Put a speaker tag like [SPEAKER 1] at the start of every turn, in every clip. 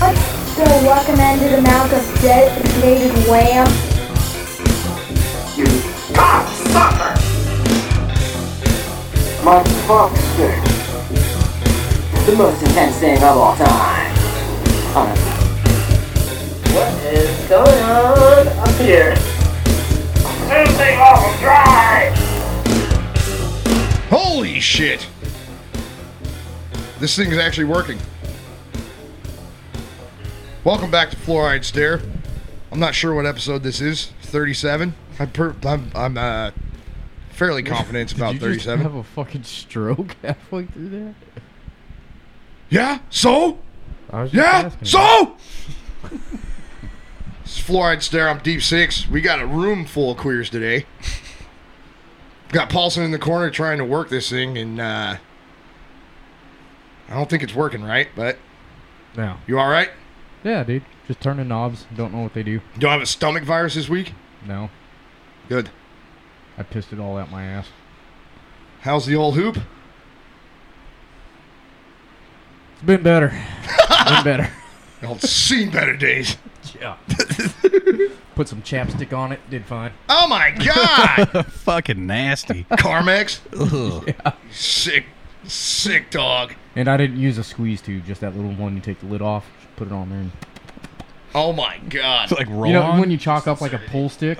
[SPEAKER 1] Ah!
[SPEAKER 2] the recommended amount of designated wham?
[SPEAKER 1] You cocksucker! My fuckstick. The most intense thing of all time. Honestly. What is going on up here? Something awful dry!
[SPEAKER 3] Holy shit! This thing is actually working. Welcome back to Fluoride Stare. I'm not sure what episode this is. 37. I'm per- I'm, I'm uh, fairly confident it's about
[SPEAKER 4] Did you just
[SPEAKER 3] 37.
[SPEAKER 4] have a fucking stroke halfway through there?
[SPEAKER 3] yeah. So.
[SPEAKER 4] I was just
[SPEAKER 3] Yeah.
[SPEAKER 4] asking.
[SPEAKER 3] So. it's Fluoride Stare. I'm Deep Six. We got a room full of queers today. got Paulson in the corner trying to work this thing, and uh, I don't think it's working right. But
[SPEAKER 4] No.
[SPEAKER 3] you all right?
[SPEAKER 4] Yeah, dude. Just turning knobs. Don't know what they do.
[SPEAKER 3] Do I have a stomach virus this week?
[SPEAKER 4] No.
[SPEAKER 3] Good.
[SPEAKER 4] I pissed it all out my ass.
[SPEAKER 3] How's the old hoop?
[SPEAKER 4] It's been better. been better.
[SPEAKER 3] I've seen better days.
[SPEAKER 4] Yeah. Put some chapstick on it. Did fine.
[SPEAKER 3] Oh my god!
[SPEAKER 5] Fucking nasty.
[SPEAKER 3] Carmex,
[SPEAKER 5] Ugh.
[SPEAKER 3] sick, sick dog.
[SPEAKER 4] And I didn't use a squeeze tube. Just that little one you take the lid off, just put it on there. And,
[SPEAKER 3] Oh my god!
[SPEAKER 5] It's like roll
[SPEAKER 4] you know
[SPEAKER 5] on.
[SPEAKER 4] when you chalk up like a pull stick?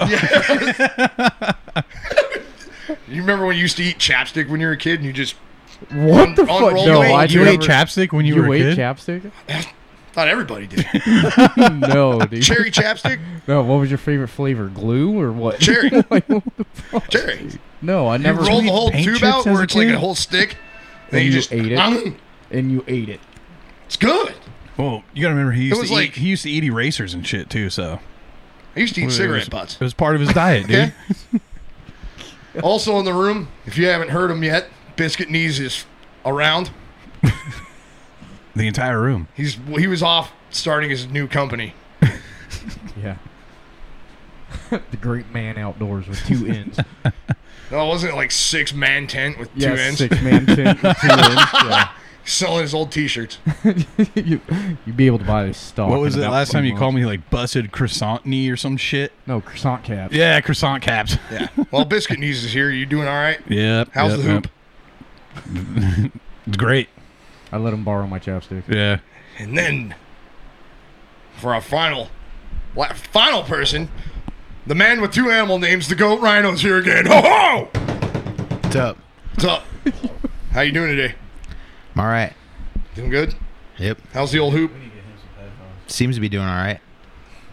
[SPEAKER 3] You remember when you used to eat chapstick when you were a kid and you just
[SPEAKER 4] What the
[SPEAKER 3] On- on
[SPEAKER 4] fuck?
[SPEAKER 3] roll
[SPEAKER 4] No,
[SPEAKER 3] you
[SPEAKER 4] I
[SPEAKER 3] ate-
[SPEAKER 5] you
[SPEAKER 4] never-
[SPEAKER 5] ate chapstick when you,
[SPEAKER 4] You
[SPEAKER 5] were a
[SPEAKER 4] ate
[SPEAKER 5] kid?
[SPEAKER 4] chapstick?
[SPEAKER 3] not everybody did
[SPEAKER 4] no, dude.
[SPEAKER 3] cherry chapstick,
[SPEAKER 4] No, what was your favorite flavor? Glue or what?
[SPEAKER 3] cherry,
[SPEAKER 4] Like, what the fuck?
[SPEAKER 3] cherry.
[SPEAKER 4] No, I
[SPEAKER 3] You
[SPEAKER 4] never.
[SPEAKER 3] roll the whole
[SPEAKER 5] paint
[SPEAKER 3] tube
[SPEAKER 5] chips
[SPEAKER 3] out
[SPEAKER 5] as
[SPEAKER 3] where
[SPEAKER 5] a
[SPEAKER 3] it's like
[SPEAKER 5] kid?
[SPEAKER 3] a whole stick, and then
[SPEAKER 4] And
[SPEAKER 3] you
[SPEAKER 4] you
[SPEAKER 3] just
[SPEAKER 4] ate it?
[SPEAKER 3] Mm,
[SPEAKER 4] and you ate it.
[SPEAKER 3] It's good.
[SPEAKER 5] Well, you gotta remember he used
[SPEAKER 3] was
[SPEAKER 5] to
[SPEAKER 3] like-
[SPEAKER 5] eat, he used to eat erasers and shit too, so
[SPEAKER 3] I used to eat cigarette
[SPEAKER 5] it was,
[SPEAKER 3] butts.
[SPEAKER 5] It was part of his diet, dude.
[SPEAKER 3] Okay. also in the room, if you haven't heard him yet, Biscuit Knees is around.
[SPEAKER 5] The entire room.
[SPEAKER 3] He's he was off starting his new company.
[SPEAKER 4] Yeah. the great man outdoors with two ends.
[SPEAKER 3] Oh, wasn't it like six man tent with two ends?
[SPEAKER 4] six man tent with two ends.
[SPEAKER 3] Selling his old T-shirts.
[SPEAKER 4] Yeah. you, you'd be able to buy this stock.
[SPEAKER 5] What was
[SPEAKER 4] in
[SPEAKER 5] it
[SPEAKER 4] about
[SPEAKER 5] last time you
[SPEAKER 4] two
[SPEAKER 5] called
[SPEAKER 4] months.
[SPEAKER 5] me like busted croissant knee or some shit?
[SPEAKER 4] No croissant caps.
[SPEAKER 5] Yeah, croissant caps.
[SPEAKER 3] Yeah. Well, Biscuit Knees is here. You doing all right?
[SPEAKER 5] Yep.
[SPEAKER 3] How's
[SPEAKER 5] yep,
[SPEAKER 3] the hoop?
[SPEAKER 5] yep. It's great.
[SPEAKER 4] I let him borrow my chapstick.
[SPEAKER 5] Yeah.
[SPEAKER 3] And then for our final, la- final person, the man with two animal names, the goat rhino's here again. Ho ho!
[SPEAKER 6] What's up?
[SPEAKER 3] What's up? How you doing today?
[SPEAKER 6] I'm all right.
[SPEAKER 3] Doing good.
[SPEAKER 6] Yep.
[SPEAKER 3] How's the old hoop?
[SPEAKER 6] Seems to be doing all right.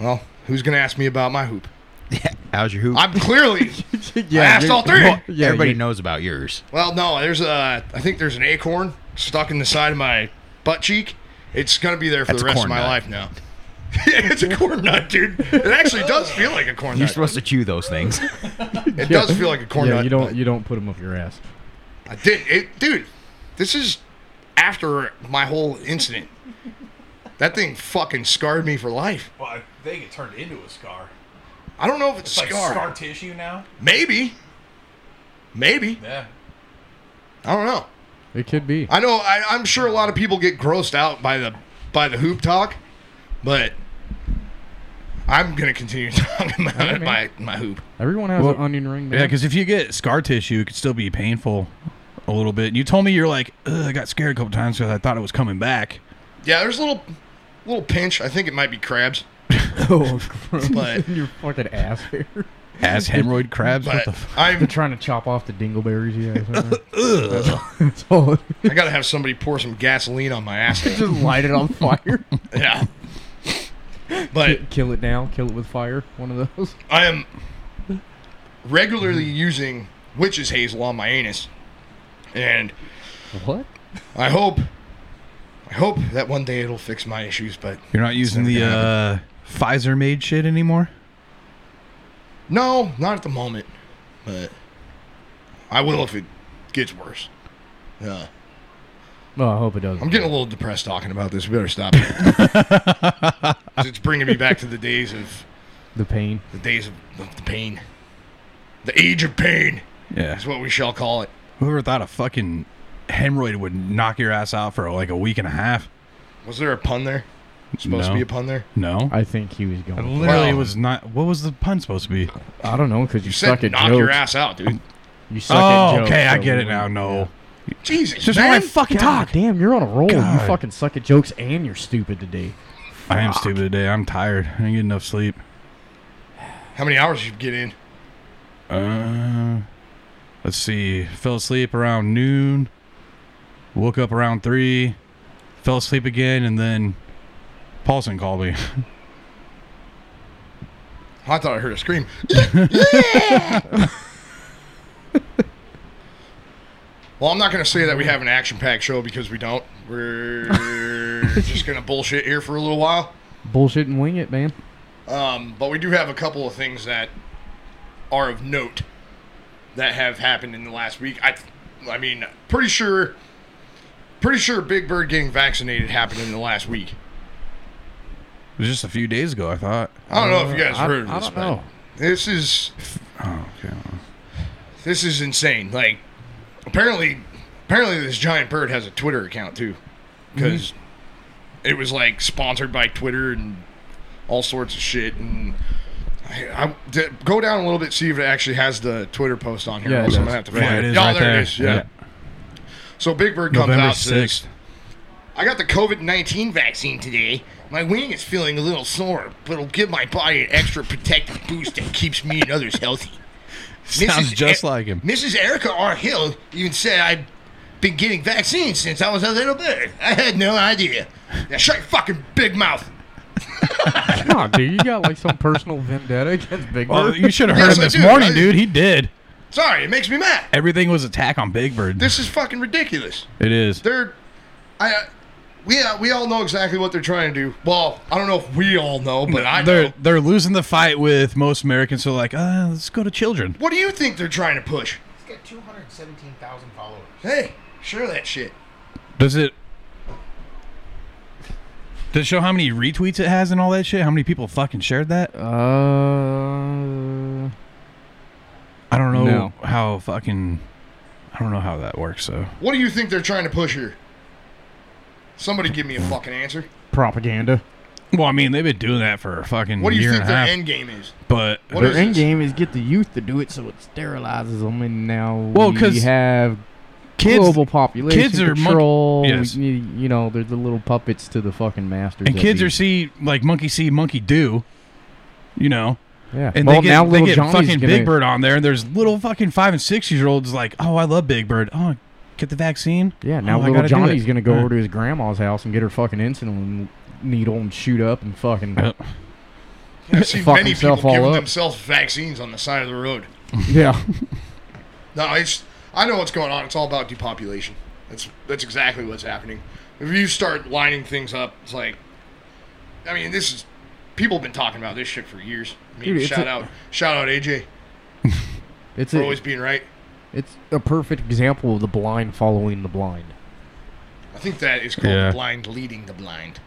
[SPEAKER 3] Well, who's gonna ask me about my hoop?
[SPEAKER 6] How's your hoop?
[SPEAKER 3] I'm clearly.
[SPEAKER 4] yeah,
[SPEAKER 3] I asked
[SPEAKER 4] you're-
[SPEAKER 3] all three.
[SPEAKER 4] Yeah,
[SPEAKER 6] Everybody
[SPEAKER 4] you-
[SPEAKER 6] knows about yours.
[SPEAKER 3] Well, no, there's a. I think there's an acorn stuck in the side of my butt cheek. It's gonna be there for
[SPEAKER 6] That's
[SPEAKER 3] the
[SPEAKER 6] a
[SPEAKER 3] rest of
[SPEAKER 6] corn
[SPEAKER 3] my
[SPEAKER 6] nut.
[SPEAKER 3] life now. it's a corn nut, dude. It actually does feel like a corn
[SPEAKER 6] You're
[SPEAKER 3] nut.
[SPEAKER 6] supposed to chew those things.
[SPEAKER 3] It does feel like a corn
[SPEAKER 4] Yeah,
[SPEAKER 3] nut.
[SPEAKER 4] you don't
[SPEAKER 3] but
[SPEAKER 4] you don't put them up your ass.
[SPEAKER 3] I did it, dude. This is after my whole incident. That thing fucking scarred me for life.
[SPEAKER 5] Well, I think it turned into a scar.
[SPEAKER 3] I don't know if it's, scarred.
[SPEAKER 5] tissue now.
[SPEAKER 3] Maybe. Maybe.
[SPEAKER 5] Yeah.
[SPEAKER 3] I don't know.
[SPEAKER 4] It could be.
[SPEAKER 3] I know. I, I'm sure a lot of people get grossed out by the by the hoop talk, but I'm gonna continue talking about
[SPEAKER 4] Alright,
[SPEAKER 3] my
[SPEAKER 4] man.
[SPEAKER 3] my hoop.
[SPEAKER 4] Everyone has
[SPEAKER 5] Well,
[SPEAKER 4] an onion ring. man.
[SPEAKER 5] Yeah, because if you get scar tissue, it could still be painful a little bit. You told me you're like, Ugh, I got scared a couple times because I thought it was coming back.
[SPEAKER 3] Yeah, there's a little little pinch. I think it might be crabs,
[SPEAKER 4] oh, gross.
[SPEAKER 3] But-
[SPEAKER 4] your fucking ass hair.
[SPEAKER 5] Ass hemorrhoid crabs.
[SPEAKER 3] but
[SPEAKER 5] What the? F-
[SPEAKER 3] I'm
[SPEAKER 4] They're trying to chop off the dingleberries. Yeah, that's, that's all. it-
[SPEAKER 3] I gotta have somebody pour some gasoline on my ass.
[SPEAKER 4] Just light it on fire.
[SPEAKER 3] Yeah. But
[SPEAKER 4] kill it now. Kill it with fire. One of those.
[SPEAKER 3] I am regularly using witch's hazel on my anus. And
[SPEAKER 4] What?
[SPEAKER 3] I hope I hope that one day it'll fix my issues, but
[SPEAKER 5] you're not using
[SPEAKER 3] never
[SPEAKER 5] the
[SPEAKER 3] gonna
[SPEAKER 5] uh, Pfizer made shit anymore.
[SPEAKER 3] no, not at the moment. But I will if it gets worse. Yeah.
[SPEAKER 4] No, I hope it doesn't.
[SPEAKER 3] I'm getting a little depressed talking about this. We better stop it. 'Cause it's bringing me back to the days of
[SPEAKER 4] the pain.
[SPEAKER 3] the days of, of the pain. The age of pain
[SPEAKER 5] Yeah.
[SPEAKER 3] is what we shall call it.
[SPEAKER 5] Whoever thought a fucking hemorrhoid would knock your ass out for like a week and a half?
[SPEAKER 3] Was there a pun there? It's supposed
[SPEAKER 5] No.
[SPEAKER 3] to be a pun there.
[SPEAKER 5] No.
[SPEAKER 4] I think he was
[SPEAKER 5] I
[SPEAKER 4] going.
[SPEAKER 5] literally
[SPEAKER 3] Wow.
[SPEAKER 5] was not. What was the pun supposed to be?
[SPEAKER 4] I don't know because you,
[SPEAKER 3] You
[SPEAKER 4] suck
[SPEAKER 3] said
[SPEAKER 4] at
[SPEAKER 3] knock
[SPEAKER 4] jokes.
[SPEAKER 3] your ass out, dude.
[SPEAKER 4] You suck at
[SPEAKER 5] Oh,
[SPEAKER 4] jokes.
[SPEAKER 5] okay. I
[SPEAKER 4] so
[SPEAKER 5] get it
[SPEAKER 4] we-
[SPEAKER 5] now. No.
[SPEAKER 3] Jesus,
[SPEAKER 5] Just
[SPEAKER 3] man.
[SPEAKER 5] when I fucking
[SPEAKER 4] God
[SPEAKER 5] talk.
[SPEAKER 4] Damn, you're on a roll.
[SPEAKER 5] God.
[SPEAKER 4] You fucking suck at jokes and you're stupid today.
[SPEAKER 5] I am stupid today. I'm tired. I didn't get enough sleep.
[SPEAKER 3] How many hours you get in?
[SPEAKER 5] Uh, let's see. Fell asleep around noon. Woke up around three. Fell asleep again, and then Paulson called me.
[SPEAKER 3] I thought I heard a scream. well, I'm not going to say that we have an action-packed show because we don't. We're just going to bullshit here for a little while.
[SPEAKER 4] Bullshit and wing it, man.
[SPEAKER 3] Um, but we do have a couple of things that are of note that have happened in the last week. I, I mean, pretty sure, pretty sure Big Bird getting vaccinated happened in the last week.
[SPEAKER 5] It was just a few days ago, I thought.
[SPEAKER 3] I don't know Oh, if you guys
[SPEAKER 4] Uh, I,
[SPEAKER 3] heard of
[SPEAKER 4] I
[SPEAKER 3] this,
[SPEAKER 4] don't
[SPEAKER 3] but
[SPEAKER 4] know.
[SPEAKER 3] this is
[SPEAKER 5] Oh, okay.
[SPEAKER 3] this is insane. Like, apparently, apparently this giant bird has a Twitter account too, because it was like sponsored by Twitter and all sorts of shit. And I, I d- go down a little bit, see if it actually has the Twitter post on here.
[SPEAKER 4] Yeah, it
[SPEAKER 3] or else I'm
[SPEAKER 4] does.
[SPEAKER 3] gonna have to
[SPEAKER 5] Yeah,
[SPEAKER 3] find
[SPEAKER 5] it
[SPEAKER 3] it.
[SPEAKER 5] is
[SPEAKER 3] Oh,
[SPEAKER 5] right
[SPEAKER 3] there,
[SPEAKER 5] there.
[SPEAKER 3] it is. Yeah. So Big Bird comes
[SPEAKER 5] November
[SPEAKER 3] out says,
[SPEAKER 5] 6th.
[SPEAKER 3] I got the COVID 19 vaccine today. My wing is feeling a little sore, but it'll give my body an extra protective boost that keeps me and others healthy.
[SPEAKER 5] Sounds just
[SPEAKER 3] E-
[SPEAKER 5] like him.
[SPEAKER 3] Mrs. Erica R. Hill even said I've been getting vaccines since I was a little bird. I had no idea. Now shut your fucking big mouth.
[SPEAKER 4] Come on, dude. You got like some personal vendetta against Big
[SPEAKER 5] Well,
[SPEAKER 4] Bird.
[SPEAKER 5] you should have heard
[SPEAKER 3] Yes,
[SPEAKER 5] him
[SPEAKER 3] I
[SPEAKER 5] this
[SPEAKER 3] do.
[SPEAKER 5] morning,
[SPEAKER 3] I-
[SPEAKER 5] dude. He did.
[SPEAKER 3] Sorry, it makes me mad.
[SPEAKER 5] Everything was attack on Big Bird.
[SPEAKER 3] This is fucking ridiculous.
[SPEAKER 5] it is.
[SPEAKER 3] They're, I, uh, we uh, we all know exactly what they're trying to do. Well, I don't know if we all know, but I know.
[SPEAKER 5] They're they're losing the fight with most Americans. So like, uh, let's go to children.
[SPEAKER 3] What do you think they're trying to push?
[SPEAKER 7] He's got 217,000 followers.
[SPEAKER 3] Hey, share that shit.
[SPEAKER 5] Does it? Does it show how many retweets it has and all that shit? How many people fucking shared that?
[SPEAKER 4] Uh,
[SPEAKER 5] I don't know
[SPEAKER 4] No.
[SPEAKER 5] how fucking. I don't know how that works. So
[SPEAKER 3] What do you think they're trying to push here? Somebody give me a fucking answer.
[SPEAKER 4] propaganda.
[SPEAKER 5] well, I mean, they've been doing that for a fucking
[SPEAKER 3] What do you
[SPEAKER 5] year
[SPEAKER 3] think
[SPEAKER 5] and a
[SPEAKER 3] their
[SPEAKER 5] half.
[SPEAKER 3] end game is?
[SPEAKER 5] but
[SPEAKER 3] What
[SPEAKER 4] Their
[SPEAKER 3] is
[SPEAKER 4] end
[SPEAKER 3] this?
[SPEAKER 4] game is get the youth to do it so it sterilizes them, and now
[SPEAKER 5] Well,
[SPEAKER 4] we
[SPEAKER 5] 'cause
[SPEAKER 4] have
[SPEAKER 5] kids,
[SPEAKER 4] global population
[SPEAKER 5] kids are mon-
[SPEAKER 4] control. We
[SPEAKER 5] yes.
[SPEAKER 4] need- you know, they're the little puppets to the fucking masters.
[SPEAKER 5] and
[SPEAKER 4] of
[SPEAKER 5] kids are
[SPEAKER 4] these-
[SPEAKER 5] see like monkey see, monkey do. You know,
[SPEAKER 4] yeah.
[SPEAKER 5] and
[SPEAKER 4] well,
[SPEAKER 5] they get,
[SPEAKER 4] now
[SPEAKER 5] they
[SPEAKER 4] little
[SPEAKER 5] get
[SPEAKER 4] Johnny's
[SPEAKER 5] fucking
[SPEAKER 4] gonna-
[SPEAKER 5] Big Bird on there, and there's little fucking five and six year olds like, oh, I love Big Bird. Oh, get the vaccine.
[SPEAKER 4] Yeah, now
[SPEAKER 5] Oh, I
[SPEAKER 4] little
[SPEAKER 5] gotta do
[SPEAKER 4] Johnny's
[SPEAKER 5] it.
[SPEAKER 4] gonna go
[SPEAKER 5] Yeah.
[SPEAKER 4] over to his grandma's house and get her fucking insulin needle and shoot up and fucking
[SPEAKER 5] Uh,
[SPEAKER 3] I've seen
[SPEAKER 4] Fuck
[SPEAKER 3] many people
[SPEAKER 4] himself all
[SPEAKER 3] giving
[SPEAKER 4] up.
[SPEAKER 3] themselves vaccines on the side of the road.
[SPEAKER 4] yeah.
[SPEAKER 3] No, it's I know what's going on. It's all about depopulation. That's that's exactly what's happening. If you start lining things up, it's like, I mean, this is people have been talking about this shit for years. I mean,
[SPEAKER 4] Dude, it's
[SPEAKER 3] shout
[SPEAKER 4] a-
[SPEAKER 3] out, shout out AJ
[SPEAKER 4] It's
[SPEAKER 3] for
[SPEAKER 4] a,
[SPEAKER 3] always being right.
[SPEAKER 4] it's a perfect example of the blind following the blind.
[SPEAKER 3] I think that is called
[SPEAKER 5] Yeah.
[SPEAKER 3] the blind leading the blind.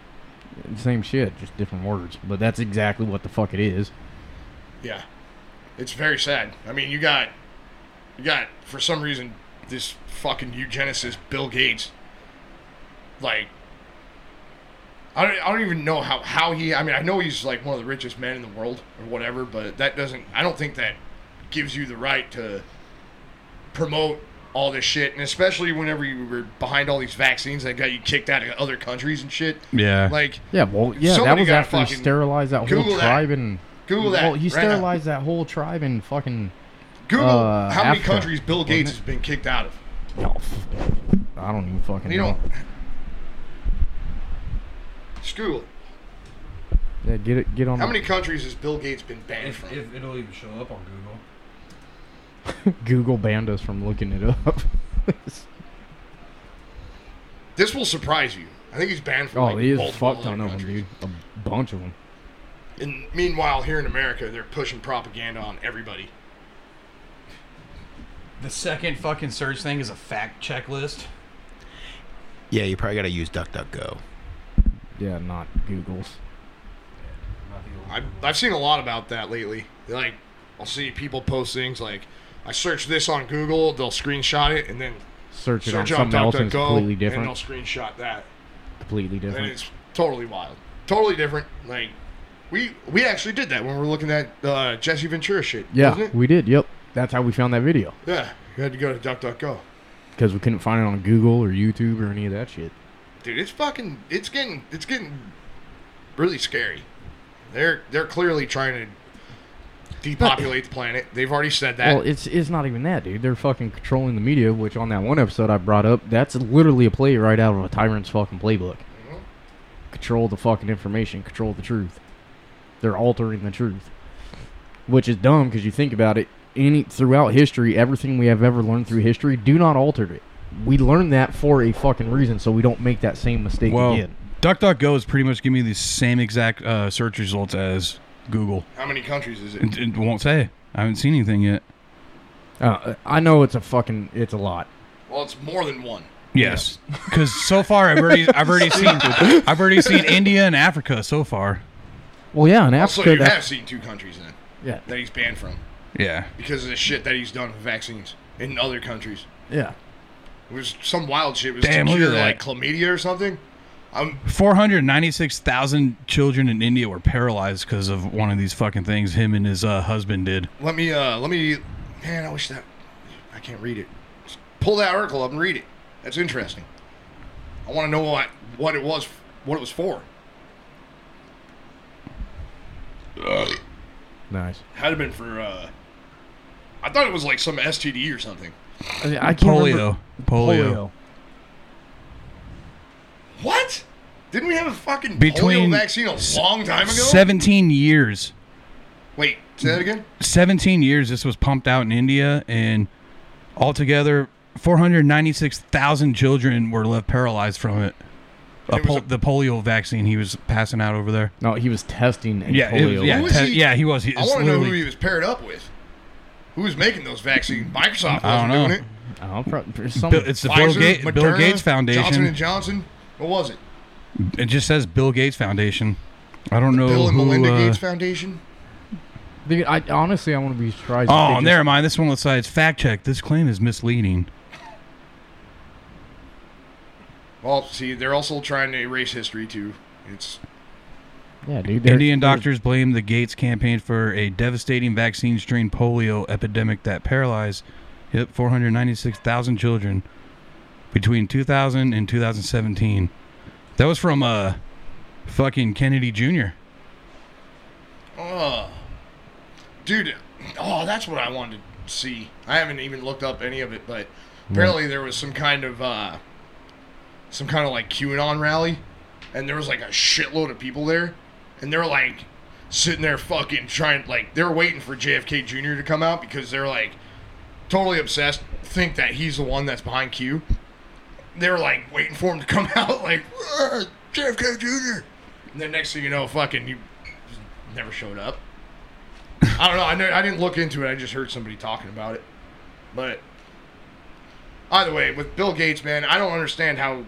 [SPEAKER 4] Same shit, just different words. But that's exactly what the fuck it is.
[SPEAKER 3] Yeah, it's very sad. I mean, you got, you got for some reason this fucking eugenicist Bill Gates. Like, I don't, I don't even know how how he. I mean, I know he's like one of the richest men in the world or whatever, but that doesn't. I don't think that gives you the right to promote all this shit, and especially whenever you were behind all these vaccines that got you kicked out of other countries and shit.
[SPEAKER 5] yeah.
[SPEAKER 3] Like,
[SPEAKER 4] Yeah, well, yeah, that
[SPEAKER 3] Somebody
[SPEAKER 4] was
[SPEAKER 3] gotta
[SPEAKER 4] after he
[SPEAKER 3] fucking
[SPEAKER 4] sterilized that whole
[SPEAKER 3] Google that.
[SPEAKER 4] tribe and
[SPEAKER 3] Google that
[SPEAKER 4] Well, he
[SPEAKER 3] right now.
[SPEAKER 4] sterilized that whole tribe and fucking
[SPEAKER 3] Google
[SPEAKER 4] uh,
[SPEAKER 3] how many
[SPEAKER 4] Africa,
[SPEAKER 3] countries Bill
[SPEAKER 4] wasn't
[SPEAKER 3] Gates
[SPEAKER 4] it?
[SPEAKER 3] has been kicked out of.
[SPEAKER 4] oh, f- I don't even fucking
[SPEAKER 3] You
[SPEAKER 4] know.
[SPEAKER 3] don't. Screw it.
[SPEAKER 4] Yeah, get it, get on
[SPEAKER 3] How many countries has Bill Gates been banned from?
[SPEAKER 5] it'll even show up on Google.
[SPEAKER 4] Google banned us from looking it up.
[SPEAKER 3] This will surprise you. I think he's banned from.
[SPEAKER 4] oh,
[SPEAKER 3] like,
[SPEAKER 4] he is
[SPEAKER 3] multiple
[SPEAKER 4] fucked
[SPEAKER 3] other
[SPEAKER 4] ton of them,
[SPEAKER 3] countries.
[SPEAKER 4] dude. A bunch of them.
[SPEAKER 3] And meanwhile, here in America, they're pushing propaganda on everybody.
[SPEAKER 5] The second fucking search thing is a fact checklist.
[SPEAKER 6] Yeah, you probably got to use DuckDuckGo.
[SPEAKER 4] Yeah, not Google's.
[SPEAKER 3] I've, I've seen a lot about that lately. Like, I'll see people post things like, "I searched this on Google," they'll screenshot it and then
[SPEAKER 4] Search it
[SPEAKER 3] search
[SPEAKER 4] on
[SPEAKER 3] on
[SPEAKER 4] something else and it's
[SPEAKER 3] DuckDuckGo,
[SPEAKER 4] completely
[SPEAKER 3] and they'll
[SPEAKER 4] different.
[SPEAKER 3] screenshot that,
[SPEAKER 4] Completely
[SPEAKER 3] and
[SPEAKER 4] different.
[SPEAKER 3] it's totally wild. totally different. Like we we actually did that when we were looking at uh, Jesse Ventura shit.
[SPEAKER 4] Yeah,
[SPEAKER 3] wasn't it?
[SPEAKER 4] we did. Yep. That's how we found that video
[SPEAKER 3] yeah. You had to go to DuckDuckGo.
[SPEAKER 4] because we couldn't find it on Google or YouTube or any of that shit.
[SPEAKER 3] Dude, it's fucking. It's getting. It's getting really scary. They're they're clearly trying to depopulate the planet. They've already said that.
[SPEAKER 4] Well, it's it's not even that, dude. They're fucking controlling the media, which on that one episode I brought up, that's literally a play right out of a tyrant's fucking playbook. Control the fucking information, control the truth. They're altering the truth, which is dumb because you think about it. Any throughout history, everything we have ever learned through history, do not alter it. We learned that for a fucking reason, so we don't make that same mistake
[SPEAKER 5] Well,
[SPEAKER 4] again.
[SPEAKER 5] DuckDuckGo is pretty much giving me the same exact uh, search results as Google.
[SPEAKER 3] How many countries is it?
[SPEAKER 5] It, it won't say. I haven't seen anything yet.
[SPEAKER 4] Uh, I know it's a fucking, it's a lot.
[SPEAKER 3] Well, it's more than one.
[SPEAKER 5] Yes, because so far I've already I've already seen I've already seen India and Africa so far.
[SPEAKER 4] Well, yeah, in
[SPEAKER 3] Also,
[SPEAKER 4] Africa,
[SPEAKER 3] you
[SPEAKER 4] that,
[SPEAKER 3] have seen two countries then
[SPEAKER 4] yeah,
[SPEAKER 3] that he's banned from
[SPEAKER 5] Yeah,
[SPEAKER 3] because of the shit that he's done with vaccines in other countries.
[SPEAKER 4] yeah.
[SPEAKER 3] It was some wild shit. It was
[SPEAKER 5] Damn,
[SPEAKER 3] to
[SPEAKER 5] look
[SPEAKER 3] cure,
[SPEAKER 5] at that.
[SPEAKER 3] like chlamydia or something. I'm
[SPEAKER 5] four hundred ninety six thousand children in India were paralyzed because of one of these fucking things. Him and his uh, husband did.
[SPEAKER 3] let me uh let me man, I wish that I can't read it. Just pull that article up and read it. That's interesting. I want to know what what it was what it was for.
[SPEAKER 4] Nice.
[SPEAKER 3] Had it been for uh I thought it was like some STD or something.
[SPEAKER 4] I, mean, I can't remember-
[SPEAKER 5] Polio. polio,
[SPEAKER 3] What? Didn't we have a fucking
[SPEAKER 5] Between
[SPEAKER 3] polio vaccine a long time ago?
[SPEAKER 5] Seventeen years.
[SPEAKER 3] Wait, say that again.
[SPEAKER 5] 17 years this was pumped out in India, and altogether 496,000 children were left paralyzed from it. A
[SPEAKER 3] It was
[SPEAKER 5] pol-
[SPEAKER 3] a-
[SPEAKER 5] the polio vaccine he was passing out over there.
[SPEAKER 4] No, he was testing a
[SPEAKER 5] Yeah,
[SPEAKER 4] polio.
[SPEAKER 5] it was, yeah,
[SPEAKER 3] Who was
[SPEAKER 5] te-
[SPEAKER 3] he-
[SPEAKER 5] yeah, he was. He,
[SPEAKER 3] I
[SPEAKER 5] it's
[SPEAKER 3] want to know who
[SPEAKER 5] literally-
[SPEAKER 3] he was paired up with. Who was making those vaccines? Microsoft wasn't
[SPEAKER 5] I don't
[SPEAKER 3] doing
[SPEAKER 5] know.
[SPEAKER 3] it.
[SPEAKER 4] I'll prob- Oh, for some-
[SPEAKER 5] Bill, it's the Bill,
[SPEAKER 3] Pfizer,
[SPEAKER 5] Ga- Bill
[SPEAKER 3] Moderna,
[SPEAKER 5] Gates
[SPEAKER 3] Johnson
[SPEAKER 5] Foundation.
[SPEAKER 3] and Johnson. What was it?
[SPEAKER 5] It just says Bill Gates Foundation. I don't know
[SPEAKER 3] Bill and
[SPEAKER 5] who.
[SPEAKER 3] Melinda
[SPEAKER 5] uh,
[SPEAKER 3] Gates Foundation.
[SPEAKER 4] Dude, I honestly I want to be surprised. if
[SPEAKER 5] oh,
[SPEAKER 4] they
[SPEAKER 5] never mind. This one looks like it's fact checked. This claim is misleading.
[SPEAKER 3] Well, see, they're also trying to erase history too. It's
[SPEAKER 4] just- Yeah, dude. they're-
[SPEAKER 5] Indian
[SPEAKER 4] they're-
[SPEAKER 5] doctors blame the Gates campaign for a devastating vaccine strain polio epidemic that paralyzed yep, 496,000 children between 2000 and 2017. That was from uh fucking Kennedy Jr.
[SPEAKER 3] oh, dude, oh, that's what I wanted to see. I haven't even looked up any of it, but apparently there was some kind of uh, some kind of like QAnon rally, and there was like a shitload of people there, and they're like sitting there fucking trying like they're waiting for JFK Jr. to come out because they're like totally obsessed, think that he's the one that's behind Q. They were like waiting for him to come out, like "Ah, JFK Jr. And then next thing you know, fucking you never showed up. I don't know. I, know, I didn't look into it. I just heard somebody talking about it. But either way, with Bill Gates, man, I don't understand how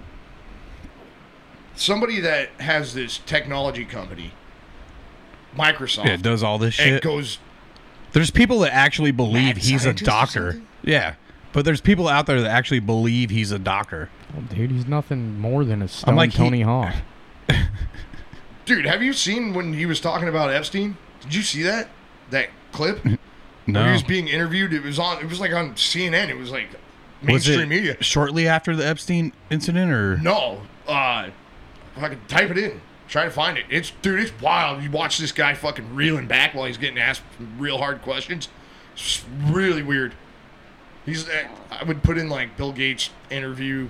[SPEAKER 3] somebody that has this technology company, Microsoft,
[SPEAKER 5] Yeah, does all this
[SPEAKER 3] it
[SPEAKER 5] shit.
[SPEAKER 3] goes
[SPEAKER 5] There's people that actually believe
[SPEAKER 3] Mad
[SPEAKER 5] he's a
[SPEAKER 3] scientist or
[SPEAKER 5] doctor.
[SPEAKER 3] something?
[SPEAKER 5] Yeah. But there's people out there that actually believe he's a doctor.
[SPEAKER 4] Oh, dude, he's nothing more than a stone
[SPEAKER 5] like, he-
[SPEAKER 4] Tony Hawk.
[SPEAKER 3] Dude, have you seen when he was talking about Epstein? Did you see that that clip? When he
[SPEAKER 5] No.
[SPEAKER 3] was being interviewed. It was on. It was like on CNN. It was like
[SPEAKER 5] Was
[SPEAKER 3] mainstream
[SPEAKER 5] it
[SPEAKER 3] media.
[SPEAKER 5] shortly after the Epstein incident or
[SPEAKER 3] No, uh, if I could type it in. Try to find it. It's dude. It's wild. You watch this guy fucking reeling back while he's getting asked real hard questions. It's really weird. He's. uh, I would put in like Bill Gates interview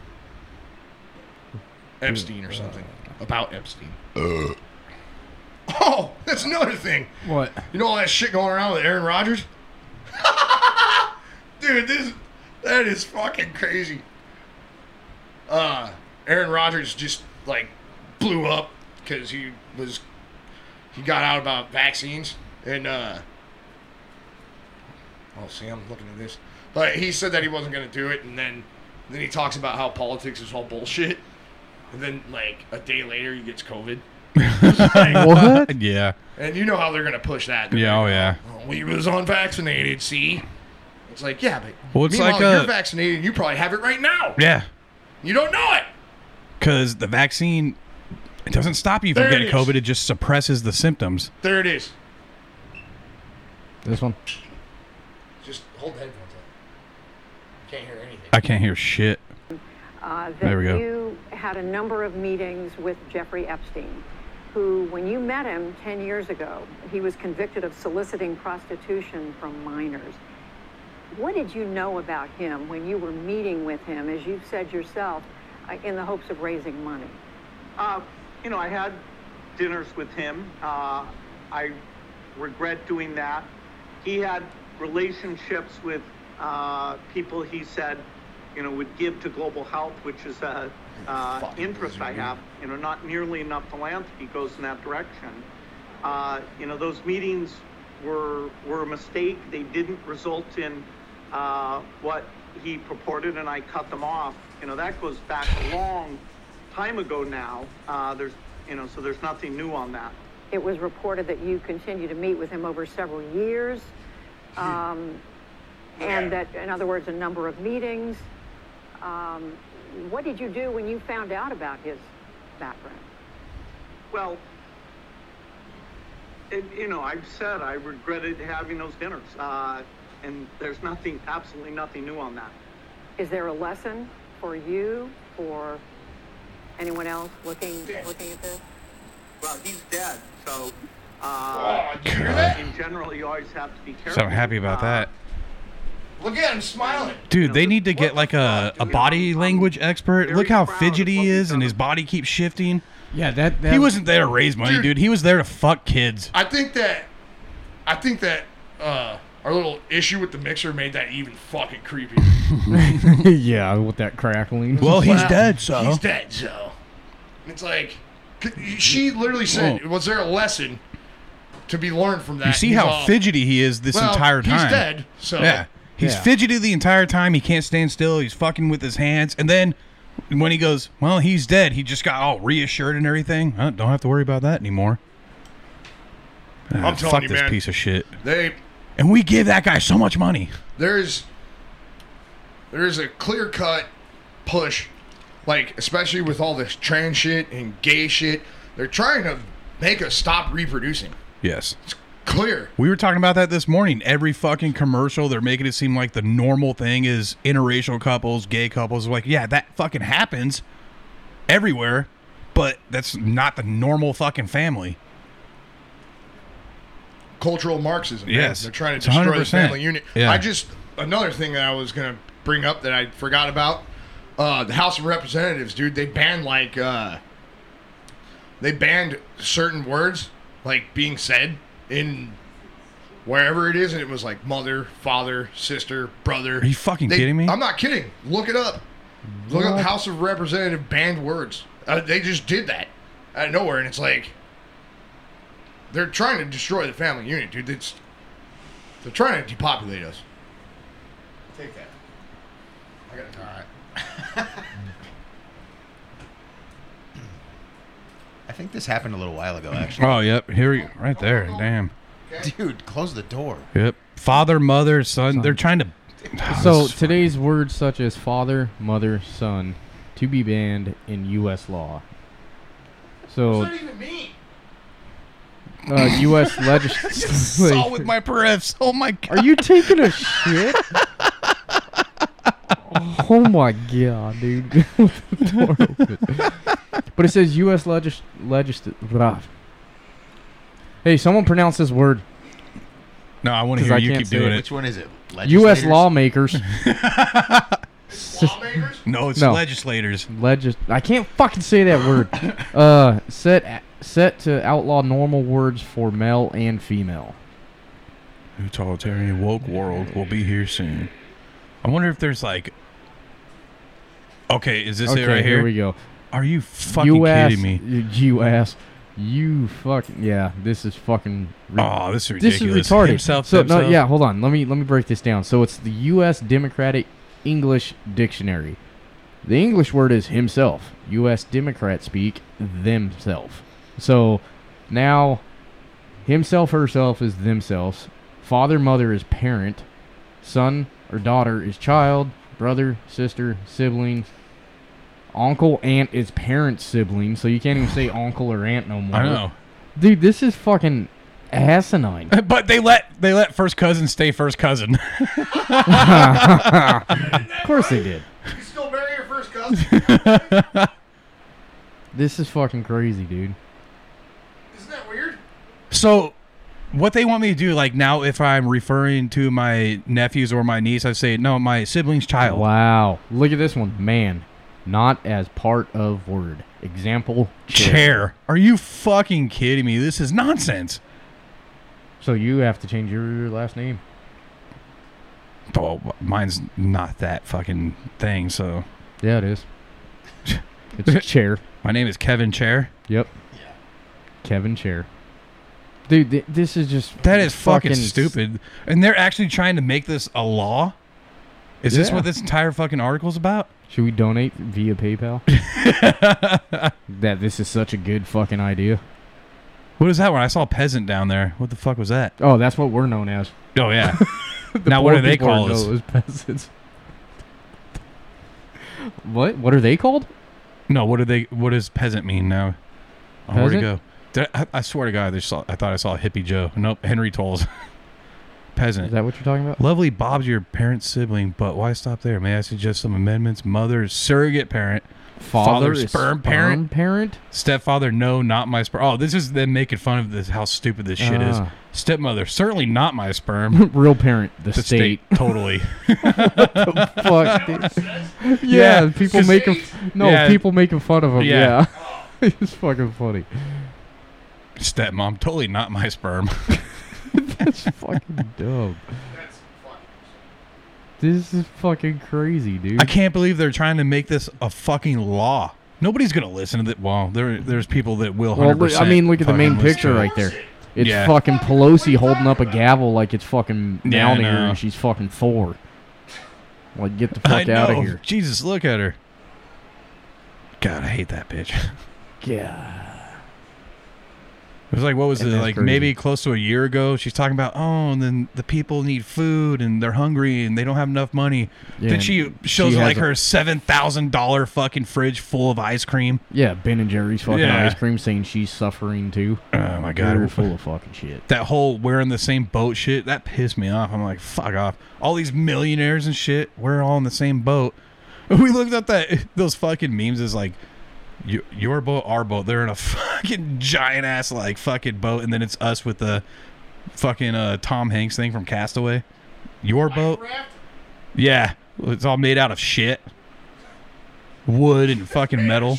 [SPEAKER 3] Epstein or something about Epstein. Oh, that's another thing.
[SPEAKER 4] What?
[SPEAKER 3] You know all that shit going around with Aaron Rodgers? Dude, this that is fucking crazy. Uh Aaron Rodgers just like blew up because he was he got out about vaccines and uh Oh see I'm looking at this. But he said that he wasn't gonna do it and then then he talks about how politics is all bullshit. And then like a day later he gets COVID. Like,
[SPEAKER 4] What?
[SPEAKER 5] Yeah.
[SPEAKER 3] and you know how they're gonna push that.
[SPEAKER 5] Yeah, oh yeah.
[SPEAKER 3] Well, we was unvaccinated. See, it's like yeah, but
[SPEAKER 5] Well, it's
[SPEAKER 3] meanwhile,
[SPEAKER 5] like uh, a-
[SPEAKER 3] you're vaccinated. You probably have it right now.
[SPEAKER 5] Yeah.
[SPEAKER 3] You don't know it.
[SPEAKER 5] because the vaccine It doesn't stop you from
[SPEAKER 3] There it
[SPEAKER 5] getting
[SPEAKER 3] is.
[SPEAKER 5] COVID. It just suppresses the symptoms.
[SPEAKER 3] There it is.
[SPEAKER 4] This one.
[SPEAKER 3] Just hold the headphones up. Can't hear anything.
[SPEAKER 5] I can't hear shit.
[SPEAKER 8] uh, that
[SPEAKER 5] There we go.
[SPEAKER 8] you had a number of meetings with Jeffrey Epstein, who, when you met him 10 years ago, he was convicted of soliciting prostitution from minors. What did you know about him when you were meeting with him, as you've said yourself, uh, in the hopes of raising money?
[SPEAKER 9] Uh, you know, I had dinners with him. Uh, I regret doing that. He had relationships with uh, people he said, you know, would give to global health, which is a uh, interest I have. You know, not nearly enough philanthropy goes in that direction. Uh, you know, those meetings were were a mistake. They didn't result in uh, what he purported, and I cut them off. You know, that goes back a long time ago now. Uh, there's, you know, so there's nothing new on that.
[SPEAKER 8] It was reported that you continued to meet with him over several years,
[SPEAKER 9] Hmm.
[SPEAKER 8] um, and that, in other words, a number of meetings. Um, what did you do when you found out about his background?
[SPEAKER 9] Well, it, you know, I've said I regretted having those dinners, uh, and there's nothing, absolutely nothing new on that.
[SPEAKER 8] Is there a lesson for you, for anyone else looking looking at this?
[SPEAKER 9] Well, he's dead, so.
[SPEAKER 3] Oh,
[SPEAKER 9] Uh,
[SPEAKER 3] did you hear that?
[SPEAKER 9] in general, you always have to be careful.
[SPEAKER 5] So I'm happy about
[SPEAKER 9] Uh,
[SPEAKER 5] that.
[SPEAKER 3] Look at him smiling.
[SPEAKER 5] Dude, they need to get like a, a body language expert. Look how fidgety he is and his body keeps shifting.
[SPEAKER 4] Yeah, that, that
[SPEAKER 5] He wasn't there to raise money, dude. He was there to fuck kids.
[SPEAKER 3] I think that I think that uh, our little issue with the mixer made that even fucking creepier.
[SPEAKER 5] Uh-huh.
[SPEAKER 4] yeah, with that crackling.
[SPEAKER 5] Well, he's
[SPEAKER 3] Wow.
[SPEAKER 5] dead, so.
[SPEAKER 3] He's dead, so it's like c- she literally said,
[SPEAKER 5] Whoa.
[SPEAKER 3] "Was there a lesson to be learned from that?"
[SPEAKER 5] You see
[SPEAKER 3] He's
[SPEAKER 5] how
[SPEAKER 3] all,
[SPEAKER 5] fidgety he is this
[SPEAKER 3] well,
[SPEAKER 5] entire time.
[SPEAKER 3] He's dead, so
[SPEAKER 5] Yeah. He's
[SPEAKER 4] Yeah.
[SPEAKER 5] fidgety the entire time. He can't stand still. He's fucking with his hands. And then when he goes, well, he's dead, he just got all reassured and everything. Huh, don't have to worry about that anymore. Ah,
[SPEAKER 3] I'm telling
[SPEAKER 5] fuck
[SPEAKER 3] you,
[SPEAKER 5] this
[SPEAKER 3] man.
[SPEAKER 5] piece of shit.
[SPEAKER 3] they
[SPEAKER 5] And we give that guy so much money.
[SPEAKER 3] there's there's a clear cut push, like especially with all this trans shit and gay shit. They're trying to make us stop reproducing.
[SPEAKER 5] Yes.
[SPEAKER 3] Clear.
[SPEAKER 5] We were talking about that this morning. Every fucking commercial, they're making it seem like the normal thing is interracial couples, gay couples. Like, yeah, that fucking happens everywhere, but that's not the normal fucking family.
[SPEAKER 3] cultural Marxism. man.
[SPEAKER 5] Yes.
[SPEAKER 3] they're trying to
[SPEAKER 5] It's 100%.
[SPEAKER 3] destroy the family unit.
[SPEAKER 5] Yeah.
[SPEAKER 3] I just another thing that I was gonna bring up that I forgot about. Uh, the House of Representatives, dude, they banned like uh, they banned certain words like being said in wherever it is, and it was like mother, father, sister, brother.
[SPEAKER 5] Are you fucking
[SPEAKER 3] They-
[SPEAKER 5] kidding me?
[SPEAKER 3] I'm not kidding. Look it up. Look up House of Representative banned words. Uh, they just did that out of nowhere, and it's like they're trying to destroy the family unit, dude. It's they're trying to depopulate us. Take that. I got it. All right.
[SPEAKER 6] I think this happened a little while ago, actually.
[SPEAKER 5] Oh, yep. Here we Right there. Damn.
[SPEAKER 6] Dude, close the door.
[SPEAKER 5] Yep. Father, mother, son. They're trying to.
[SPEAKER 4] So
[SPEAKER 5] This-
[SPEAKER 4] today's words such as father, mother, son, to be banned in U.S. law. So
[SPEAKER 3] What does that even mean?
[SPEAKER 4] uh, U.S.
[SPEAKER 5] Saw with
[SPEAKER 4] legislation.
[SPEAKER 5] my perfs. Oh my god.
[SPEAKER 4] Are you taking a shit? oh my god, dude! With the door open. But it says U.S. legis legis. Blah. Hey, someone pronounce this word.
[SPEAKER 5] No, I want to
[SPEAKER 4] 'Cause
[SPEAKER 5] hear
[SPEAKER 4] I
[SPEAKER 5] you
[SPEAKER 4] can't
[SPEAKER 5] keep
[SPEAKER 4] say
[SPEAKER 5] doing
[SPEAKER 4] it.
[SPEAKER 5] it.
[SPEAKER 6] Which one is it?
[SPEAKER 4] U.S.
[SPEAKER 6] Legislators?
[SPEAKER 4] lawmakers.
[SPEAKER 3] Lawmakers?
[SPEAKER 5] No, it's
[SPEAKER 4] No.
[SPEAKER 5] legislators.
[SPEAKER 4] Legis- I can't fucking say that word. Uh, set set to outlaw normal words for male and female.
[SPEAKER 5] Totalitarian woke world will be here soon. I wonder if there's like. Okay, is this
[SPEAKER 4] okay,
[SPEAKER 5] it right
[SPEAKER 4] here?
[SPEAKER 5] here?
[SPEAKER 4] we go.
[SPEAKER 5] Are you fucking
[SPEAKER 4] US,
[SPEAKER 5] kidding me?
[SPEAKER 4] U.S. You fucking yeah. This is fucking. Re-
[SPEAKER 5] Oh, this is ridiculous.
[SPEAKER 4] this is retarded.
[SPEAKER 5] Himself,
[SPEAKER 4] so no,
[SPEAKER 5] themselves.
[SPEAKER 4] yeah. Hold on. Let me let me break this down. So it's the U.S. Democratic English Dictionary. The English word is himself. U.S. Democrats speak themself. So now, himself herself is themselves. Father mother is parent. Son or daughter is child. Brother sister sibling. uncle, aunt is parent sibling, so you can't even say uncle or aunt no more.
[SPEAKER 5] I know.
[SPEAKER 4] Dude, this is fucking asinine.
[SPEAKER 5] But they let they let first cousin stay first cousin.
[SPEAKER 4] Of course they did.
[SPEAKER 3] You still marry your first cousin?
[SPEAKER 4] This is fucking crazy, dude.
[SPEAKER 3] Isn't that weird?
[SPEAKER 5] so what they want me to do, like now if I'm referring to my nephews or my niece, I say, no, my sibling's child.
[SPEAKER 4] Wow. Look at this one. Man, not as part of word. Example
[SPEAKER 5] Chair.
[SPEAKER 4] chair.
[SPEAKER 5] Are you fucking kidding me? This is nonsense.
[SPEAKER 4] So you have to change your last name.
[SPEAKER 5] Oh, mine's not that fucking thing, so
[SPEAKER 4] Yeah, it is. It's chair.
[SPEAKER 5] my name is Kevin Chair.
[SPEAKER 4] Yep. Kevin Chair. Dude, th- this is just
[SPEAKER 5] That is fucking,
[SPEAKER 4] s-
[SPEAKER 5] stupid. And they're actually trying to make this a law? Is this
[SPEAKER 4] Yeah.
[SPEAKER 5] what this entire fucking article's about?
[SPEAKER 4] Should we donate via PayPal? that this is such a good fucking idea.
[SPEAKER 5] What is that one? I saw peasant down there. What the fuck was that?
[SPEAKER 4] Oh, that's what we're known as.
[SPEAKER 5] Oh yeah. now what
[SPEAKER 4] Poor
[SPEAKER 5] do they
[SPEAKER 4] people are
[SPEAKER 5] call us?
[SPEAKER 4] known as peasants. what? What are they called?
[SPEAKER 5] No, what do they? What does peasant mean now? Oh, where'd it
[SPEAKER 4] Peasant?
[SPEAKER 5] go? Did I, I swear to God, I just saw. I thought I saw hippie Joe. Nope, Henry Tolles.
[SPEAKER 4] Is
[SPEAKER 5] peasant.
[SPEAKER 4] that what you're talking about?
[SPEAKER 5] Lovely Bob's your parent's sibling, but why stop there? May I suggest some amendments? Mother, is surrogate parent, Father,
[SPEAKER 4] is
[SPEAKER 5] sperm parent?
[SPEAKER 4] parent.
[SPEAKER 5] stepfather. No, not my sperm. Oh, this is them making fun of this. How stupid this shit is.
[SPEAKER 4] Ah.
[SPEAKER 5] Stepmother, certainly not my sperm.
[SPEAKER 4] Real parent. The,
[SPEAKER 5] The
[SPEAKER 4] state.
[SPEAKER 5] state, totally.
[SPEAKER 4] Fuck. dude.
[SPEAKER 5] Yeah,
[SPEAKER 4] yeah, people
[SPEAKER 5] just-
[SPEAKER 4] make him. No,
[SPEAKER 5] Yeah.
[SPEAKER 4] people making fun of him.
[SPEAKER 5] Yeah.
[SPEAKER 4] Yeah. it's fucking funny.
[SPEAKER 5] Stepmom, totally not my sperm.
[SPEAKER 4] That's fucking dumb. This is fucking crazy, dude.
[SPEAKER 5] I can't believe they're trying to make this a fucking law. Nobody's gonna listen to that. Well, there, there's people that will. 100%
[SPEAKER 4] well, look, I mean, look at the main
[SPEAKER 5] fucking listen
[SPEAKER 4] picture
[SPEAKER 5] to it.
[SPEAKER 4] right there. It's
[SPEAKER 5] Yeah.
[SPEAKER 4] fucking Pelosi holding up a gavel like it's fucking
[SPEAKER 5] Yeah, I
[SPEAKER 4] down here
[SPEAKER 5] know.
[SPEAKER 4] and she's fucking Thor. Like, get the
[SPEAKER 5] I
[SPEAKER 4] fuck out of
[SPEAKER 5] know.
[SPEAKER 4] here.
[SPEAKER 5] Jesus, look at her. God, I hate that bitch. It
[SPEAKER 4] Yeah.
[SPEAKER 5] was like, what was it?
[SPEAKER 4] that's
[SPEAKER 5] Like
[SPEAKER 4] crazy.
[SPEAKER 5] maybe close to a year ago, she's talking about, oh, and then the people need food and they're hungry and they don't have enough money.
[SPEAKER 4] Yeah,
[SPEAKER 5] then she
[SPEAKER 4] and
[SPEAKER 5] shows
[SPEAKER 4] she
[SPEAKER 5] like
[SPEAKER 4] has a-
[SPEAKER 5] her seven thousand dollar fucking fridge full of ice cream.
[SPEAKER 4] Yeah, Ben and Jerry's fucking
[SPEAKER 5] Yeah.
[SPEAKER 4] ice cream saying she's suffering too.
[SPEAKER 5] Oh my god,
[SPEAKER 4] You're full of fucking shit.
[SPEAKER 5] that whole we're in the same boat shit that pissed me off i'm like fuck off all these millionaires and shit we're all in the same boat we looked up that those fucking memes is like "You- your boat our boat they're in a fucking giant ass like fucking boat and then it's us with the fucking uh tom hanks thing from castaway your boat yeah it's all made out of shit wood and fucking metal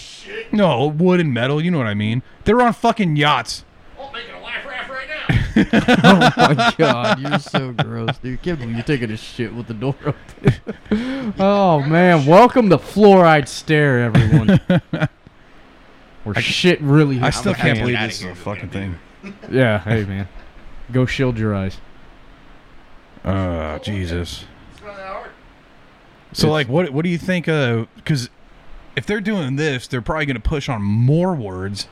[SPEAKER 5] no wood and metal you know what i mean they were on fucking yachts
[SPEAKER 3] I'm making a life raft right now.
[SPEAKER 4] oh my god, you're so gross, dude. Can't believe you're taking a shit with the door open. oh man, welcome to fluoride stare, everyone. Where shit really
[SPEAKER 5] I still can't
[SPEAKER 6] get
[SPEAKER 5] believe
[SPEAKER 6] outta
[SPEAKER 5] this is
[SPEAKER 6] here
[SPEAKER 5] a
[SPEAKER 6] if I'm
[SPEAKER 5] fucking thing.
[SPEAKER 4] Yeah, hey man. Go shield your eyes. Uh,
[SPEAKER 5] Oh Jesus!
[SPEAKER 3] It's not that hard.
[SPEAKER 5] So like, what what do you think? Uh, because if they're doing this, they're probably going to push on more words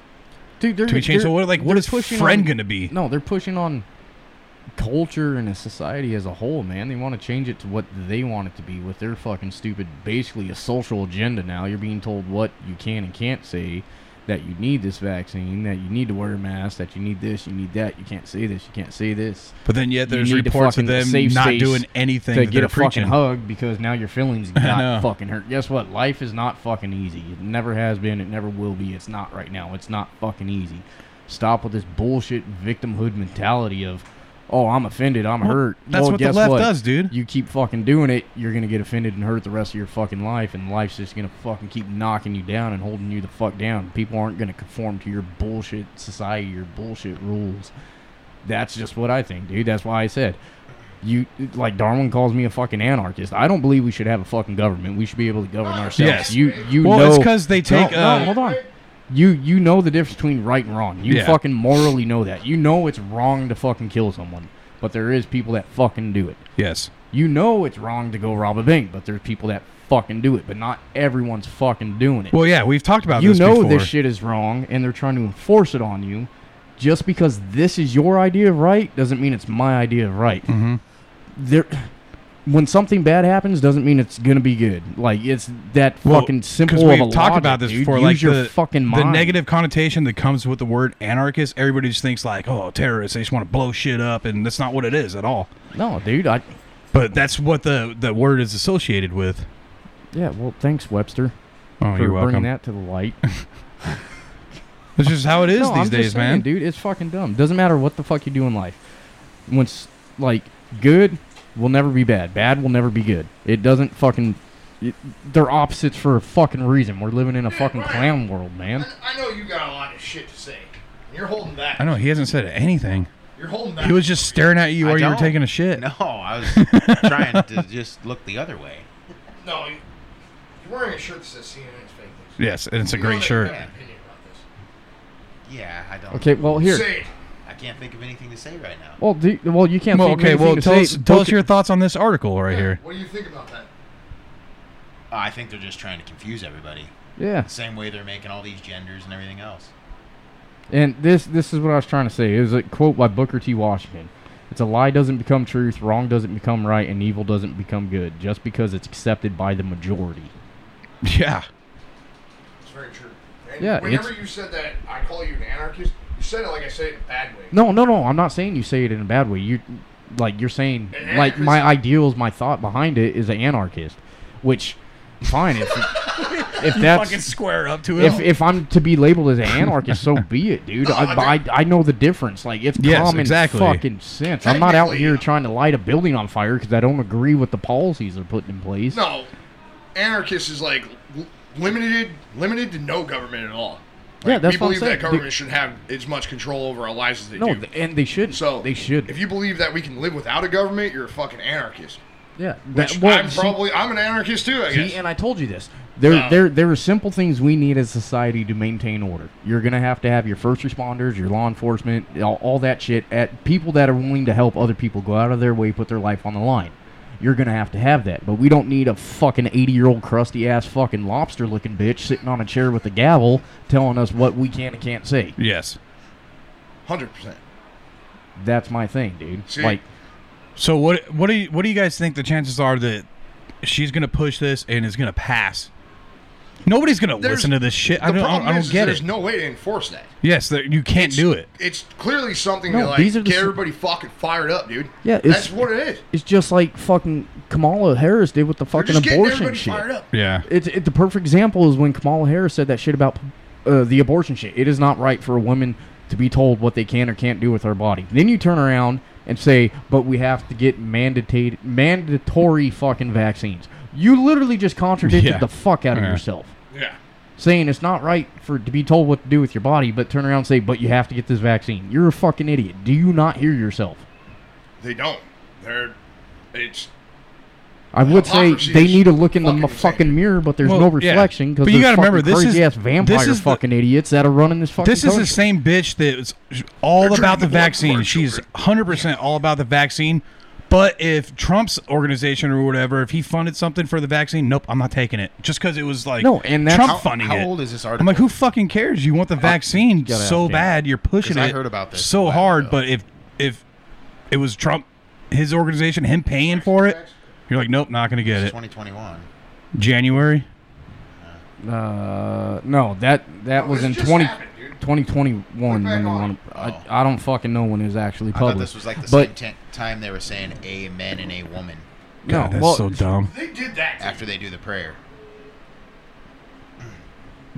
[SPEAKER 4] Dude, they're
[SPEAKER 5] to be changed. So
[SPEAKER 4] they're-
[SPEAKER 5] what like what
[SPEAKER 4] they're
[SPEAKER 5] is friend
[SPEAKER 4] on-
[SPEAKER 5] going to be?
[SPEAKER 4] No, they're pushing on culture and a society as a whole, man. They want to change it to what they want it to be with their fucking stupid, basically a social agenda now. You're being told what you can and can't say, that you need this vaccine, that you need to wear a mask, that you need this, you need that, you can't say this, you can't say this.
[SPEAKER 5] But then yet
[SPEAKER 4] You
[SPEAKER 5] there's
[SPEAKER 4] need to
[SPEAKER 5] reports of
[SPEAKER 4] fucking
[SPEAKER 5] them
[SPEAKER 4] save
[SPEAKER 5] not
[SPEAKER 4] space
[SPEAKER 5] doing anything
[SPEAKER 4] to
[SPEAKER 5] that
[SPEAKER 4] get
[SPEAKER 5] they're
[SPEAKER 4] a
[SPEAKER 5] preaching.
[SPEAKER 4] fucking hug because now your feelings got
[SPEAKER 5] know.
[SPEAKER 4] fucking hurt. Guess what? Life is not fucking easy. It never has been. It never will be. It's not right now. It's not fucking easy. Stop with this bullshit victimhood mentality of, oh, I'm offended. I'm
[SPEAKER 5] Well,
[SPEAKER 4] hurt.
[SPEAKER 5] that's
[SPEAKER 4] well,
[SPEAKER 5] what the
[SPEAKER 4] guess
[SPEAKER 5] left
[SPEAKER 4] what?
[SPEAKER 5] does, dude.
[SPEAKER 4] You keep fucking doing it, you're gonna get offended and hurt the rest of your fucking life, and life's just gonna fucking keep knocking you down and holding you the fuck down. People aren't gonna conform to your bullshit society, your bullshit rules. That's just what I think, dude. That's why I said you like Darwin calls me a fucking anarchist. I don't believe we should have a fucking government. We should be able to govern ourselves.
[SPEAKER 5] Yes.
[SPEAKER 4] You you
[SPEAKER 5] well,
[SPEAKER 4] know
[SPEAKER 5] it's because they
[SPEAKER 4] No,
[SPEAKER 5] take.
[SPEAKER 4] no,
[SPEAKER 5] uh,
[SPEAKER 4] hold on. You you know the difference between right and wrong. You
[SPEAKER 5] Yeah.
[SPEAKER 4] fucking morally know that. You know it's wrong to fucking kill someone, but there is people that fucking do it.
[SPEAKER 5] yes.
[SPEAKER 4] You know it's wrong to go rob a bank, but there's people that fucking do it, but not everyone's fucking doing it.
[SPEAKER 5] Well, yeah, we've talked about
[SPEAKER 4] you
[SPEAKER 5] this
[SPEAKER 4] know
[SPEAKER 5] before.
[SPEAKER 4] this shit is wrong and they're trying to enforce it on you. Just
[SPEAKER 5] Mm-hmm.
[SPEAKER 4] because this is your idea of right doesn't mean it's my idea of right. There when something bad happens, doesn't mean it's gonna be good. Like it's that
[SPEAKER 5] Well,
[SPEAKER 4] fucking
[SPEAKER 5] 'cause
[SPEAKER 4] simple of
[SPEAKER 5] we've
[SPEAKER 4] a
[SPEAKER 5] talked
[SPEAKER 4] logic,
[SPEAKER 5] about this
[SPEAKER 4] dude.
[SPEAKER 5] before.
[SPEAKER 4] Use
[SPEAKER 5] like
[SPEAKER 4] your
[SPEAKER 5] the,
[SPEAKER 4] fucking mind.
[SPEAKER 5] the negative connotation that comes with the word anarchist, everybody just thinks like, oh, terrorists. They just want to blow shit up, and that's not what it is at all.
[SPEAKER 4] No, dude. I
[SPEAKER 5] But that's what the the word is associated with.
[SPEAKER 4] yeah. Well, thanks, Webster,
[SPEAKER 5] Oh,
[SPEAKER 4] for
[SPEAKER 5] you're
[SPEAKER 4] bringing
[SPEAKER 5] welcome.
[SPEAKER 4] that to the light.
[SPEAKER 5] That's just how it is
[SPEAKER 4] No,
[SPEAKER 5] these
[SPEAKER 4] I'm just
[SPEAKER 5] days,
[SPEAKER 4] saying,
[SPEAKER 5] man.
[SPEAKER 4] Dude, it's fucking dumb. Doesn't matter what the fuck you do in life. Once like good will never be bad. Bad will never be good. It doesn't fucking. It, they're opposites for a fucking reason. We're living in a fucking clown world, man.
[SPEAKER 3] I know you got a lot of shit to say. You're holding back.
[SPEAKER 5] I know he hasn't said anything.
[SPEAKER 3] You're holding back.
[SPEAKER 5] He was just staring at you
[SPEAKER 6] I
[SPEAKER 5] while you were
[SPEAKER 6] don't.
[SPEAKER 5] taking a shit.
[SPEAKER 6] No, I was trying to just look the other way.
[SPEAKER 3] No, you- you're wearing a shirt that says CNN is fake news.
[SPEAKER 5] Yes, and it's a
[SPEAKER 3] You know
[SPEAKER 5] great
[SPEAKER 3] that you
[SPEAKER 5] shirt.
[SPEAKER 3] have an opinion about this.
[SPEAKER 6] Yeah, I don't.
[SPEAKER 4] Okay, well here.
[SPEAKER 3] Say it.
[SPEAKER 6] I can't think of anything to say right now.
[SPEAKER 4] Well, do, well you can't.
[SPEAKER 5] Well,
[SPEAKER 4] think of
[SPEAKER 5] okay,
[SPEAKER 4] anything
[SPEAKER 5] well,
[SPEAKER 4] to
[SPEAKER 5] tell
[SPEAKER 4] say.
[SPEAKER 5] us, tell us
[SPEAKER 4] Poke-
[SPEAKER 5] your thoughts on this article right here.
[SPEAKER 3] What do you think about that?
[SPEAKER 6] Uh, I think they're just trying to confuse everybody.
[SPEAKER 4] Yeah,
[SPEAKER 6] Same way they're making all these genders and everything else.
[SPEAKER 4] and this this is what I was trying to say. It was a quote by Booker T. Washington. It's a lie doesn't become truth, wrong doesn't become right, and evil doesn't become good just because it's accepted by the majority.
[SPEAKER 5] Yeah.
[SPEAKER 3] It's very true. And
[SPEAKER 4] Yeah,
[SPEAKER 3] Whenever
[SPEAKER 4] it's-
[SPEAKER 3] you said that, I call you an anarchist. You said it like I said it in a bad way.
[SPEAKER 4] No, no, no. I'm not saying you say it in a bad way. You like you're saying
[SPEAKER 3] An
[SPEAKER 4] like my
[SPEAKER 3] anarchist.
[SPEAKER 4] ideals, my thought behind it is an anarchist, which fine if if that's
[SPEAKER 5] square up to
[SPEAKER 4] if, if I'm to be labeled as an anarchist, so be it, dude. I,
[SPEAKER 3] I
[SPEAKER 4] I, I know the difference. Like it's
[SPEAKER 5] Yes,
[SPEAKER 4] common
[SPEAKER 5] exactly.
[SPEAKER 4] fucking sense. I'm not out
[SPEAKER 3] Technically,
[SPEAKER 4] here
[SPEAKER 3] yeah.
[SPEAKER 4] trying to light a building on fire because I don't agree with the policies they're putting in place.
[SPEAKER 3] No, anarchist is like l- limited, limited to no government at all.
[SPEAKER 4] Yeah,
[SPEAKER 3] Like,
[SPEAKER 4] that's
[SPEAKER 3] we
[SPEAKER 4] what I'm
[SPEAKER 3] believe
[SPEAKER 4] saying.
[SPEAKER 3] that
[SPEAKER 4] Dude-
[SPEAKER 3] government should have as much control over our lives as they
[SPEAKER 4] No,
[SPEAKER 3] do.
[SPEAKER 4] th- and they shouldn't.
[SPEAKER 3] so
[SPEAKER 4] they should.
[SPEAKER 3] If you believe that we can live without a government, you're a fucking anarchist.
[SPEAKER 4] yeah,
[SPEAKER 3] Which
[SPEAKER 4] that- well,
[SPEAKER 3] I'm
[SPEAKER 4] see-
[SPEAKER 3] probably I'm an anarchist too. I guess.
[SPEAKER 4] See, and I told you this. There,
[SPEAKER 3] No.
[SPEAKER 4] there, there are simple things we need as society to maintain order. You're gonna have to have your first responders, your law enforcement, all, all that shit. At people that are willing to help other people go out of their way, put their life on the line. You're gonna have to have that. But we don't need a fucking 80 year old crusty ass fucking lobster looking bitch sitting on a chair with a gavel telling us what we can and can't say.
[SPEAKER 5] Yes.
[SPEAKER 3] Hundred percent.
[SPEAKER 4] That's my thing, dude.
[SPEAKER 3] See?
[SPEAKER 4] Like,
[SPEAKER 5] So what what do you what do you guys think the chances are that she's gonna push this and it's gonna pass? Nobody's gonna
[SPEAKER 3] There's-
[SPEAKER 5] listen to this shit. I
[SPEAKER 3] The
[SPEAKER 5] don't, I
[SPEAKER 3] problem
[SPEAKER 5] don't, I
[SPEAKER 3] is,
[SPEAKER 5] don't
[SPEAKER 3] is
[SPEAKER 5] get
[SPEAKER 3] there's
[SPEAKER 5] it.
[SPEAKER 3] no way to enforce that.
[SPEAKER 5] yes, there, you can't do it.
[SPEAKER 3] It's clearly something
[SPEAKER 4] No,
[SPEAKER 3] to like
[SPEAKER 4] these are the
[SPEAKER 3] get
[SPEAKER 4] s-
[SPEAKER 3] everybody fucking fired up, dude.
[SPEAKER 4] Yeah, it's-
[SPEAKER 3] that's what it is.
[SPEAKER 4] it's just like fucking Kamala Harris did with the
[SPEAKER 3] They're
[SPEAKER 4] fucking
[SPEAKER 3] just getting
[SPEAKER 4] abortion
[SPEAKER 3] everybody
[SPEAKER 4] shit.
[SPEAKER 3] fired up.
[SPEAKER 5] Yeah.
[SPEAKER 4] It's it, the perfect example is when Kamala Harris said that shit about uh, the abortion shit. It is not right for a woman to be told what they can or can't do with her body. Then you turn around and say, "But we have to get mandatory mandatory fucking vaccines." You literally just contradicted
[SPEAKER 5] Yeah.
[SPEAKER 4] the fuck out of
[SPEAKER 5] Yeah.
[SPEAKER 4] yourself,
[SPEAKER 3] Yeah.
[SPEAKER 4] saying it's not right for to be told what to do with your body, but turn around and say, "But you have to get this vaccine." You're a fucking idiot. Do you not hear yourself?
[SPEAKER 3] They don't. They're. It's.
[SPEAKER 4] I would say
[SPEAKER 3] Hypocrisy
[SPEAKER 4] they
[SPEAKER 3] is
[SPEAKER 4] need to look in the
[SPEAKER 3] fucking
[SPEAKER 4] m- fucking
[SPEAKER 3] insane.
[SPEAKER 4] mirror, but there's
[SPEAKER 5] Well,
[SPEAKER 4] no
[SPEAKER 5] yeah.
[SPEAKER 4] reflection because
[SPEAKER 5] But you
[SPEAKER 4] there's
[SPEAKER 5] gotta
[SPEAKER 4] fucking
[SPEAKER 5] remember, this is-
[SPEAKER 4] crazy ass vampire
[SPEAKER 5] this is the-
[SPEAKER 4] fucking idiots that are running this fucking.
[SPEAKER 5] This is the
[SPEAKER 4] country.
[SPEAKER 5] same bitch that's all
[SPEAKER 3] They're
[SPEAKER 5] about the
[SPEAKER 3] turning the war to
[SPEAKER 5] vaccine.
[SPEAKER 3] our
[SPEAKER 5] She's
[SPEAKER 3] children.
[SPEAKER 5] 100% all about the vaccine. But if Trump's organization or whatever, if he funded something for the vaccine, nope, I'm not taking it. Just because it was like
[SPEAKER 4] No, and that's-
[SPEAKER 5] Trump
[SPEAKER 4] How-
[SPEAKER 5] funding
[SPEAKER 6] how
[SPEAKER 5] it.
[SPEAKER 6] old is this
[SPEAKER 5] I'm like,
[SPEAKER 6] article?
[SPEAKER 5] who fucking cares? You want
[SPEAKER 6] Oh,
[SPEAKER 5] the vaccine
[SPEAKER 4] gotta
[SPEAKER 5] so
[SPEAKER 4] ask Janet.
[SPEAKER 5] bad, you're pushing
[SPEAKER 6] 'Cause I
[SPEAKER 5] it
[SPEAKER 6] heard about this a
[SPEAKER 5] so
[SPEAKER 6] while
[SPEAKER 5] hard.
[SPEAKER 6] ago.
[SPEAKER 5] But if if it was Trump, his organization, him paying for it, you're like, nope, not gonna get
[SPEAKER 6] It's
[SPEAKER 5] it.
[SPEAKER 6] 2021.
[SPEAKER 5] January.
[SPEAKER 4] Uh, no, that that was
[SPEAKER 3] this
[SPEAKER 4] in
[SPEAKER 3] just
[SPEAKER 4] 20,
[SPEAKER 3] happened, dude.
[SPEAKER 4] 2021
[SPEAKER 3] Put it
[SPEAKER 4] when
[SPEAKER 3] back
[SPEAKER 4] they
[SPEAKER 3] on.
[SPEAKER 4] wanna- I,
[SPEAKER 6] Oh.
[SPEAKER 4] I don't fucking know when it was actually
[SPEAKER 6] I thought
[SPEAKER 4] published.
[SPEAKER 6] this was like the
[SPEAKER 4] but
[SPEAKER 6] same t- time they were saying amen and a woman
[SPEAKER 4] no,
[SPEAKER 5] God, that's
[SPEAKER 4] well,
[SPEAKER 5] so dumb.
[SPEAKER 3] They did that. to
[SPEAKER 6] after they do the prayer.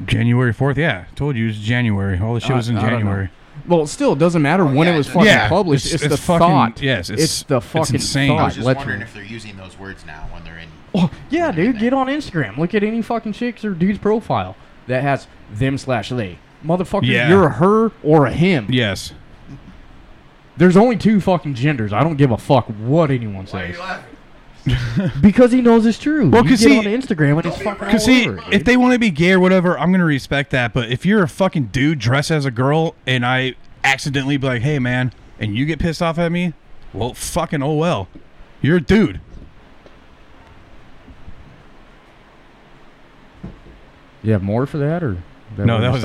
[SPEAKER 5] January fourth. Yeah, told you it was January. All the shit
[SPEAKER 4] I-
[SPEAKER 5] was in
[SPEAKER 4] I don't know.
[SPEAKER 5] January.
[SPEAKER 4] well, still it doesn't matter when
[SPEAKER 6] yeah,
[SPEAKER 4] it was
[SPEAKER 6] it
[SPEAKER 4] fucking
[SPEAKER 5] doesn't- Yeah,
[SPEAKER 4] published. It's,
[SPEAKER 5] it's- it's
[SPEAKER 4] the
[SPEAKER 5] fucking-
[SPEAKER 4] thought.
[SPEAKER 5] yes,
[SPEAKER 4] it's,
[SPEAKER 5] it's-
[SPEAKER 4] the
[SPEAKER 5] it's
[SPEAKER 4] fucking
[SPEAKER 5] insane.
[SPEAKER 4] thought.
[SPEAKER 5] I was
[SPEAKER 6] I was just
[SPEAKER 4] Let's-
[SPEAKER 6] wondering if they're using those words now when they're in.
[SPEAKER 4] Oh, yeah, dude, get on Instagram. Look at any fucking chicks or dude's profile that has them slash they. Motherfucker,
[SPEAKER 5] Yeah.
[SPEAKER 4] you're a her or a him.
[SPEAKER 5] Yes.
[SPEAKER 4] There's only two fucking genders. I don't give a fuck what anyone
[SPEAKER 3] Why are
[SPEAKER 4] says
[SPEAKER 3] you laughing?
[SPEAKER 4] because he knows it's true.
[SPEAKER 5] Well,
[SPEAKER 4] you
[SPEAKER 5] 'cause
[SPEAKER 4] get
[SPEAKER 5] he-
[SPEAKER 4] on Instagram and it's
[SPEAKER 3] be
[SPEAKER 4] fucking all
[SPEAKER 5] Cause see,
[SPEAKER 4] over it,
[SPEAKER 5] if
[SPEAKER 4] dude.
[SPEAKER 5] they want to be gay or whatever, I'm gonna respect that. But if you're a fucking dude dressed as a girl and I accidentally be like, "Hey, man," and you get pissed off at me, well, fucking oh well, you're a dude.
[SPEAKER 4] you have more for that or that
[SPEAKER 5] No,
[SPEAKER 4] we're
[SPEAKER 5] that was it.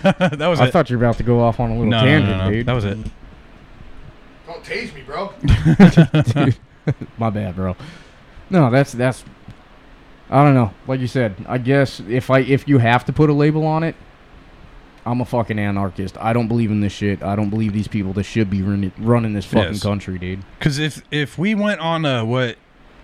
[SPEAKER 4] stopping?
[SPEAKER 5] that was
[SPEAKER 4] I
[SPEAKER 5] it.
[SPEAKER 4] thought you were about to go off on a little
[SPEAKER 5] no, no, no,
[SPEAKER 4] tangent,
[SPEAKER 5] no,
[SPEAKER 4] dude.
[SPEAKER 5] That was it.
[SPEAKER 3] Don't tase me, bro.
[SPEAKER 4] My bad, bro. No, that's that's. I don't know. Like you said, I guess if I if you have to put a label on it, I'm a fucking anarchist. I don't believe in this shit. I don't believe these people that should be running running this fucking
[SPEAKER 5] Yes.
[SPEAKER 4] country, dude.
[SPEAKER 5] Because if if we went on uh, what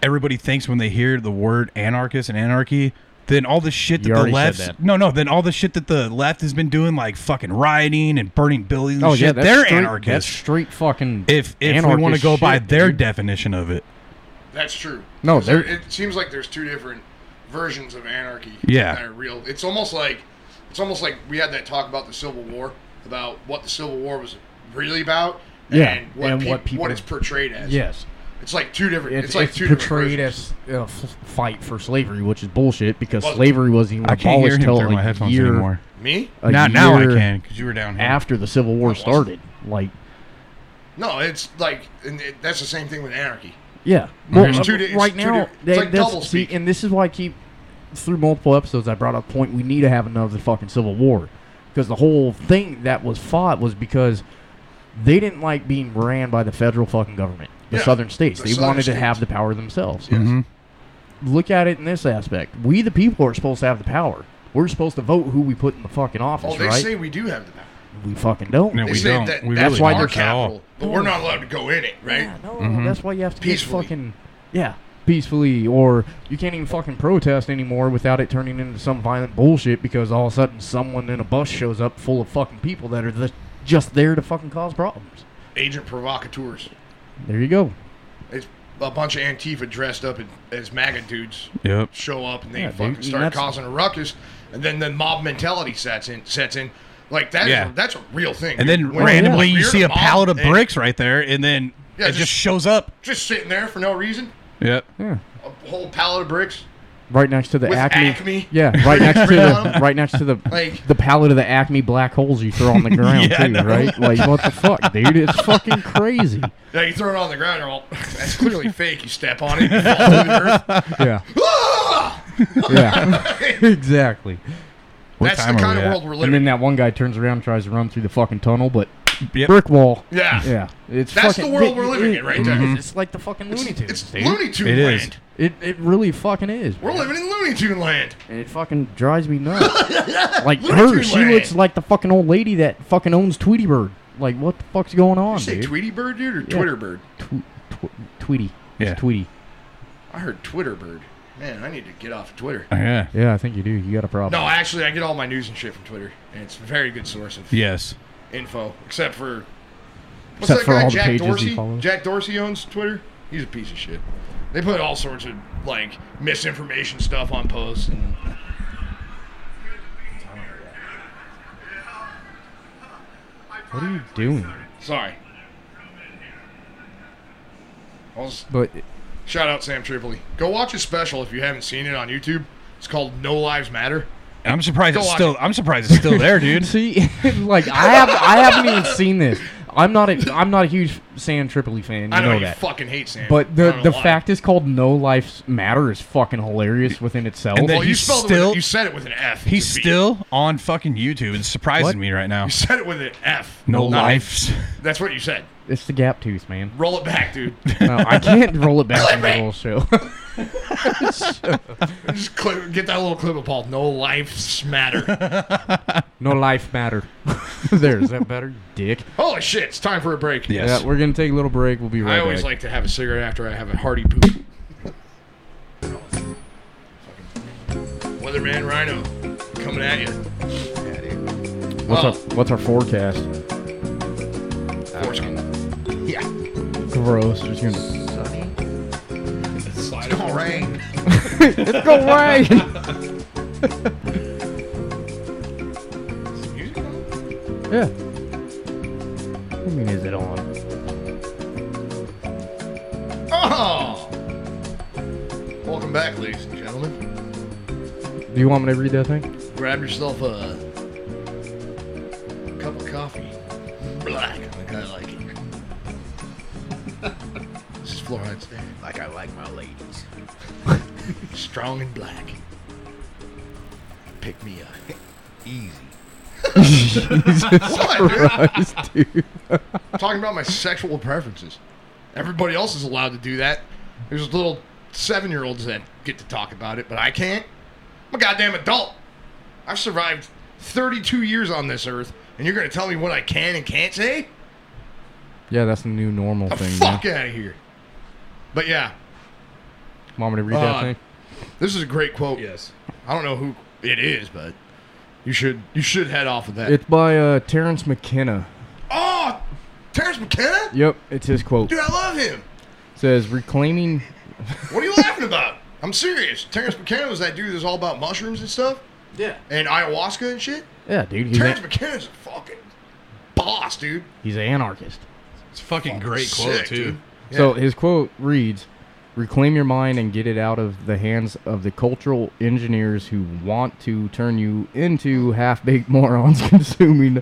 [SPEAKER 5] everybody thinks when they hear the word anarchist and anarchy, then all the shit that
[SPEAKER 4] You
[SPEAKER 5] the
[SPEAKER 4] already said
[SPEAKER 5] left
[SPEAKER 4] that.
[SPEAKER 5] no no then all the shit that the left has been doing like fucking rioting and burning buildings. and shit,
[SPEAKER 4] Oh, that's
[SPEAKER 5] they're
[SPEAKER 4] straight, That's
[SPEAKER 5] anarchists.
[SPEAKER 4] straight fucking.
[SPEAKER 5] If if we
[SPEAKER 4] anarchist
[SPEAKER 5] want to go by
[SPEAKER 4] shit,
[SPEAKER 5] their
[SPEAKER 4] dude.
[SPEAKER 5] definition of it,
[SPEAKER 3] That's true.
[SPEAKER 4] No,
[SPEAKER 3] 'Cause
[SPEAKER 4] there-
[SPEAKER 3] It seems like there's two different versions of anarchy.
[SPEAKER 5] Yeah.
[SPEAKER 3] That are real. It's almost like it's almost like we had that talk about the Civil War, about what the Civil War was really about,
[SPEAKER 4] Yeah,
[SPEAKER 3] and what,
[SPEAKER 4] and
[SPEAKER 3] peop-
[SPEAKER 4] what people-
[SPEAKER 3] what it's portrayed as.
[SPEAKER 4] yes,
[SPEAKER 3] It's like two different.
[SPEAKER 4] it's,
[SPEAKER 3] It's, like
[SPEAKER 4] it's
[SPEAKER 3] two
[SPEAKER 4] portrayed
[SPEAKER 3] different versions.
[SPEAKER 4] as a f- fight for slavery, which is bullshit because
[SPEAKER 3] Wasn't.
[SPEAKER 4] slavery wasn't even
[SPEAKER 5] I can't hear
[SPEAKER 4] abolished
[SPEAKER 5] him
[SPEAKER 4] till
[SPEAKER 5] through
[SPEAKER 4] like
[SPEAKER 5] my headphones
[SPEAKER 4] year,
[SPEAKER 5] anymore.
[SPEAKER 3] me.
[SPEAKER 4] a
[SPEAKER 5] Now now I
[SPEAKER 4] year
[SPEAKER 5] can because you were down here.
[SPEAKER 4] after the Civil War
[SPEAKER 3] wasn't.
[SPEAKER 4] started. Like,
[SPEAKER 3] No, it's like and it, that's the same thing with anarchy.
[SPEAKER 4] yeah, well,
[SPEAKER 3] There's
[SPEAKER 4] uh,
[SPEAKER 3] two di- Mm-hmm. it's
[SPEAKER 4] right
[SPEAKER 3] two
[SPEAKER 4] now,
[SPEAKER 3] di- it's
[SPEAKER 4] they,
[SPEAKER 3] like
[SPEAKER 4] that's-
[SPEAKER 3] double
[SPEAKER 4] see,
[SPEAKER 3] speak.
[SPEAKER 4] and this is why I keep through multiple episodes I brought up the point we need to have another fucking Civil War because the whole thing that was fought was because they didn't like being ran by the federal fucking government, the
[SPEAKER 3] Yeah,
[SPEAKER 4] southern states.
[SPEAKER 3] the
[SPEAKER 4] They
[SPEAKER 3] southern
[SPEAKER 4] wanted to
[SPEAKER 3] states.
[SPEAKER 4] have the power themselves.
[SPEAKER 5] Mhm.
[SPEAKER 4] look at it in this aspect. We, the people, are supposed to have the power. We're supposed to vote who we put in the fucking office,
[SPEAKER 3] Oh, they
[SPEAKER 4] right?
[SPEAKER 3] say we do have the power.
[SPEAKER 4] we fucking don't.
[SPEAKER 5] No,
[SPEAKER 3] They
[SPEAKER 5] we
[SPEAKER 3] say
[SPEAKER 5] don't.
[SPEAKER 3] that
[SPEAKER 5] we
[SPEAKER 3] that's
[SPEAKER 5] really
[SPEAKER 4] why
[SPEAKER 5] don't
[SPEAKER 3] our
[SPEAKER 4] they're
[SPEAKER 5] at all.
[SPEAKER 3] capital, but we're not allowed to go in it, right?
[SPEAKER 4] Yeah, no,
[SPEAKER 5] Mhm.
[SPEAKER 4] that's why you have to
[SPEAKER 3] Peacefully.
[SPEAKER 4] get fucking yeah Mm-hmm. peacefully, or you can't even fucking protest anymore without it turning into some violent bullshit because all of a sudden someone in a bus shows up full of fucking people that are the, just there to fucking cause problems.
[SPEAKER 3] Agent provocateurs.
[SPEAKER 4] There you go.
[SPEAKER 3] It's a bunch of Antifa dressed up in, as MAGA dudes
[SPEAKER 5] Yep.
[SPEAKER 3] show up and they
[SPEAKER 4] Yeah,
[SPEAKER 3] fucking
[SPEAKER 4] dude,
[SPEAKER 3] start
[SPEAKER 4] that's-
[SPEAKER 3] causing a ruckus, and then the mob mentality sets in. Sets in. Like that's
[SPEAKER 5] Yeah.
[SPEAKER 3] that's a real thing.
[SPEAKER 5] And
[SPEAKER 3] dude.
[SPEAKER 5] then
[SPEAKER 3] When
[SPEAKER 5] randomly you
[SPEAKER 3] you're
[SPEAKER 5] see
[SPEAKER 3] the
[SPEAKER 5] a
[SPEAKER 3] mob
[SPEAKER 5] pallet of
[SPEAKER 3] and
[SPEAKER 5] bricks right there, and then
[SPEAKER 3] Yeah,
[SPEAKER 5] it
[SPEAKER 3] just-
[SPEAKER 5] just shows up.
[SPEAKER 3] just sitting there for no reason.
[SPEAKER 5] Yep.
[SPEAKER 4] Yeah.
[SPEAKER 3] A whole pallet of bricks.
[SPEAKER 4] Right next to the
[SPEAKER 3] With
[SPEAKER 4] Acme,
[SPEAKER 3] Acme?
[SPEAKER 4] yeah, right next to
[SPEAKER 3] Written on
[SPEAKER 4] the
[SPEAKER 3] 'em?
[SPEAKER 4] right next to the
[SPEAKER 3] Like-
[SPEAKER 4] the palette of the Acme black holes you throw on the ground
[SPEAKER 5] Yeah, I
[SPEAKER 4] too,
[SPEAKER 5] know.
[SPEAKER 4] right? Like what the fuck, dude? It's fucking crazy.
[SPEAKER 3] Yeah, you throw it on the ground. You're all, that's clearly fake. You step on it, you fall through the earth.
[SPEAKER 4] Yeah,
[SPEAKER 3] Ah!
[SPEAKER 4] yeah, exactly.
[SPEAKER 5] What
[SPEAKER 3] That's the
[SPEAKER 5] time are
[SPEAKER 3] kind
[SPEAKER 5] we
[SPEAKER 3] of
[SPEAKER 5] at?
[SPEAKER 3] world we're
[SPEAKER 4] And then
[SPEAKER 3] living. in.
[SPEAKER 4] that one guy turns around, and tries to run through the fucking tunnel, but
[SPEAKER 5] Yep.
[SPEAKER 4] brick wall.
[SPEAKER 3] Yeah.
[SPEAKER 4] Yeah, it's
[SPEAKER 3] That's the
[SPEAKER 4] fucking-
[SPEAKER 3] world we're living in right there.
[SPEAKER 4] It's like the fucking Looney Tunes.
[SPEAKER 3] It's
[SPEAKER 4] dude.
[SPEAKER 3] Mm-hmm. Looney Tune
[SPEAKER 5] It is.
[SPEAKER 3] land.
[SPEAKER 4] It it really fucking is.
[SPEAKER 3] We're living in Looney Tune land.
[SPEAKER 4] And it fucking drives me nuts. like
[SPEAKER 3] Looney
[SPEAKER 4] her,
[SPEAKER 3] Tune
[SPEAKER 4] she
[SPEAKER 3] land.
[SPEAKER 4] looks like the fucking old lady that fucking owns Tweety Bird. Like what the fuck's going on,
[SPEAKER 3] You say
[SPEAKER 4] dude?
[SPEAKER 3] Tweety Bird, dude, or Twitter Bird?
[SPEAKER 4] Tw- tw- Tweety.
[SPEAKER 5] Yeah.
[SPEAKER 4] It's Tweety.
[SPEAKER 3] I heard Twitter Bird. Man, I need to get off of Twitter.
[SPEAKER 5] Oh, yeah.
[SPEAKER 4] Yeah, I think you do. You got a problem.
[SPEAKER 3] No, actually, I get all my news and shit from Twitter, and it's a very good source of
[SPEAKER 5] Yes.
[SPEAKER 3] info, except for what's
[SPEAKER 4] Except
[SPEAKER 3] that
[SPEAKER 4] for
[SPEAKER 3] guy
[SPEAKER 4] all the
[SPEAKER 3] Jack
[SPEAKER 4] pages he
[SPEAKER 3] Dorsey?
[SPEAKER 4] follows.
[SPEAKER 3] Jack Dorsey owns Twitter. He's a piece of shit. They put all sorts of like misinformation stuff on posts, and
[SPEAKER 4] What are you doing?
[SPEAKER 3] sorry. I was
[SPEAKER 4] But
[SPEAKER 3] Shout out Sam Tripoli. Go watch his special if you haven't seen it on YouTube. It's called No Lives Matter.
[SPEAKER 5] And I'm surprised
[SPEAKER 3] Go
[SPEAKER 5] it's
[SPEAKER 3] on.
[SPEAKER 5] still. I'm surprised it's still there, dude.
[SPEAKER 4] see, like I have, I haven't even seen this. I'm not a, I'm not a huge San Tripoli fan. You
[SPEAKER 3] I know, you
[SPEAKER 4] that.
[SPEAKER 3] fucking hate Sam.
[SPEAKER 4] But
[SPEAKER 3] I
[SPEAKER 4] the
[SPEAKER 3] don't know
[SPEAKER 4] the
[SPEAKER 3] why.
[SPEAKER 4] fact is called "No Lives Matter" is fucking hilarious within itself.
[SPEAKER 5] And then-
[SPEAKER 3] well, you
[SPEAKER 5] he's
[SPEAKER 3] spelled it
[SPEAKER 5] still-
[SPEAKER 3] with, you said it with an F.
[SPEAKER 5] He's
[SPEAKER 3] It's a B.
[SPEAKER 5] still on fucking YouTube. It's surprising
[SPEAKER 4] What?
[SPEAKER 5] me right now.
[SPEAKER 3] You said it with an F.
[SPEAKER 5] No
[SPEAKER 3] Not-
[SPEAKER 5] lives.
[SPEAKER 3] That's what you said.
[SPEAKER 4] it's the gap tooth, man.
[SPEAKER 3] Roll it back, dude.
[SPEAKER 4] No, I can't roll it back into the whole show.
[SPEAKER 3] Just clip, get that little clip of Paul. No lives matter.
[SPEAKER 4] no life matter. there, is that better, dick?
[SPEAKER 3] Holy shit! It's time for a break.
[SPEAKER 5] Yes.
[SPEAKER 4] Yeah, we're gonna take a little break. We'll be right
[SPEAKER 3] I always
[SPEAKER 4] back.
[SPEAKER 3] like to have a cigarette after I have a hearty poop. Weatherman Rhino coming at you.
[SPEAKER 4] what's
[SPEAKER 3] oh.
[SPEAKER 4] our what's our forecast?
[SPEAKER 3] Foreskin.
[SPEAKER 4] Gross. Just gonna
[SPEAKER 6] Sunny.
[SPEAKER 3] Slide it.
[SPEAKER 6] Rain.
[SPEAKER 4] go away.
[SPEAKER 3] Music on?
[SPEAKER 4] yeah. What do you mean is it on?
[SPEAKER 3] Oh! Welcome back, ladies and gentlemen.
[SPEAKER 4] Do you want me to read that thing?
[SPEAKER 3] Grab yourself a cup of coffee. Black. Like I like it. this is Florence Day.
[SPEAKER 6] Like I like my ladies.
[SPEAKER 3] Strong and black. Pick me up.
[SPEAKER 6] Easy.
[SPEAKER 3] what, dude?
[SPEAKER 4] Christ, dude.
[SPEAKER 3] Talking about my sexual preferences. Everybody else is allowed to do that. There's little seven year olds that get to talk about it, but I can't. I'm a goddamn adult. I've survived 32 years on this earth, and you're going to tell me what I can and can't say?
[SPEAKER 4] Yeah, that's the new normal
[SPEAKER 3] The
[SPEAKER 4] thing.
[SPEAKER 3] Oh, fuck
[SPEAKER 4] man.
[SPEAKER 3] out of here. But yeah,
[SPEAKER 4] Want me to read
[SPEAKER 3] Uh,
[SPEAKER 4] that thing?
[SPEAKER 3] this is a great quote.
[SPEAKER 5] Yes.
[SPEAKER 3] I don't know who it is, but you should you should head off with that.
[SPEAKER 4] It's by uh, Terrence McKenna.
[SPEAKER 3] oh, Terrence McKenna?
[SPEAKER 4] Yep, it's his quote.
[SPEAKER 3] Dude, I love him.
[SPEAKER 4] says reclaiming.
[SPEAKER 3] What are you laughing about? I'm serious. Terrence McKenna was that dude that's all about mushrooms and stuff
[SPEAKER 6] Yeah.
[SPEAKER 3] and ayahuasca and shit.
[SPEAKER 4] Yeah, dude, he's,
[SPEAKER 3] Terrence
[SPEAKER 4] a,
[SPEAKER 3] McKenna's a fucking boss, dude.
[SPEAKER 4] he's an anarchist.
[SPEAKER 6] It's a fucking great quote,
[SPEAKER 3] Sick,
[SPEAKER 6] too.
[SPEAKER 3] dude. Yeah.
[SPEAKER 4] So his quote reads Reclaim your mind and get it out of the hands of the cultural engineers who want to turn you into half baked morons consuming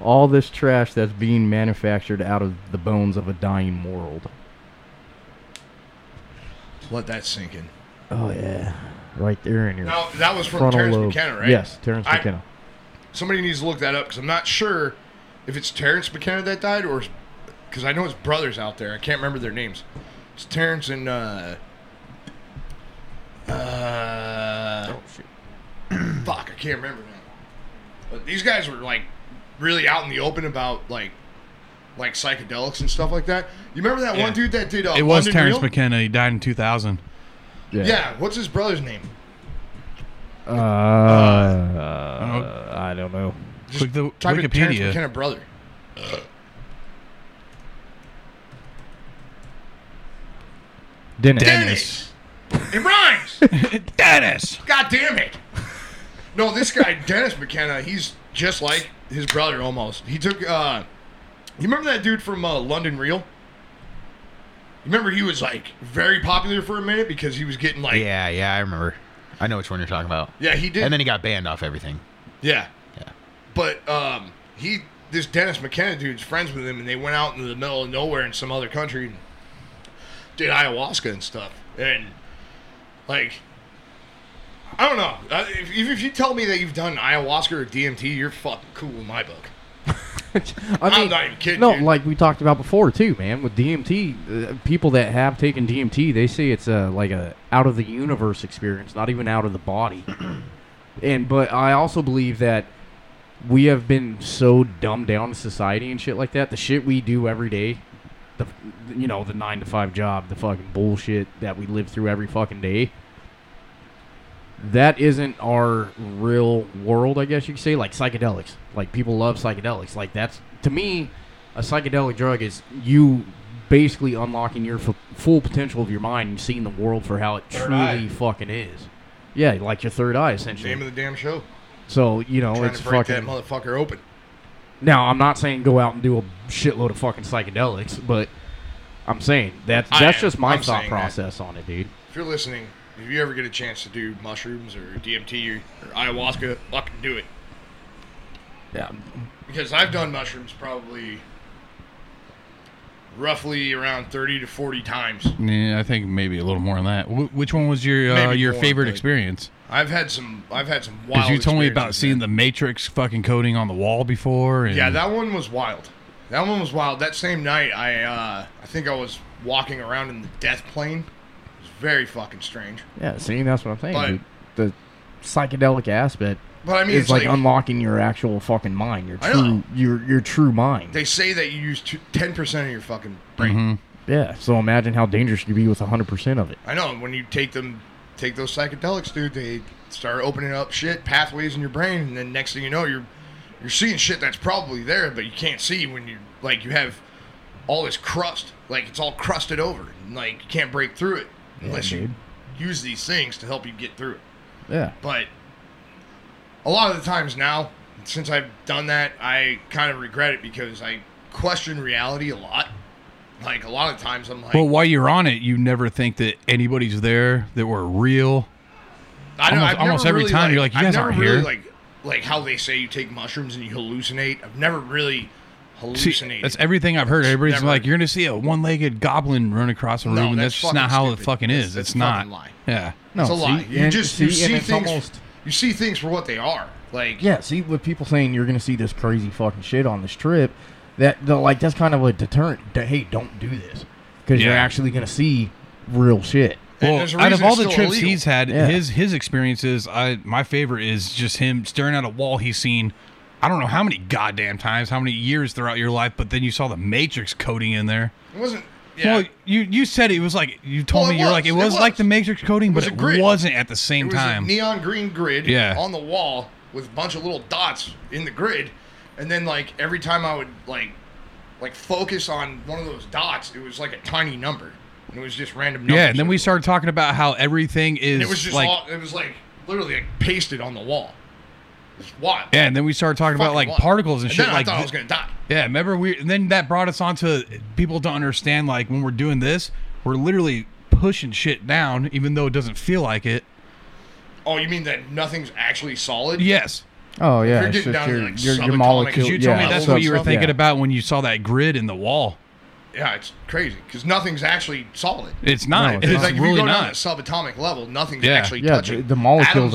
[SPEAKER 4] all this trash that's being manufactured out of the bones of a dying world.
[SPEAKER 3] let that sink in.
[SPEAKER 4] Oh, yeah. Right there in your
[SPEAKER 3] Now that was from
[SPEAKER 4] frontal
[SPEAKER 3] Terrence
[SPEAKER 4] lobe.
[SPEAKER 3] McKenna, right?
[SPEAKER 4] Yes, Terrence
[SPEAKER 3] I-
[SPEAKER 4] McKenna.
[SPEAKER 3] Somebody needs to look that up because I'm not sure if it's Terrence McKenna that died or because I know his brothers out there. I can't remember their names. It's Terrence and uh, uh, fuck, I can't remember now. But these guys were like really out in the open about like like psychedelics and stuff like that. You remember that
[SPEAKER 5] Yeah.
[SPEAKER 3] one dude that did? Uh,
[SPEAKER 5] It was
[SPEAKER 3] London
[SPEAKER 5] Terrence
[SPEAKER 3] Real?
[SPEAKER 5] McKenna. He died in 2000.
[SPEAKER 3] Yeah, what's his brother's name?
[SPEAKER 4] Uh,
[SPEAKER 3] Uh,
[SPEAKER 4] I don't know.
[SPEAKER 3] Just
[SPEAKER 5] Click the
[SPEAKER 3] type in Terrence
[SPEAKER 5] Wikipedia.
[SPEAKER 3] McKenna brother.
[SPEAKER 4] Dennis.
[SPEAKER 3] Dennis. It rhymes.
[SPEAKER 5] Dennis.
[SPEAKER 3] God damn it! No, this guy Dennis McKenna, he's just like his brother almost. He took. uh You remember that dude from uh, London Real? Remember he was like very popular for a minute because he was getting like yeah,
[SPEAKER 6] Yeah, yeah, I remember. I know which one you're talking about.
[SPEAKER 3] he did
[SPEAKER 6] And then he got banned off everything.
[SPEAKER 3] yeah.
[SPEAKER 6] Yeah.
[SPEAKER 3] But um he this Dennis McKenna dude's friends with him and they went out into the middle of nowhere in some other country and did ayahuasca and stuff and like I don't know. Uh, If, if you tell me that you've done ayahuasca or DMT, you're fucking cool in my book.
[SPEAKER 4] I
[SPEAKER 3] I'm not even kidding,
[SPEAKER 4] No,
[SPEAKER 3] dude.
[SPEAKER 4] like we talked about before too, man. With DMT, uh, people that have taken DMT, they say it's a like a out of the universe experience, not even out of the body. and but I also believe that we have been so dumbed down in society and shit like that. The shit we do every day, the you know the nine to five job, the fucking bullshit that we live through every fucking day. That isn't our real world, I guess you could say. Like psychedelics, like people love psychedelics. Like that's to me, a psychedelic drug is you basically unlocking your f- full potential of your mind and seeing the world for how it truly fucking is. Yeah, like your third eye essentially.
[SPEAKER 3] Name of the damn show.
[SPEAKER 4] So you know,
[SPEAKER 3] Trying
[SPEAKER 4] Oh, it's
[SPEAKER 3] to break
[SPEAKER 4] fucking.
[SPEAKER 3] that motherfucker open.
[SPEAKER 4] now I'm not saying go out and do a shitload of fucking psychedelics, but I'm saying that's
[SPEAKER 3] I
[SPEAKER 4] that's
[SPEAKER 3] am.
[SPEAKER 4] just my
[SPEAKER 3] I'm
[SPEAKER 4] thought
[SPEAKER 3] saying that.
[SPEAKER 4] process on it, dude.
[SPEAKER 3] If you're listening, if you ever get a chance to do mushrooms or DMT or, or ayahuasca, fucking do it.
[SPEAKER 4] Yeah.
[SPEAKER 3] Because I've done mushrooms probably roughly around 30 to 40 times.
[SPEAKER 5] Yeah, I think maybe a little more than that. Wh- which one was your uh,
[SPEAKER 3] Maybe
[SPEAKER 5] your
[SPEAKER 3] more,
[SPEAKER 5] favorite
[SPEAKER 3] but-
[SPEAKER 5] experience?
[SPEAKER 3] I've had some I've had some wild
[SPEAKER 5] Because you told me about
[SPEAKER 3] experiences,
[SPEAKER 5] seeing
[SPEAKER 3] man.
[SPEAKER 5] the Matrix fucking coding on the wall before. And
[SPEAKER 3] Yeah, that one was wild. That one was wild. That same night I uh I think I was walking around in the death plane. It was very fucking strange.
[SPEAKER 4] Yeah. See, that's what I'm saying,
[SPEAKER 3] But-
[SPEAKER 4] dude. The psychedelic aspect
[SPEAKER 3] But I mean
[SPEAKER 4] is
[SPEAKER 3] it's
[SPEAKER 4] like,
[SPEAKER 3] like,
[SPEAKER 4] unlocking your actual fucking mind, your
[SPEAKER 3] I know.
[SPEAKER 4] true your your true mind.
[SPEAKER 3] they say that you use two- 10% of your fucking brain.
[SPEAKER 5] Mhm.
[SPEAKER 4] yeah. So imagine how dangerous you could be with 100 percent of it.
[SPEAKER 3] I know. and When you take them, take those psychedelics, dude, they start opening up shit pathways in your brain, and then next thing you know, you're you're seeing shit that's probably there, but you can't see when you like you have all this crust, like it's all crusted over, and like you can't break through it unless you
[SPEAKER 4] dude.
[SPEAKER 3] use these things to help you get through it.
[SPEAKER 4] Yeah.
[SPEAKER 3] But a lot of the times now, since I've done that, I kind of regret it because I question reality a lot. Like a lot of times, I'm like,
[SPEAKER 5] But while you're on it, you never think that anybody's there that were real.
[SPEAKER 3] I know,
[SPEAKER 5] Almost-
[SPEAKER 3] I've never
[SPEAKER 5] almost every
[SPEAKER 3] really,
[SPEAKER 5] time you're like, you
[SPEAKER 3] I've
[SPEAKER 5] guys
[SPEAKER 3] never
[SPEAKER 5] aren't
[SPEAKER 3] really,
[SPEAKER 5] here.
[SPEAKER 3] Like, like how they say you take mushrooms and you hallucinate. I've never really
[SPEAKER 5] See,
[SPEAKER 3] hallucinated.
[SPEAKER 5] that's everything I've heard.
[SPEAKER 3] It's
[SPEAKER 5] Everybody's
[SPEAKER 3] never-
[SPEAKER 5] like, you're gonna see a one-legged goblin run across a room,
[SPEAKER 3] No,
[SPEAKER 5] and
[SPEAKER 3] that's
[SPEAKER 5] that's, just not
[SPEAKER 3] fucking
[SPEAKER 5] how it
[SPEAKER 3] stupid.
[SPEAKER 5] fucking
[SPEAKER 3] That's-
[SPEAKER 5] is.
[SPEAKER 3] that's
[SPEAKER 5] it's not.
[SPEAKER 3] fucking lie.
[SPEAKER 5] Yeah.
[SPEAKER 4] No,
[SPEAKER 3] it's a
[SPEAKER 4] see,
[SPEAKER 3] lie. you
[SPEAKER 4] and-
[SPEAKER 3] just you
[SPEAKER 4] and
[SPEAKER 3] see
[SPEAKER 4] it's
[SPEAKER 3] things.
[SPEAKER 4] almost-
[SPEAKER 3] you see things for what they are. Like,
[SPEAKER 4] Yeah, see, with people saying you're going to see this crazy fucking shit on this trip, that the, like that's kind of a deterrent. To, hey, don't do this. because you're
[SPEAKER 5] Yeah.
[SPEAKER 4] actually going to see real shit.
[SPEAKER 3] And
[SPEAKER 5] Well,
[SPEAKER 3] there's a
[SPEAKER 5] out of
[SPEAKER 3] reason
[SPEAKER 5] all
[SPEAKER 3] it's
[SPEAKER 5] the
[SPEAKER 3] still
[SPEAKER 5] trips
[SPEAKER 3] illegal.
[SPEAKER 5] he's had,
[SPEAKER 4] Yeah.
[SPEAKER 5] his his experiences, I my favorite is just him staring at a wall he's seen. I don't know how many goddamn times, how many years throughout your life, but then you saw the Matrix coding in there.
[SPEAKER 3] It wasn't. Yeah.
[SPEAKER 5] Well, you you said it was like you told
[SPEAKER 3] Well, it
[SPEAKER 5] me you're
[SPEAKER 3] was,
[SPEAKER 5] like it
[SPEAKER 3] it
[SPEAKER 5] was, like
[SPEAKER 3] was.
[SPEAKER 5] the Matrix coding,
[SPEAKER 3] was
[SPEAKER 5] but
[SPEAKER 3] a
[SPEAKER 5] it
[SPEAKER 3] grid.
[SPEAKER 5] wasn't at the same
[SPEAKER 3] it was
[SPEAKER 5] time.
[SPEAKER 3] a neon green grid
[SPEAKER 5] Yeah.
[SPEAKER 3] on the wall with a bunch of little dots in the grid, and then like every time I would like like focus on one of those dots, it was like a tiny number, and it was just random. Numbers
[SPEAKER 5] yeah, and then we started talking about how everything is
[SPEAKER 3] And it was just
[SPEAKER 5] like.
[SPEAKER 3] all, it was like literally like pasted on the wall. It was wild.
[SPEAKER 5] yeah, and then we started talking about
[SPEAKER 3] Fucking
[SPEAKER 5] like
[SPEAKER 3] wild.
[SPEAKER 5] particles and, shit.
[SPEAKER 3] then
[SPEAKER 5] like
[SPEAKER 3] I thought I
[SPEAKER 5] th-
[SPEAKER 3] was gonna die.
[SPEAKER 5] Yeah, remember we and then that brought us on to people don't understand like when we're doing this, we're literally pushing shit down even though it doesn't feel like it.
[SPEAKER 3] Oh, you mean that nothing's actually solid?
[SPEAKER 5] Yes.
[SPEAKER 4] Oh yeah,
[SPEAKER 3] you're
[SPEAKER 4] it's
[SPEAKER 3] getting
[SPEAKER 4] just
[SPEAKER 3] down to,
[SPEAKER 4] your,
[SPEAKER 3] like,
[SPEAKER 4] your, your
[SPEAKER 3] subatomic-
[SPEAKER 4] molecule.
[SPEAKER 5] 'Cause you told
[SPEAKER 4] yeah,
[SPEAKER 5] me that's
[SPEAKER 3] so-
[SPEAKER 5] what you were
[SPEAKER 3] so-
[SPEAKER 5] thinking
[SPEAKER 4] yeah.
[SPEAKER 5] about when you saw that grid in the wall.
[SPEAKER 3] Yeah, it's crazy because nothing's actually solid.
[SPEAKER 5] It's not.
[SPEAKER 4] No,
[SPEAKER 5] it's
[SPEAKER 4] it's not.
[SPEAKER 3] like if
[SPEAKER 5] really
[SPEAKER 3] you go down
[SPEAKER 5] not.
[SPEAKER 3] to subatomic level, nothing's
[SPEAKER 5] Yeah.
[SPEAKER 3] actually
[SPEAKER 4] Yeah,
[SPEAKER 3] touching.
[SPEAKER 4] the, the molecules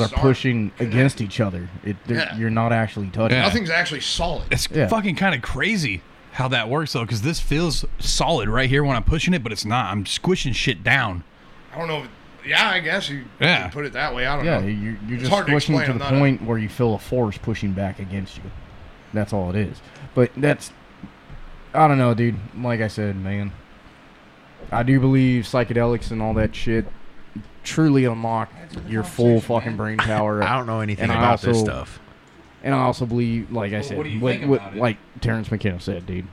[SPEAKER 3] Atoms
[SPEAKER 4] are
[SPEAKER 3] aren't-
[SPEAKER 4] pushing against each other. It, they're-
[SPEAKER 3] Yeah.
[SPEAKER 4] You're not actually touching.
[SPEAKER 5] Yeah.
[SPEAKER 4] it.
[SPEAKER 3] Nothing's actually solid.
[SPEAKER 5] It's
[SPEAKER 4] Yeah.
[SPEAKER 5] fucking kind of crazy how that works though, because this feels solid right here when I'm pushing it, but it's not. I'm squishing shit down.
[SPEAKER 3] I don't know. If, yeah, I guess you
[SPEAKER 5] Yeah.
[SPEAKER 3] can put it that way. I don't
[SPEAKER 4] Yeah,
[SPEAKER 3] know.
[SPEAKER 4] you're, you're
[SPEAKER 3] It's
[SPEAKER 4] just
[SPEAKER 3] hard to
[SPEAKER 4] squishing
[SPEAKER 3] explain,
[SPEAKER 4] to
[SPEAKER 3] I'm
[SPEAKER 4] the
[SPEAKER 3] not a-
[SPEAKER 4] point where you feel a force pushing back against you. That's all it is. But that's, I don't know, dude. Like I said, man, I do believe psychedelics and all that shit truly unlock your full fucking brain power.
[SPEAKER 6] I don't know anything
[SPEAKER 4] And I
[SPEAKER 6] about this
[SPEAKER 4] also-
[SPEAKER 6] stuff.
[SPEAKER 4] And I also believe, like I
[SPEAKER 5] Well,
[SPEAKER 4] said,
[SPEAKER 5] what do you
[SPEAKER 4] what,
[SPEAKER 5] think
[SPEAKER 4] what-
[SPEAKER 5] about it?
[SPEAKER 4] like Terrence McKenna said, dude.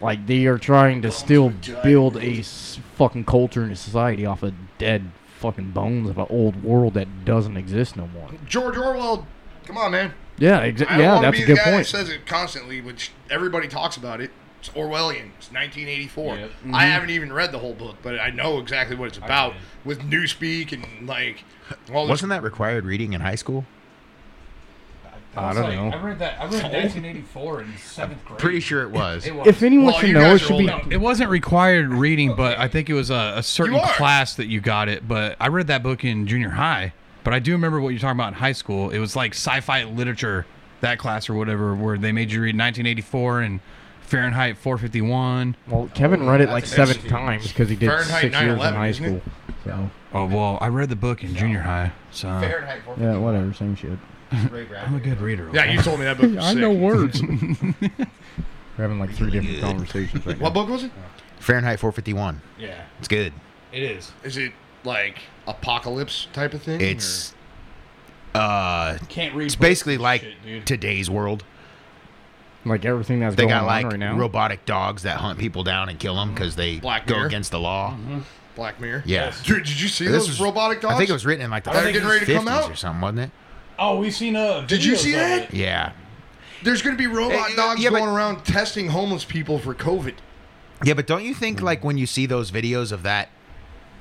[SPEAKER 4] Like they are trying to still build a s- fucking culture and a society off of dead fucking bones of an old world that doesn't exist no more.
[SPEAKER 3] George Orwell, come on, man.
[SPEAKER 4] Yeah, exa-
[SPEAKER 3] I don't
[SPEAKER 4] yeah,
[SPEAKER 3] wanna
[SPEAKER 4] that's
[SPEAKER 3] be
[SPEAKER 4] a
[SPEAKER 3] the
[SPEAKER 4] good
[SPEAKER 3] guy
[SPEAKER 4] point.
[SPEAKER 3] That says it constantly, which everybody talks about it. It's Orwellian. It's 1984.
[SPEAKER 6] Mm-hmm.
[SPEAKER 3] I haven't even read the whole book, but I know exactly what it's about with Newspeak and like. Well,
[SPEAKER 6] Wasn't that required reading in high school?
[SPEAKER 4] I don't know.
[SPEAKER 5] read that. I read 1984 in seventh grade.
[SPEAKER 6] Pretty sure it was.
[SPEAKER 4] If anyone
[SPEAKER 3] Well,
[SPEAKER 4] should
[SPEAKER 3] you
[SPEAKER 4] know,
[SPEAKER 3] guys
[SPEAKER 4] it
[SPEAKER 3] are
[SPEAKER 4] should
[SPEAKER 3] old
[SPEAKER 4] be.
[SPEAKER 3] enough.
[SPEAKER 5] It wasn't required reading, but I think it was a, a certain
[SPEAKER 3] You are.
[SPEAKER 5] class that you got it. But I read that book in junior high. But I do remember what you're talking about in high school. It was like sci-fi literature, that class or whatever, where they made you read 1984 and Fahrenheit 451.
[SPEAKER 4] Well, Kevin read it like
[SPEAKER 3] that's
[SPEAKER 4] seven times because he did
[SPEAKER 3] Fahrenheit
[SPEAKER 4] six years in
[SPEAKER 3] 9/11,
[SPEAKER 4] high
[SPEAKER 3] isn't
[SPEAKER 4] school.
[SPEAKER 3] it?
[SPEAKER 4] So
[SPEAKER 5] Oh well, I read the book in junior high, so
[SPEAKER 7] Fahrenheit 4
[SPEAKER 4] yeah, whatever, same shit.
[SPEAKER 7] Ray
[SPEAKER 5] I'm a
[SPEAKER 7] Bradbury.
[SPEAKER 5] good reader.
[SPEAKER 3] yeah, you told me that book. Was sick.
[SPEAKER 4] words. We're having like three different conversations right now.
[SPEAKER 3] What book was it?
[SPEAKER 6] Fahrenheit 451.
[SPEAKER 5] yeah,
[SPEAKER 6] It's good.
[SPEAKER 5] it is.
[SPEAKER 3] Is it like apocalypse type of thing?
[SPEAKER 6] It's uh
[SPEAKER 5] Can't read.
[SPEAKER 6] it's basically like today's world.
[SPEAKER 4] Like everything that's
[SPEAKER 6] They
[SPEAKER 4] going
[SPEAKER 6] got
[SPEAKER 4] on
[SPEAKER 6] like
[SPEAKER 4] right now.
[SPEAKER 6] robotic dogs that hunt people down and kill them because they
[SPEAKER 3] Black
[SPEAKER 6] go
[SPEAKER 3] Mirror.
[SPEAKER 6] against the law.
[SPEAKER 5] Mm-hmm.
[SPEAKER 3] or Black Mirror.
[SPEAKER 6] Yeah.
[SPEAKER 3] Dude, did you see
[SPEAKER 6] This
[SPEAKER 3] those
[SPEAKER 6] was-
[SPEAKER 3] robotic dogs?
[SPEAKER 6] I think it was written in like the
[SPEAKER 3] Are they getting ready to
[SPEAKER 6] 50s
[SPEAKER 3] come out?
[SPEAKER 6] or something, wasn't it?
[SPEAKER 5] Oh, we've seen a.
[SPEAKER 3] Did you see that?
[SPEAKER 6] Yeah.
[SPEAKER 3] There's going to be robot
[SPEAKER 6] Uh,
[SPEAKER 3] dogs
[SPEAKER 6] yeah, but-
[SPEAKER 3] going around testing homeless people for COVID.
[SPEAKER 6] Yeah, but don't you think like when you see those videos of that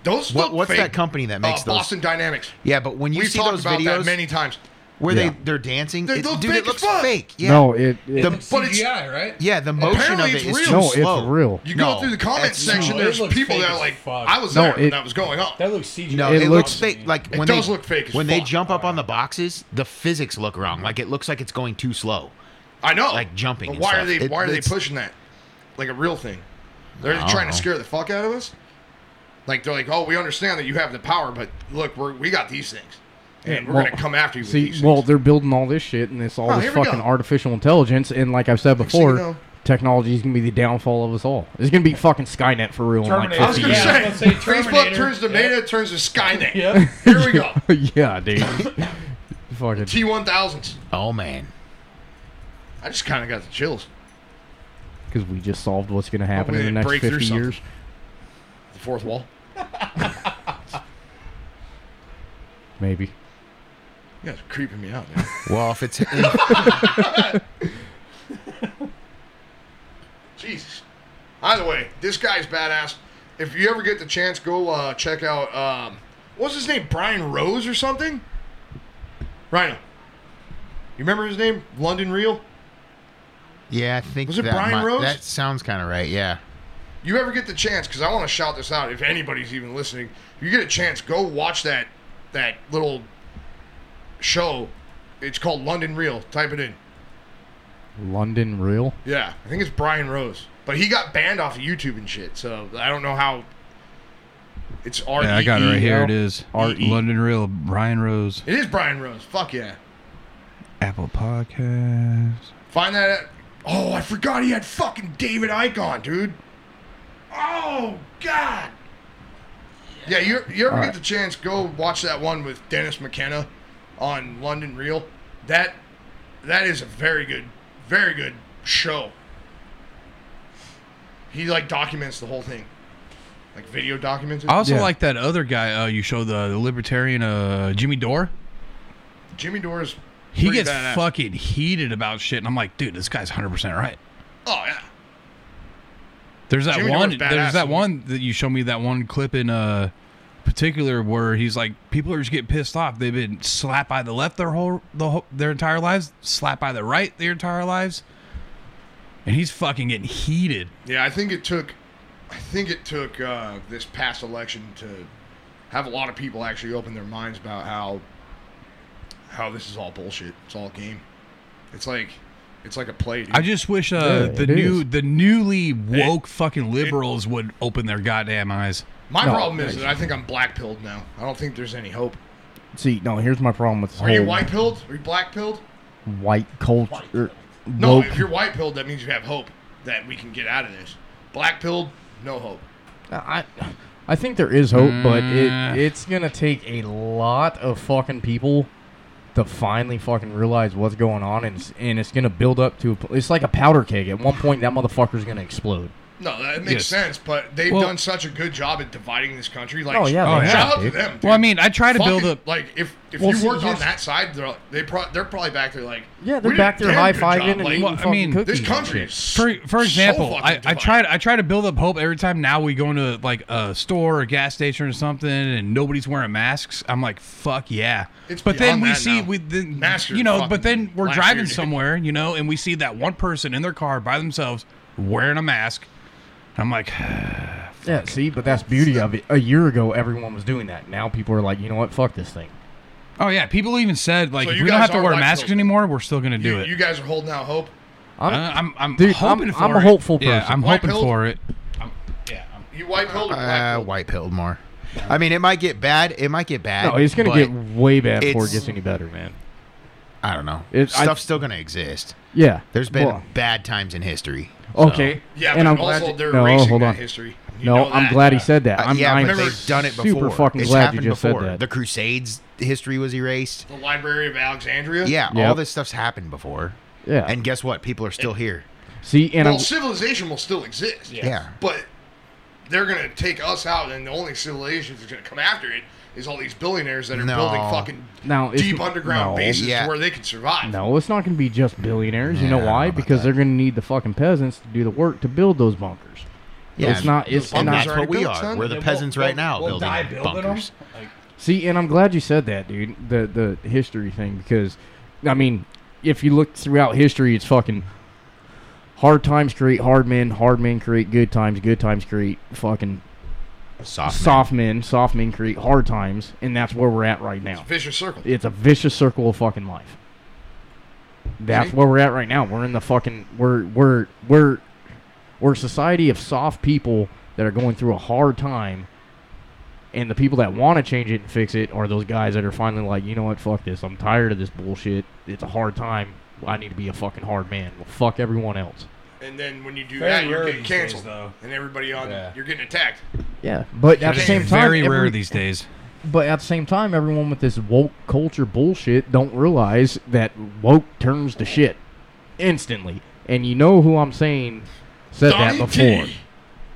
[SPEAKER 3] Those
[SPEAKER 6] What-
[SPEAKER 3] look
[SPEAKER 6] what's
[SPEAKER 3] fake.
[SPEAKER 6] that company that makes
[SPEAKER 3] uh,
[SPEAKER 6] those?
[SPEAKER 3] Boston Dynamics?
[SPEAKER 6] Yeah, but when you
[SPEAKER 3] We've
[SPEAKER 6] see
[SPEAKER 3] talked
[SPEAKER 6] those
[SPEAKER 3] about
[SPEAKER 6] videos
[SPEAKER 3] that many times.
[SPEAKER 6] where
[SPEAKER 4] Yeah.
[SPEAKER 6] they they're dancing,
[SPEAKER 3] They
[SPEAKER 6] it,
[SPEAKER 3] look
[SPEAKER 6] dude,
[SPEAKER 3] fake
[SPEAKER 6] it
[SPEAKER 3] as
[SPEAKER 6] looks
[SPEAKER 3] fuck.
[SPEAKER 6] fake. Yeah.
[SPEAKER 4] No, it. it
[SPEAKER 6] The-
[SPEAKER 3] But it's
[SPEAKER 5] right?
[SPEAKER 6] yeah, the motion of
[SPEAKER 3] Apparently
[SPEAKER 6] it
[SPEAKER 3] it's
[SPEAKER 6] is
[SPEAKER 3] real.
[SPEAKER 6] too
[SPEAKER 4] no,
[SPEAKER 6] slow.
[SPEAKER 4] it's real.
[SPEAKER 3] you go
[SPEAKER 6] No,
[SPEAKER 3] through the comment
[SPEAKER 6] that's-
[SPEAKER 3] section.
[SPEAKER 5] no, it
[SPEAKER 3] there's
[SPEAKER 5] looks
[SPEAKER 3] people
[SPEAKER 5] fake
[SPEAKER 3] that are
[SPEAKER 5] as
[SPEAKER 3] like,
[SPEAKER 5] fuck.
[SPEAKER 3] I was
[SPEAKER 4] No,
[SPEAKER 3] there when
[SPEAKER 4] it-
[SPEAKER 3] that was going on.
[SPEAKER 5] That looks CGI.
[SPEAKER 6] No,
[SPEAKER 4] It
[SPEAKER 6] it,
[SPEAKER 4] looks-
[SPEAKER 6] looks fake. Like
[SPEAKER 3] It
[SPEAKER 6] when
[SPEAKER 3] does
[SPEAKER 6] they
[SPEAKER 3] look fake as
[SPEAKER 6] when they
[SPEAKER 3] fuck.
[SPEAKER 6] jump up on the boxes, the physics look wrong. Like it looks like it's going too slow.
[SPEAKER 3] I know.
[SPEAKER 6] like jumping
[SPEAKER 3] But
[SPEAKER 6] and
[SPEAKER 3] why are
[SPEAKER 6] stuff.
[SPEAKER 3] they?
[SPEAKER 6] It-
[SPEAKER 3] why are they
[SPEAKER 6] it's-
[SPEAKER 3] pushing that? Like a real thing. They're
[SPEAKER 6] I
[SPEAKER 3] just
[SPEAKER 6] don't
[SPEAKER 3] trying to
[SPEAKER 6] know.
[SPEAKER 3] scare the fuck out of us. Like they're like, oh, we understand that you have the power, but look, we're, we got these things, and we're
[SPEAKER 4] Well,
[SPEAKER 3] gonna come after you. with
[SPEAKER 4] See,
[SPEAKER 3] these
[SPEAKER 4] well,
[SPEAKER 3] things.
[SPEAKER 4] they're building all this shit, and it's all
[SPEAKER 3] Oh,
[SPEAKER 4] this
[SPEAKER 3] here we
[SPEAKER 4] fucking
[SPEAKER 3] go.
[SPEAKER 4] artificial intelligence. And like I've said
[SPEAKER 3] thing you
[SPEAKER 4] before,
[SPEAKER 3] know.
[SPEAKER 4] technology is gonna be the downfall of us all. It's gonna be fucking Skynet for real. in, like,
[SPEAKER 5] Terminator.
[SPEAKER 3] I was
[SPEAKER 4] 50
[SPEAKER 3] gonna
[SPEAKER 4] years.
[SPEAKER 5] Yeah, I was
[SPEAKER 3] say,
[SPEAKER 5] gonna say
[SPEAKER 3] Facebook
[SPEAKER 5] Terminator.
[SPEAKER 3] turns to
[SPEAKER 5] Yeah.
[SPEAKER 3] Meta, turns to Skynet.
[SPEAKER 5] Yeah.
[SPEAKER 3] Here we go.
[SPEAKER 4] yeah, dude. fucking
[SPEAKER 3] T1000s.
[SPEAKER 6] Oh man.
[SPEAKER 3] I just kind of got the chills.
[SPEAKER 4] because we just solved what's gonna happen in
[SPEAKER 3] Hopefully
[SPEAKER 4] the
[SPEAKER 3] they
[SPEAKER 4] next
[SPEAKER 3] break through
[SPEAKER 4] fifty years.
[SPEAKER 3] The fourth wall.
[SPEAKER 4] Maybe.
[SPEAKER 3] You guys are creeping me out, man.
[SPEAKER 6] Well, if it's
[SPEAKER 3] Jesus. Either way, this guy's badass. If you ever get the chance, go uh, check out um, what's his name, Brian Rose or something. Rhino. You remember his name, London Real?
[SPEAKER 6] yeah, I think
[SPEAKER 3] Was it
[SPEAKER 6] that
[SPEAKER 3] Brian
[SPEAKER 6] might-
[SPEAKER 3] Rose?
[SPEAKER 6] That sounds kind of right. Yeah.
[SPEAKER 3] you ever get the chance, because I want to shout this out if anybody's even listening, if you get a chance, go watch that that little show. It's called London Real. Type it in.
[SPEAKER 4] London Real.
[SPEAKER 3] Yeah, I think it's Brian Rose, but he got banned off of YouTube and shit. So I don't know how. It's R.
[SPEAKER 5] Yeah, I got it right here. It
[SPEAKER 3] E E L.
[SPEAKER 5] is.
[SPEAKER 3] R-E.
[SPEAKER 5] London Real, Brian Rose,
[SPEAKER 3] It is Brian Rose. Fuck yeah.
[SPEAKER 5] Apple Podcast.
[SPEAKER 3] Find that. At, oh, I forgot he had fucking David Icke on, dude. Oh God. Yeah, you you ever
[SPEAKER 4] All
[SPEAKER 3] get
[SPEAKER 4] right.
[SPEAKER 3] the chance, go watch that one with Dennis McKenna on London Real. That that is a very good, very good show. He like documents the whole thing, like video documents. it.
[SPEAKER 5] I also
[SPEAKER 4] Yeah.
[SPEAKER 5] like that other guy uh, you showed, the, the libertarian uh, Jimmy Dore.
[SPEAKER 3] Jimmy Dore's
[SPEAKER 5] He
[SPEAKER 3] pretty
[SPEAKER 5] gets
[SPEAKER 3] badass.
[SPEAKER 5] fucking heated about shit, and I'm like, dude, this guy's 100% right.
[SPEAKER 3] Oh yeah,
[SPEAKER 5] There's that
[SPEAKER 3] Jimmy
[SPEAKER 5] one.
[SPEAKER 3] Dore's badass.
[SPEAKER 5] There's that one that you showed me. That one clip in uh, particular where he's like, people are just getting pissed off. They've been slapped by the left their whole, the whole their entire lives, slapped by the right their entire lives, and he's fucking getting heated.
[SPEAKER 3] yeah. I think it took, I think it took uh, this past election to have a lot of people actually open their minds about how how this is all bullshit. It's all a game. It's like it's like a play. Dude.
[SPEAKER 5] I just wish uh,
[SPEAKER 4] Yeah,
[SPEAKER 5] the
[SPEAKER 4] it
[SPEAKER 5] new
[SPEAKER 4] is.
[SPEAKER 5] the newly woke fucking liberals would open their goddamn eyes.
[SPEAKER 3] My
[SPEAKER 4] No,
[SPEAKER 3] problem is
[SPEAKER 4] I-
[SPEAKER 3] that I think I'm black pilled now. I don't think there's any hope.
[SPEAKER 4] See, no, here's my problem with this
[SPEAKER 3] Are
[SPEAKER 4] whole
[SPEAKER 3] you white pilled? Are you black pilled?
[SPEAKER 4] white culture.
[SPEAKER 3] No.
[SPEAKER 4] woke-
[SPEAKER 3] If you're white pilled, that means you have hope that we can get out of this. Black pilled, no hope.
[SPEAKER 4] I, I think there is hope, but
[SPEAKER 5] Mm.
[SPEAKER 4] it it's gonna take a lot of fucking people to finally fucking realize what's going on, and it's, and it's gonna build up to. A, it's like a powder keg. At one point, that motherfucker's gonna explode.
[SPEAKER 3] No, that makes
[SPEAKER 5] Yes.
[SPEAKER 3] sense, but they've
[SPEAKER 5] Well-
[SPEAKER 3] done such a good job at dividing this country. Like,
[SPEAKER 4] Oh, yeah,
[SPEAKER 3] shout
[SPEAKER 5] they have,
[SPEAKER 3] out to
[SPEAKER 4] dude.
[SPEAKER 3] them. Dude.
[SPEAKER 5] Well, I mean, I try to build
[SPEAKER 3] Fucking-
[SPEAKER 5] up.
[SPEAKER 3] Like, if if
[SPEAKER 4] Well,
[SPEAKER 3] you
[SPEAKER 4] see,
[SPEAKER 3] worked on
[SPEAKER 4] here's-
[SPEAKER 3] that side, they're they pro- they're probably back there like
[SPEAKER 4] Yeah,
[SPEAKER 3] "We
[SPEAKER 4] they're
[SPEAKER 3] did
[SPEAKER 4] back
[SPEAKER 3] a
[SPEAKER 4] there
[SPEAKER 3] damn
[SPEAKER 4] high
[SPEAKER 3] good
[SPEAKER 4] fiving
[SPEAKER 3] job."
[SPEAKER 4] and
[SPEAKER 3] Like,
[SPEAKER 4] eating
[SPEAKER 5] Well, I
[SPEAKER 4] fucking
[SPEAKER 5] mean,
[SPEAKER 4] cookies
[SPEAKER 3] this
[SPEAKER 4] and
[SPEAKER 3] country
[SPEAKER 4] shit.
[SPEAKER 3] is
[SPEAKER 5] For, for example,
[SPEAKER 3] so
[SPEAKER 5] I,
[SPEAKER 3] fucking
[SPEAKER 5] I try
[SPEAKER 3] divided.
[SPEAKER 5] to I try to build up hope every time. Now we go into like a store or a gas station or something, and nobody's wering masks. I'm like, fuck yeah.
[SPEAKER 3] It's
[SPEAKER 5] but then
[SPEAKER 3] beyond
[SPEAKER 5] we
[SPEAKER 3] that
[SPEAKER 5] see
[SPEAKER 3] now.
[SPEAKER 5] we then
[SPEAKER 3] Masks are
[SPEAKER 5] you know,
[SPEAKER 3] fucking
[SPEAKER 5] but then we're
[SPEAKER 3] last
[SPEAKER 5] driving
[SPEAKER 3] year.
[SPEAKER 5] somewhere, you know, and we see that one person in their car by themselves wearing a mask. I'm like,
[SPEAKER 4] Yeah, see, but that's beauty of it. A year ago, everyone was doing that. Now people are like, you know what? Fuck this thing.
[SPEAKER 5] oh yeah. People even said like,
[SPEAKER 3] So
[SPEAKER 5] if
[SPEAKER 3] you
[SPEAKER 5] we don't
[SPEAKER 3] guys
[SPEAKER 5] have to
[SPEAKER 3] are
[SPEAKER 5] wear
[SPEAKER 3] white
[SPEAKER 5] masks
[SPEAKER 3] people.
[SPEAKER 5] anymore, we're still gonna do
[SPEAKER 3] you,
[SPEAKER 5] it.
[SPEAKER 3] you guys are holding out hope.
[SPEAKER 4] I'm,
[SPEAKER 5] Uh, I'm I'm
[SPEAKER 4] Dude,
[SPEAKER 5] hoping
[SPEAKER 4] I'm-
[SPEAKER 5] for
[SPEAKER 4] I'm a
[SPEAKER 5] it.
[SPEAKER 4] hopeful
[SPEAKER 5] Yeah,
[SPEAKER 4] person.
[SPEAKER 5] I'm
[SPEAKER 3] White
[SPEAKER 5] hoping
[SPEAKER 3] pilled?
[SPEAKER 5] for it. I'm, yeah, I'm
[SPEAKER 3] You white pilled or black
[SPEAKER 6] Uh,
[SPEAKER 3] pilled?
[SPEAKER 6] white pilled more. I mean, it might get bad. It might get bad.
[SPEAKER 4] no, it's gonna
[SPEAKER 6] but
[SPEAKER 4] get way bad before it
[SPEAKER 6] it's-
[SPEAKER 4] gets any better, man.
[SPEAKER 6] I don't know.
[SPEAKER 4] It- I-
[SPEAKER 6] Stuff's still gonna exist.
[SPEAKER 4] Yeah,
[SPEAKER 6] There's been
[SPEAKER 4] Well,
[SPEAKER 6] bad times in history. so-
[SPEAKER 4] okay,
[SPEAKER 3] Yeah,
[SPEAKER 4] and
[SPEAKER 3] but
[SPEAKER 4] I'm
[SPEAKER 3] also
[SPEAKER 4] glad. you-
[SPEAKER 3] they're
[SPEAKER 4] no,
[SPEAKER 3] erasing
[SPEAKER 4] hold
[SPEAKER 3] that
[SPEAKER 4] on.
[SPEAKER 3] history. You
[SPEAKER 4] No,
[SPEAKER 3] know
[SPEAKER 4] I'm
[SPEAKER 3] that.
[SPEAKER 4] glad he said that.
[SPEAKER 6] Uh,
[SPEAKER 4] I'm,
[SPEAKER 6] yeah,
[SPEAKER 4] I'm
[SPEAKER 6] but they've
[SPEAKER 3] remember-
[SPEAKER 6] done it before.
[SPEAKER 4] super fucking
[SPEAKER 6] it's
[SPEAKER 4] glad you
[SPEAKER 6] happened
[SPEAKER 4] just said
[SPEAKER 6] before.
[SPEAKER 4] that.
[SPEAKER 6] The Crusades history was erased.
[SPEAKER 3] The Library of Alexandria.
[SPEAKER 6] Yeah, all
[SPEAKER 4] Yep.
[SPEAKER 6] this stuff's happened before.
[SPEAKER 4] Yeah.
[SPEAKER 6] And guess what? People are still here.
[SPEAKER 4] see, and
[SPEAKER 3] well,
[SPEAKER 4] I'm,
[SPEAKER 3] civilization will still exist.
[SPEAKER 6] Yeah.
[SPEAKER 3] But they're gonna take us out, and the only civilization that's gonna come after it is all these billionaires that are
[SPEAKER 6] No.
[SPEAKER 3] building fucking
[SPEAKER 4] Now, it's-
[SPEAKER 3] deep underground
[SPEAKER 4] no.
[SPEAKER 3] bases
[SPEAKER 6] Yeah.
[SPEAKER 3] where they can survive.
[SPEAKER 4] no, it's not going to be just billionaires. You
[SPEAKER 6] Yeah, I
[SPEAKER 4] know
[SPEAKER 6] don't know
[SPEAKER 4] why?
[SPEAKER 6] about
[SPEAKER 4] because
[SPEAKER 6] that.
[SPEAKER 4] they're going to need the fucking peasants to do the work to build those bunkers.
[SPEAKER 6] Yeah,
[SPEAKER 4] it's not. It's
[SPEAKER 3] bunkers
[SPEAKER 6] And
[SPEAKER 4] not.
[SPEAKER 6] that's
[SPEAKER 3] already
[SPEAKER 6] what we
[SPEAKER 3] built,
[SPEAKER 6] are.
[SPEAKER 3] son.
[SPEAKER 6] We're the peasants right now building bunkers.
[SPEAKER 4] See, and I'm glad you said that, dude. The the history thing because, I mean, if you look throughout history, it's fucking hard times create hard men, hard men create good times, good times create fucking
[SPEAKER 6] Soft.
[SPEAKER 4] soft men, soft men create hard times, and that's where we're at right now.
[SPEAKER 3] Vicious circle.
[SPEAKER 4] It's a vicious circle of fucking life. That's
[SPEAKER 3] See?
[SPEAKER 4] where we're at right now. We're in the fucking we're we're we're we're a society of soft people that are going through a hard time, and the people that want to change it and fix it are those guys that are finally like, you know what, fuck this. I'm tired of this bullshit. It's a hard time. I need to be a fucking hard man. Well, fuck everyone else.
[SPEAKER 3] And then when you do
[SPEAKER 5] Very
[SPEAKER 3] that, you're
[SPEAKER 5] rare
[SPEAKER 3] getting
[SPEAKER 5] these days,
[SPEAKER 3] canceled,
[SPEAKER 5] though.
[SPEAKER 3] and everybody on
[SPEAKER 5] Yeah.
[SPEAKER 3] you're getting attacked.
[SPEAKER 4] Yeah, but at the
[SPEAKER 3] It's
[SPEAKER 4] same time,
[SPEAKER 5] very rare
[SPEAKER 4] every-
[SPEAKER 5] these days.
[SPEAKER 4] But at the same time, everyone with this woke culture bullshit don't realize that woke turns to shit instantly. And you know who I'm saying said that
[SPEAKER 3] Donnie
[SPEAKER 4] before.
[SPEAKER 3] T.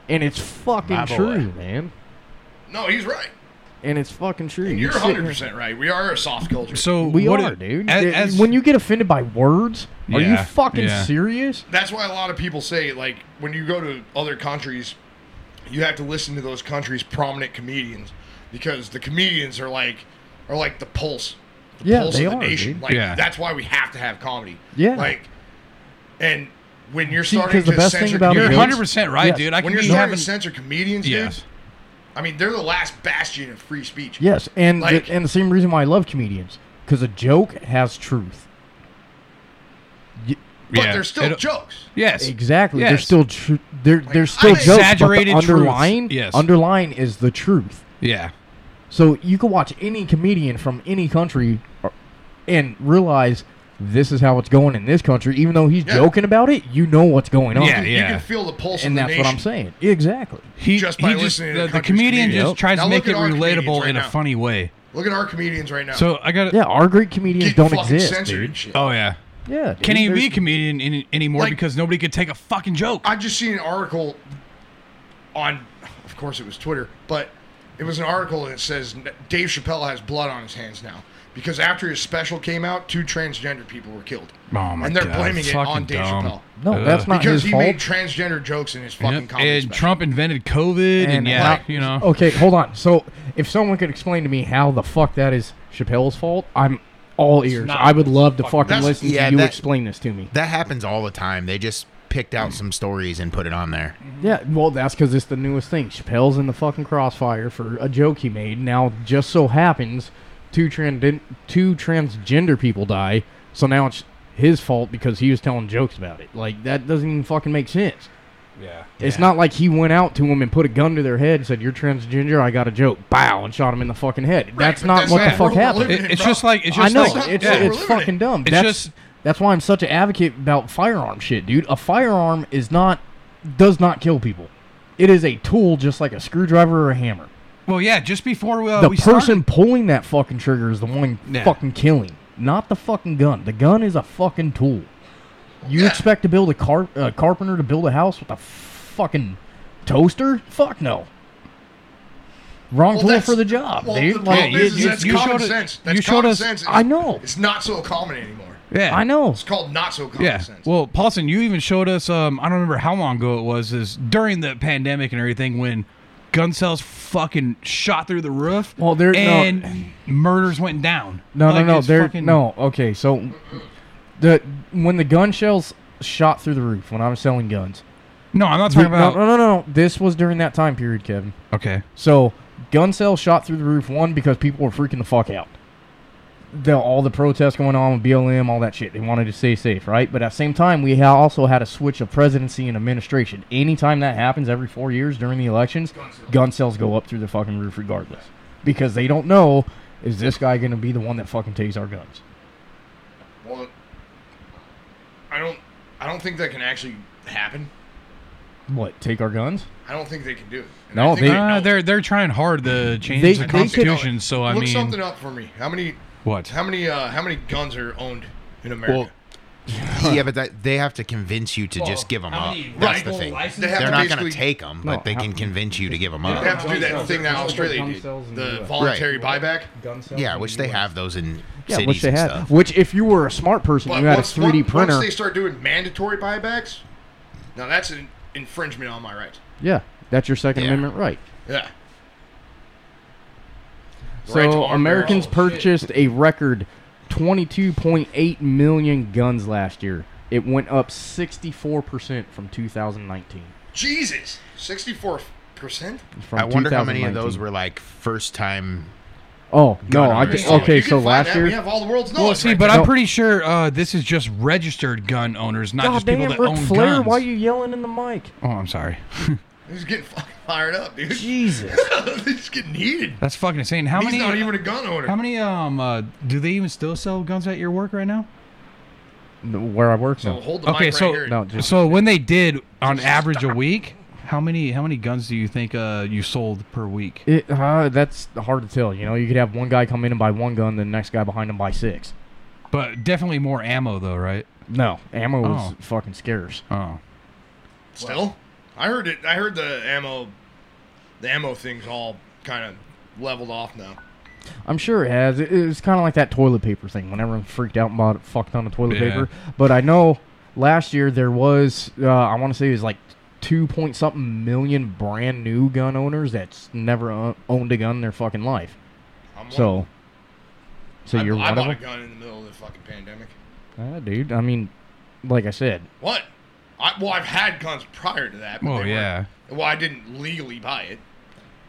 [SPEAKER 4] And it's fucking
[SPEAKER 6] My boy.
[SPEAKER 4] true, man.
[SPEAKER 3] No, he's right.
[SPEAKER 4] And it's fucking true.
[SPEAKER 3] You're
[SPEAKER 4] sitting
[SPEAKER 3] 100 percent right. We are a soft culture.
[SPEAKER 5] So
[SPEAKER 4] there- We
[SPEAKER 5] what
[SPEAKER 4] are,
[SPEAKER 5] it-
[SPEAKER 4] dude.
[SPEAKER 5] As,
[SPEAKER 4] Th-
[SPEAKER 5] as-
[SPEAKER 4] when you get offended by words, are you
[SPEAKER 5] Yeah,
[SPEAKER 4] fucking
[SPEAKER 5] yeah.
[SPEAKER 4] serious?
[SPEAKER 3] that's why a lot of people say like when you go to other countries, you have to listen to those countries' prominent comedians because the comedians are like are like the pulse, the
[SPEAKER 4] Yeah,
[SPEAKER 3] pulse
[SPEAKER 4] they
[SPEAKER 3] of the
[SPEAKER 4] are,
[SPEAKER 3] nation.
[SPEAKER 4] dude.
[SPEAKER 3] Like
[SPEAKER 5] Yeah.
[SPEAKER 3] that's why we have to have comedy.
[SPEAKER 4] Yeah.
[SPEAKER 3] like and when you're
[SPEAKER 4] See,
[SPEAKER 3] starting
[SPEAKER 4] 'cause the
[SPEAKER 3] to
[SPEAKER 4] best thing
[SPEAKER 3] censor
[SPEAKER 4] about it
[SPEAKER 5] you're
[SPEAKER 4] is-
[SPEAKER 5] 100 percent right,
[SPEAKER 4] Yes.
[SPEAKER 5] dude. I
[SPEAKER 3] when
[SPEAKER 5] can
[SPEAKER 3] you're
[SPEAKER 5] be
[SPEAKER 3] starting
[SPEAKER 5] having
[SPEAKER 3] to censor comedians,
[SPEAKER 5] yes.
[SPEAKER 3] dude. I mean, they're the last bastion of free speech.
[SPEAKER 4] Yes, and
[SPEAKER 3] Like-
[SPEAKER 4] the, and the same reason why I love comedians because a joke has truth. Y-
[SPEAKER 3] But
[SPEAKER 5] yeah.
[SPEAKER 3] they're still
[SPEAKER 5] It'll-
[SPEAKER 3] jokes.
[SPEAKER 5] Yes.
[SPEAKER 4] Exactly. They're
[SPEAKER 5] Yes.
[SPEAKER 4] still tr- they're they're still jokes, but the
[SPEAKER 5] exaggerated truths.
[SPEAKER 4] underline
[SPEAKER 5] Yes.
[SPEAKER 4] underline is the truth.
[SPEAKER 5] Yeah.
[SPEAKER 4] So you can watch any comedian from any country or- and realize this is how it's going in this country, even though he's
[SPEAKER 3] Yeah.
[SPEAKER 4] joking about it. You know what's going on.
[SPEAKER 5] Yeah,
[SPEAKER 3] You
[SPEAKER 5] yeah.
[SPEAKER 3] can feel the pulse
[SPEAKER 4] and
[SPEAKER 3] of
[SPEAKER 4] that's
[SPEAKER 3] the
[SPEAKER 4] what
[SPEAKER 3] nation.
[SPEAKER 4] I'm saying. Exactly.
[SPEAKER 5] He
[SPEAKER 3] Just by
[SPEAKER 5] he
[SPEAKER 3] listening to the
[SPEAKER 5] the, the
[SPEAKER 3] country's
[SPEAKER 5] comedian
[SPEAKER 3] comedians.
[SPEAKER 5] just tries
[SPEAKER 3] Now
[SPEAKER 5] to
[SPEAKER 3] look
[SPEAKER 5] make it
[SPEAKER 3] at our comedians
[SPEAKER 5] relatable
[SPEAKER 3] right
[SPEAKER 5] in
[SPEAKER 3] now.
[SPEAKER 5] a funny way.
[SPEAKER 3] Look at our comedians right now.
[SPEAKER 5] So I got to
[SPEAKER 4] Yeah, our great comedians
[SPEAKER 3] Getting
[SPEAKER 4] don't
[SPEAKER 3] fucking
[SPEAKER 4] exist,
[SPEAKER 3] censored
[SPEAKER 4] dude.
[SPEAKER 3] and shit.
[SPEAKER 5] Oh yeah.
[SPEAKER 4] Yeah, dude,
[SPEAKER 5] Can't even
[SPEAKER 4] there's-
[SPEAKER 5] be a comedian any, anymore
[SPEAKER 3] Like-
[SPEAKER 5] because nobody could take a fucking joke.
[SPEAKER 3] I just seen an article on, of course, it was Twitter, but it was an article that says Dave Chappelle has blood on his hands now because after his special came out, two transgender people were killed,
[SPEAKER 5] oh my
[SPEAKER 3] and they're
[SPEAKER 5] God,
[SPEAKER 3] blaming it
[SPEAKER 5] fucking
[SPEAKER 3] on Dave
[SPEAKER 5] dumb.
[SPEAKER 3] Chappelle
[SPEAKER 4] No,
[SPEAKER 5] Ugh.
[SPEAKER 4] that's not
[SPEAKER 3] because
[SPEAKER 4] his
[SPEAKER 3] he
[SPEAKER 4] fault.
[SPEAKER 3] made transgender jokes in his fucking
[SPEAKER 5] Yep.
[SPEAKER 3] comedy
[SPEAKER 5] And
[SPEAKER 3] special. Oh,
[SPEAKER 5] Trump invented COVID, and, yeah,
[SPEAKER 4] like-
[SPEAKER 5] you know.
[SPEAKER 4] Okay, hold on. So if someone could explain to me how the fuck that is Chappelle's fault, I'm all ears.
[SPEAKER 5] not
[SPEAKER 4] I would love to
[SPEAKER 5] fucking-
[SPEAKER 4] fucking
[SPEAKER 3] That's-
[SPEAKER 4] listen
[SPEAKER 6] yeah,
[SPEAKER 4] to you
[SPEAKER 6] that-
[SPEAKER 4] explain this to me.
[SPEAKER 6] That happens all the time. They just picked out some stories and put it on there.
[SPEAKER 4] Yeah, well, that's because it's the newest thing. Chappelle's in the fucking crossfire for a joke he made. Now, just so happens, two trans two transgender people die. So now it's his fault because he was telling jokes about it. Like that doesn't even fucking make sense.
[SPEAKER 5] Yeah.
[SPEAKER 4] It's not like he went out to him and put a gun to their head and said, "You're transgender. I got a joke." Bow and shot him in the fucking head. that's
[SPEAKER 3] but
[SPEAKER 4] not
[SPEAKER 3] that's
[SPEAKER 4] what
[SPEAKER 3] not
[SPEAKER 4] the fuck
[SPEAKER 3] what we're
[SPEAKER 4] happened.
[SPEAKER 3] living
[SPEAKER 5] It- it's
[SPEAKER 3] Bro.
[SPEAKER 5] just like it's
[SPEAKER 4] I
[SPEAKER 5] just
[SPEAKER 4] know it's
[SPEAKER 5] like
[SPEAKER 3] yeah.
[SPEAKER 4] it's
[SPEAKER 3] We're limited.
[SPEAKER 4] fucking dumb.
[SPEAKER 5] It's
[SPEAKER 4] that's
[SPEAKER 5] just-
[SPEAKER 4] that's why I'm such an advocate about firearm shit, dude. A firearm is not does not kill people. It is a tool just like a screwdriver or a hammer.
[SPEAKER 5] well, yeah. Just before uh,
[SPEAKER 4] the
[SPEAKER 5] we
[SPEAKER 4] person
[SPEAKER 5] started,
[SPEAKER 4] pulling that fucking trigger is the one
[SPEAKER 5] Yeah.
[SPEAKER 4] fucking killing, not the fucking gun. The gun is a fucking tool. You
[SPEAKER 3] Yeah.
[SPEAKER 4] expect to build a car a carpenter to build a house with a fucking toaster? Fuck no. Wrong
[SPEAKER 3] Well,
[SPEAKER 4] tool
[SPEAKER 3] that's-
[SPEAKER 4] for the job,
[SPEAKER 3] well,
[SPEAKER 4] dude.
[SPEAKER 3] The
[SPEAKER 4] Like,
[SPEAKER 3] problem
[SPEAKER 5] you-
[SPEAKER 3] is, is
[SPEAKER 5] you-
[SPEAKER 3] that's
[SPEAKER 5] you
[SPEAKER 3] common
[SPEAKER 5] showed us-
[SPEAKER 3] sense.
[SPEAKER 5] you
[SPEAKER 3] That's
[SPEAKER 5] showed
[SPEAKER 3] common
[SPEAKER 5] us-
[SPEAKER 3] sense.
[SPEAKER 4] I know.
[SPEAKER 3] It's not so common anymore.
[SPEAKER 5] yeah,
[SPEAKER 4] I know.
[SPEAKER 3] It's called not so common
[SPEAKER 5] Yeah.
[SPEAKER 3] sense.
[SPEAKER 5] Well, Paulson, you even showed us. Um, I don't remember how long ago it was. Is during the pandemic and everything when gun sales fucking shot through the roof.
[SPEAKER 4] Well, there- no.
[SPEAKER 5] and murders went down.
[SPEAKER 4] No,
[SPEAKER 5] Like,
[SPEAKER 4] no, no.
[SPEAKER 5] it's
[SPEAKER 4] There,
[SPEAKER 5] fucking-
[SPEAKER 4] no. Okay, so the when the gun shells shot through the roof when I was selling guns.
[SPEAKER 5] no. I'm not talking
[SPEAKER 4] no,
[SPEAKER 5] about.
[SPEAKER 4] no, no, no. This was during that time period, Kevin.
[SPEAKER 5] Okay.
[SPEAKER 4] So gun sales shot through the roof. One because people were freaking the fuck out. The, all the protests going on with BLM, all that shit. They wanted to stay safe, right? But at the same time, we ha- also had a switch of presidency and administration. Anytime that happens, every four years during the elections, gun sales go up through the fucking roof, regardless, because they don't know is this guy going to be the one that fucking takes our guns.
[SPEAKER 3] Well, I don't. I don't think that can actually happen.
[SPEAKER 4] What? Take our guns?
[SPEAKER 3] I don't think they can do it. And
[SPEAKER 4] No,
[SPEAKER 3] I think
[SPEAKER 4] they-
[SPEAKER 3] know
[SPEAKER 5] Uh,
[SPEAKER 3] it.
[SPEAKER 5] they're they're trying hard to change
[SPEAKER 4] They-
[SPEAKER 5] the
[SPEAKER 4] they could-
[SPEAKER 5] constitution. so I
[SPEAKER 3] Look
[SPEAKER 5] mean,
[SPEAKER 3] something up for me. How many?
[SPEAKER 5] what?
[SPEAKER 3] How many? Uh, how many guns are owned in America?
[SPEAKER 6] yeah, but that, they have to convince you to just give them
[SPEAKER 5] how
[SPEAKER 6] up.
[SPEAKER 5] many
[SPEAKER 6] That's
[SPEAKER 5] rifle
[SPEAKER 6] the thing.
[SPEAKER 5] licenses-
[SPEAKER 3] They have
[SPEAKER 6] They're
[SPEAKER 3] to
[SPEAKER 6] not going
[SPEAKER 3] basically-
[SPEAKER 6] to take them,
[SPEAKER 4] No,
[SPEAKER 6] but they
[SPEAKER 4] how-
[SPEAKER 6] can convince you to give them
[SPEAKER 3] They
[SPEAKER 6] up.
[SPEAKER 3] have to do that thing that Australia
[SPEAKER 4] Gun
[SPEAKER 3] did,
[SPEAKER 4] sales in the
[SPEAKER 3] the
[SPEAKER 4] US.
[SPEAKER 3] voluntary buyback.
[SPEAKER 4] Gun sales?
[SPEAKER 6] Yeah, which they have those in
[SPEAKER 4] Yeah,
[SPEAKER 6] cities
[SPEAKER 4] which they
[SPEAKER 6] and
[SPEAKER 4] had.
[SPEAKER 6] stuff.
[SPEAKER 4] Which, if you were a smart person, you had a
[SPEAKER 3] once-
[SPEAKER 4] 3D
[SPEAKER 3] once-
[SPEAKER 4] printer.
[SPEAKER 3] Once they start doing mandatory buybacks, now that's an infringement on my rights.
[SPEAKER 4] Yeah, that's your Second
[SPEAKER 3] Yeah.
[SPEAKER 4] Amendment right.
[SPEAKER 3] Yeah. Right to
[SPEAKER 4] So
[SPEAKER 3] arm
[SPEAKER 4] Americans
[SPEAKER 6] Oh,
[SPEAKER 3] yourself.
[SPEAKER 4] purchased a record 22.8 million guns last year. It went up 64% from 2019.
[SPEAKER 3] Jesus, sixty-four percent.
[SPEAKER 4] From
[SPEAKER 6] I wonder how many of
[SPEAKER 4] 2019.
[SPEAKER 6] those were like first time.
[SPEAKER 4] Oh, no,
[SPEAKER 6] Gun
[SPEAKER 4] I just
[SPEAKER 6] owners.
[SPEAKER 4] okay, so last
[SPEAKER 3] we
[SPEAKER 4] year
[SPEAKER 3] have all the world's knowledge.
[SPEAKER 5] Well, see,
[SPEAKER 3] right
[SPEAKER 5] but
[SPEAKER 3] now.
[SPEAKER 5] I'm
[SPEAKER 4] No.
[SPEAKER 5] pretty sure uh, this is just registered gun owners, not just people
[SPEAKER 4] Goddamn
[SPEAKER 5] that
[SPEAKER 4] Ric
[SPEAKER 5] own
[SPEAKER 4] Flair,
[SPEAKER 5] guns.
[SPEAKER 4] why are you yelling in the mic?
[SPEAKER 5] oh, I'm sorry.
[SPEAKER 3] he's getting fucking fired up, dude.
[SPEAKER 4] Jesus.
[SPEAKER 3] he's getting heated.
[SPEAKER 5] That's fucking insane. How
[SPEAKER 3] he's
[SPEAKER 5] many?
[SPEAKER 3] not even a gun owner.
[SPEAKER 5] How many? Um, uh, do they even still sell guns at your work right now?
[SPEAKER 4] No, Where I work
[SPEAKER 3] so
[SPEAKER 4] now.
[SPEAKER 3] hold the
[SPEAKER 5] Okay,
[SPEAKER 3] mic
[SPEAKER 5] so-
[SPEAKER 3] right here.
[SPEAKER 4] No, just
[SPEAKER 5] So when they did, on average, a week, how many? How many guns do you think uh, you sold per week?
[SPEAKER 4] it, uh, that's hard to tell. You know, you could have one guy come in and buy one gun, the next guy behind him buy six.
[SPEAKER 5] But definitely more ammo, though, right?
[SPEAKER 4] No, ammo was
[SPEAKER 5] Oh.
[SPEAKER 4] fucking scarce.
[SPEAKER 5] Oh,
[SPEAKER 3] Still, I heard it. I heard the ammo, the ammo thing's all kind of leveled off now.
[SPEAKER 4] I'm sure it has. It, it's kind of like that toilet paper thing. When everyone freaked out and bought fucked on the toilet
[SPEAKER 5] Yeah.
[SPEAKER 4] paper. But I know last year there was, uh, I want to say it was like two point something million brand new gun owners that's never o- owned a gun in their fucking life.
[SPEAKER 3] I'm one-
[SPEAKER 4] So, so
[SPEAKER 3] I,
[SPEAKER 4] you're
[SPEAKER 3] I
[SPEAKER 4] one
[SPEAKER 3] bought a
[SPEAKER 4] of
[SPEAKER 3] gun in the middle of the fucking pandemic.
[SPEAKER 4] them, uh, dude. I mean, like I said,
[SPEAKER 3] What? I, well, I've had guns prior to that. but
[SPEAKER 4] Oh,
[SPEAKER 5] well,
[SPEAKER 3] they weren't-
[SPEAKER 5] yeah.
[SPEAKER 3] Well, I didn't legally buy it.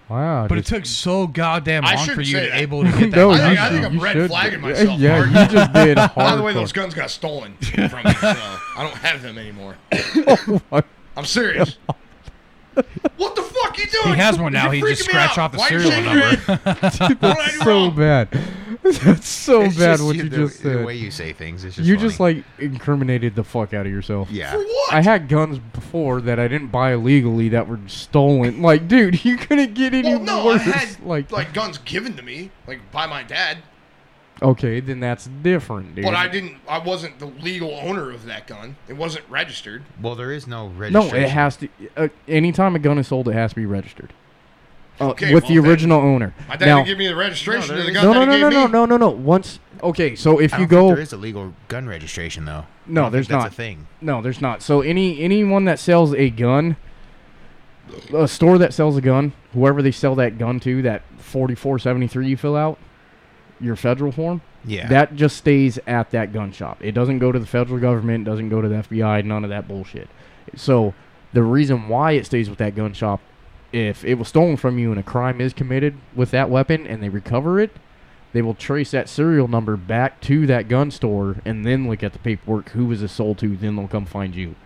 [SPEAKER 4] Wow.
[SPEAKER 5] But it
[SPEAKER 4] just-
[SPEAKER 5] took so goddamn
[SPEAKER 3] I
[SPEAKER 5] long
[SPEAKER 3] shouldn't
[SPEAKER 5] for you
[SPEAKER 3] say
[SPEAKER 5] to
[SPEAKER 3] that.
[SPEAKER 5] able to get that.
[SPEAKER 4] No,
[SPEAKER 5] back.
[SPEAKER 3] I think,
[SPEAKER 4] you
[SPEAKER 3] I think
[SPEAKER 4] should-
[SPEAKER 3] I'm
[SPEAKER 4] you
[SPEAKER 3] red
[SPEAKER 4] should.
[SPEAKER 3] flagging myself.
[SPEAKER 4] Yeah,
[SPEAKER 3] Mark.
[SPEAKER 4] you just did
[SPEAKER 3] By the way,
[SPEAKER 4] hardcore.
[SPEAKER 3] those guns got stolen from me, so I don't have them anymore. I'm serious. What the fuck you doing?
[SPEAKER 5] He has one now.
[SPEAKER 3] You're
[SPEAKER 5] He just
[SPEAKER 3] freaking me out.
[SPEAKER 5] scratch off the
[SPEAKER 3] Why you
[SPEAKER 5] serial
[SPEAKER 3] shaking your
[SPEAKER 5] number.
[SPEAKER 3] head? What did I do
[SPEAKER 4] That's so
[SPEAKER 3] wrong?
[SPEAKER 4] bad. That's so
[SPEAKER 10] It's
[SPEAKER 4] bad
[SPEAKER 10] just
[SPEAKER 4] what you,
[SPEAKER 10] the,
[SPEAKER 4] just
[SPEAKER 10] the
[SPEAKER 4] said.
[SPEAKER 10] way you say things. It's just
[SPEAKER 4] you
[SPEAKER 10] funny.
[SPEAKER 4] just like incriminated the fuck out of yourself.
[SPEAKER 10] yeah.
[SPEAKER 3] For what?
[SPEAKER 4] I had guns before that I didn't buy illegally that were stolen. Like, dude, you couldn't get any
[SPEAKER 3] well, no, I
[SPEAKER 4] worse.
[SPEAKER 3] had
[SPEAKER 4] like,
[SPEAKER 3] like, guns given to me, like by my dad,
[SPEAKER 4] okay, then that's different, dude.
[SPEAKER 3] but I didn't. I wasn't the legal owner of that gun. It wasn't registered.
[SPEAKER 10] Well, there is no
[SPEAKER 4] no,
[SPEAKER 10] registration.
[SPEAKER 4] it has to. Uh, anytime a gun is sold, it has to be registered uh,
[SPEAKER 3] Okay,
[SPEAKER 4] with the
[SPEAKER 3] well, then-
[SPEAKER 4] original owner.
[SPEAKER 3] My dad
[SPEAKER 4] now,
[SPEAKER 3] didn't give me the registration
[SPEAKER 10] No,
[SPEAKER 3] of the
[SPEAKER 10] there
[SPEAKER 3] gun
[SPEAKER 4] no,
[SPEAKER 3] that
[SPEAKER 4] no, no,
[SPEAKER 3] he
[SPEAKER 4] no,
[SPEAKER 3] gave
[SPEAKER 4] no,
[SPEAKER 3] me.
[SPEAKER 4] no, no, no. Once, okay, so if
[SPEAKER 10] I
[SPEAKER 4] you
[SPEAKER 10] don't think
[SPEAKER 4] go,
[SPEAKER 10] there is a legal gun registration though. I
[SPEAKER 4] no,
[SPEAKER 10] don't
[SPEAKER 4] there's
[SPEAKER 10] think that's
[SPEAKER 4] not.
[SPEAKER 10] a thing.
[SPEAKER 4] No, there's not. So any anyone that sells a gun, a store that sells a gun, whoever they sell that gun to, that forty four seventy three you fill out, your federal form,
[SPEAKER 10] Yeah.
[SPEAKER 4] that just stays at that gun shop. It doesn't go to the federal government, doesn't go to the FBI, none of that bullshit. So the reason why it stays with that gun shop, if it was stolen from you and a crime is committed with that weapon and they recover it, they will trace that serial number back to that gun store and then look at the paperwork who was it sold to, then they'll come find you.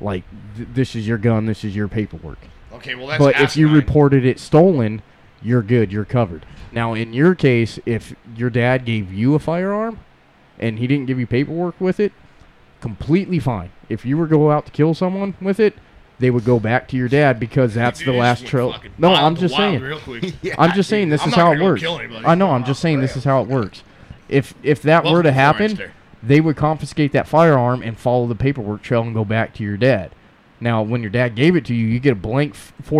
[SPEAKER 4] Like th- this is your gun, this is your paperwork
[SPEAKER 3] Okay, well that's.
[SPEAKER 4] but if you
[SPEAKER 3] asinine.
[SPEAKER 4] reported it stolen, you're good. You're covered. Now, in your case, if your dad gave you a firearm and he didn't give you paperwork with it, completely fine. If you were go out to kill someone with it, they would go back to your dad because that's
[SPEAKER 3] Dude,
[SPEAKER 4] the
[SPEAKER 3] this
[SPEAKER 4] last
[SPEAKER 3] went
[SPEAKER 4] trail.
[SPEAKER 3] fucking
[SPEAKER 4] No,
[SPEAKER 3] wild-
[SPEAKER 4] I'm just
[SPEAKER 3] wild
[SPEAKER 4] saying.
[SPEAKER 3] Real quick.
[SPEAKER 10] yeah.
[SPEAKER 4] I'm just saying this
[SPEAKER 3] I'm
[SPEAKER 4] is
[SPEAKER 3] not
[SPEAKER 4] how
[SPEAKER 3] gonna
[SPEAKER 4] it
[SPEAKER 3] go
[SPEAKER 4] works.
[SPEAKER 3] kill anybody.
[SPEAKER 4] I know. I'm just saying this is how it works. If if that were
[SPEAKER 3] Welcome
[SPEAKER 4] to
[SPEAKER 3] to
[SPEAKER 4] happen,
[SPEAKER 3] Florence,
[SPEAKER 4] they would confiscate that firearm and follow the paperwork trail and go back to your dad. Now, when your dad gave it to you, you get a blank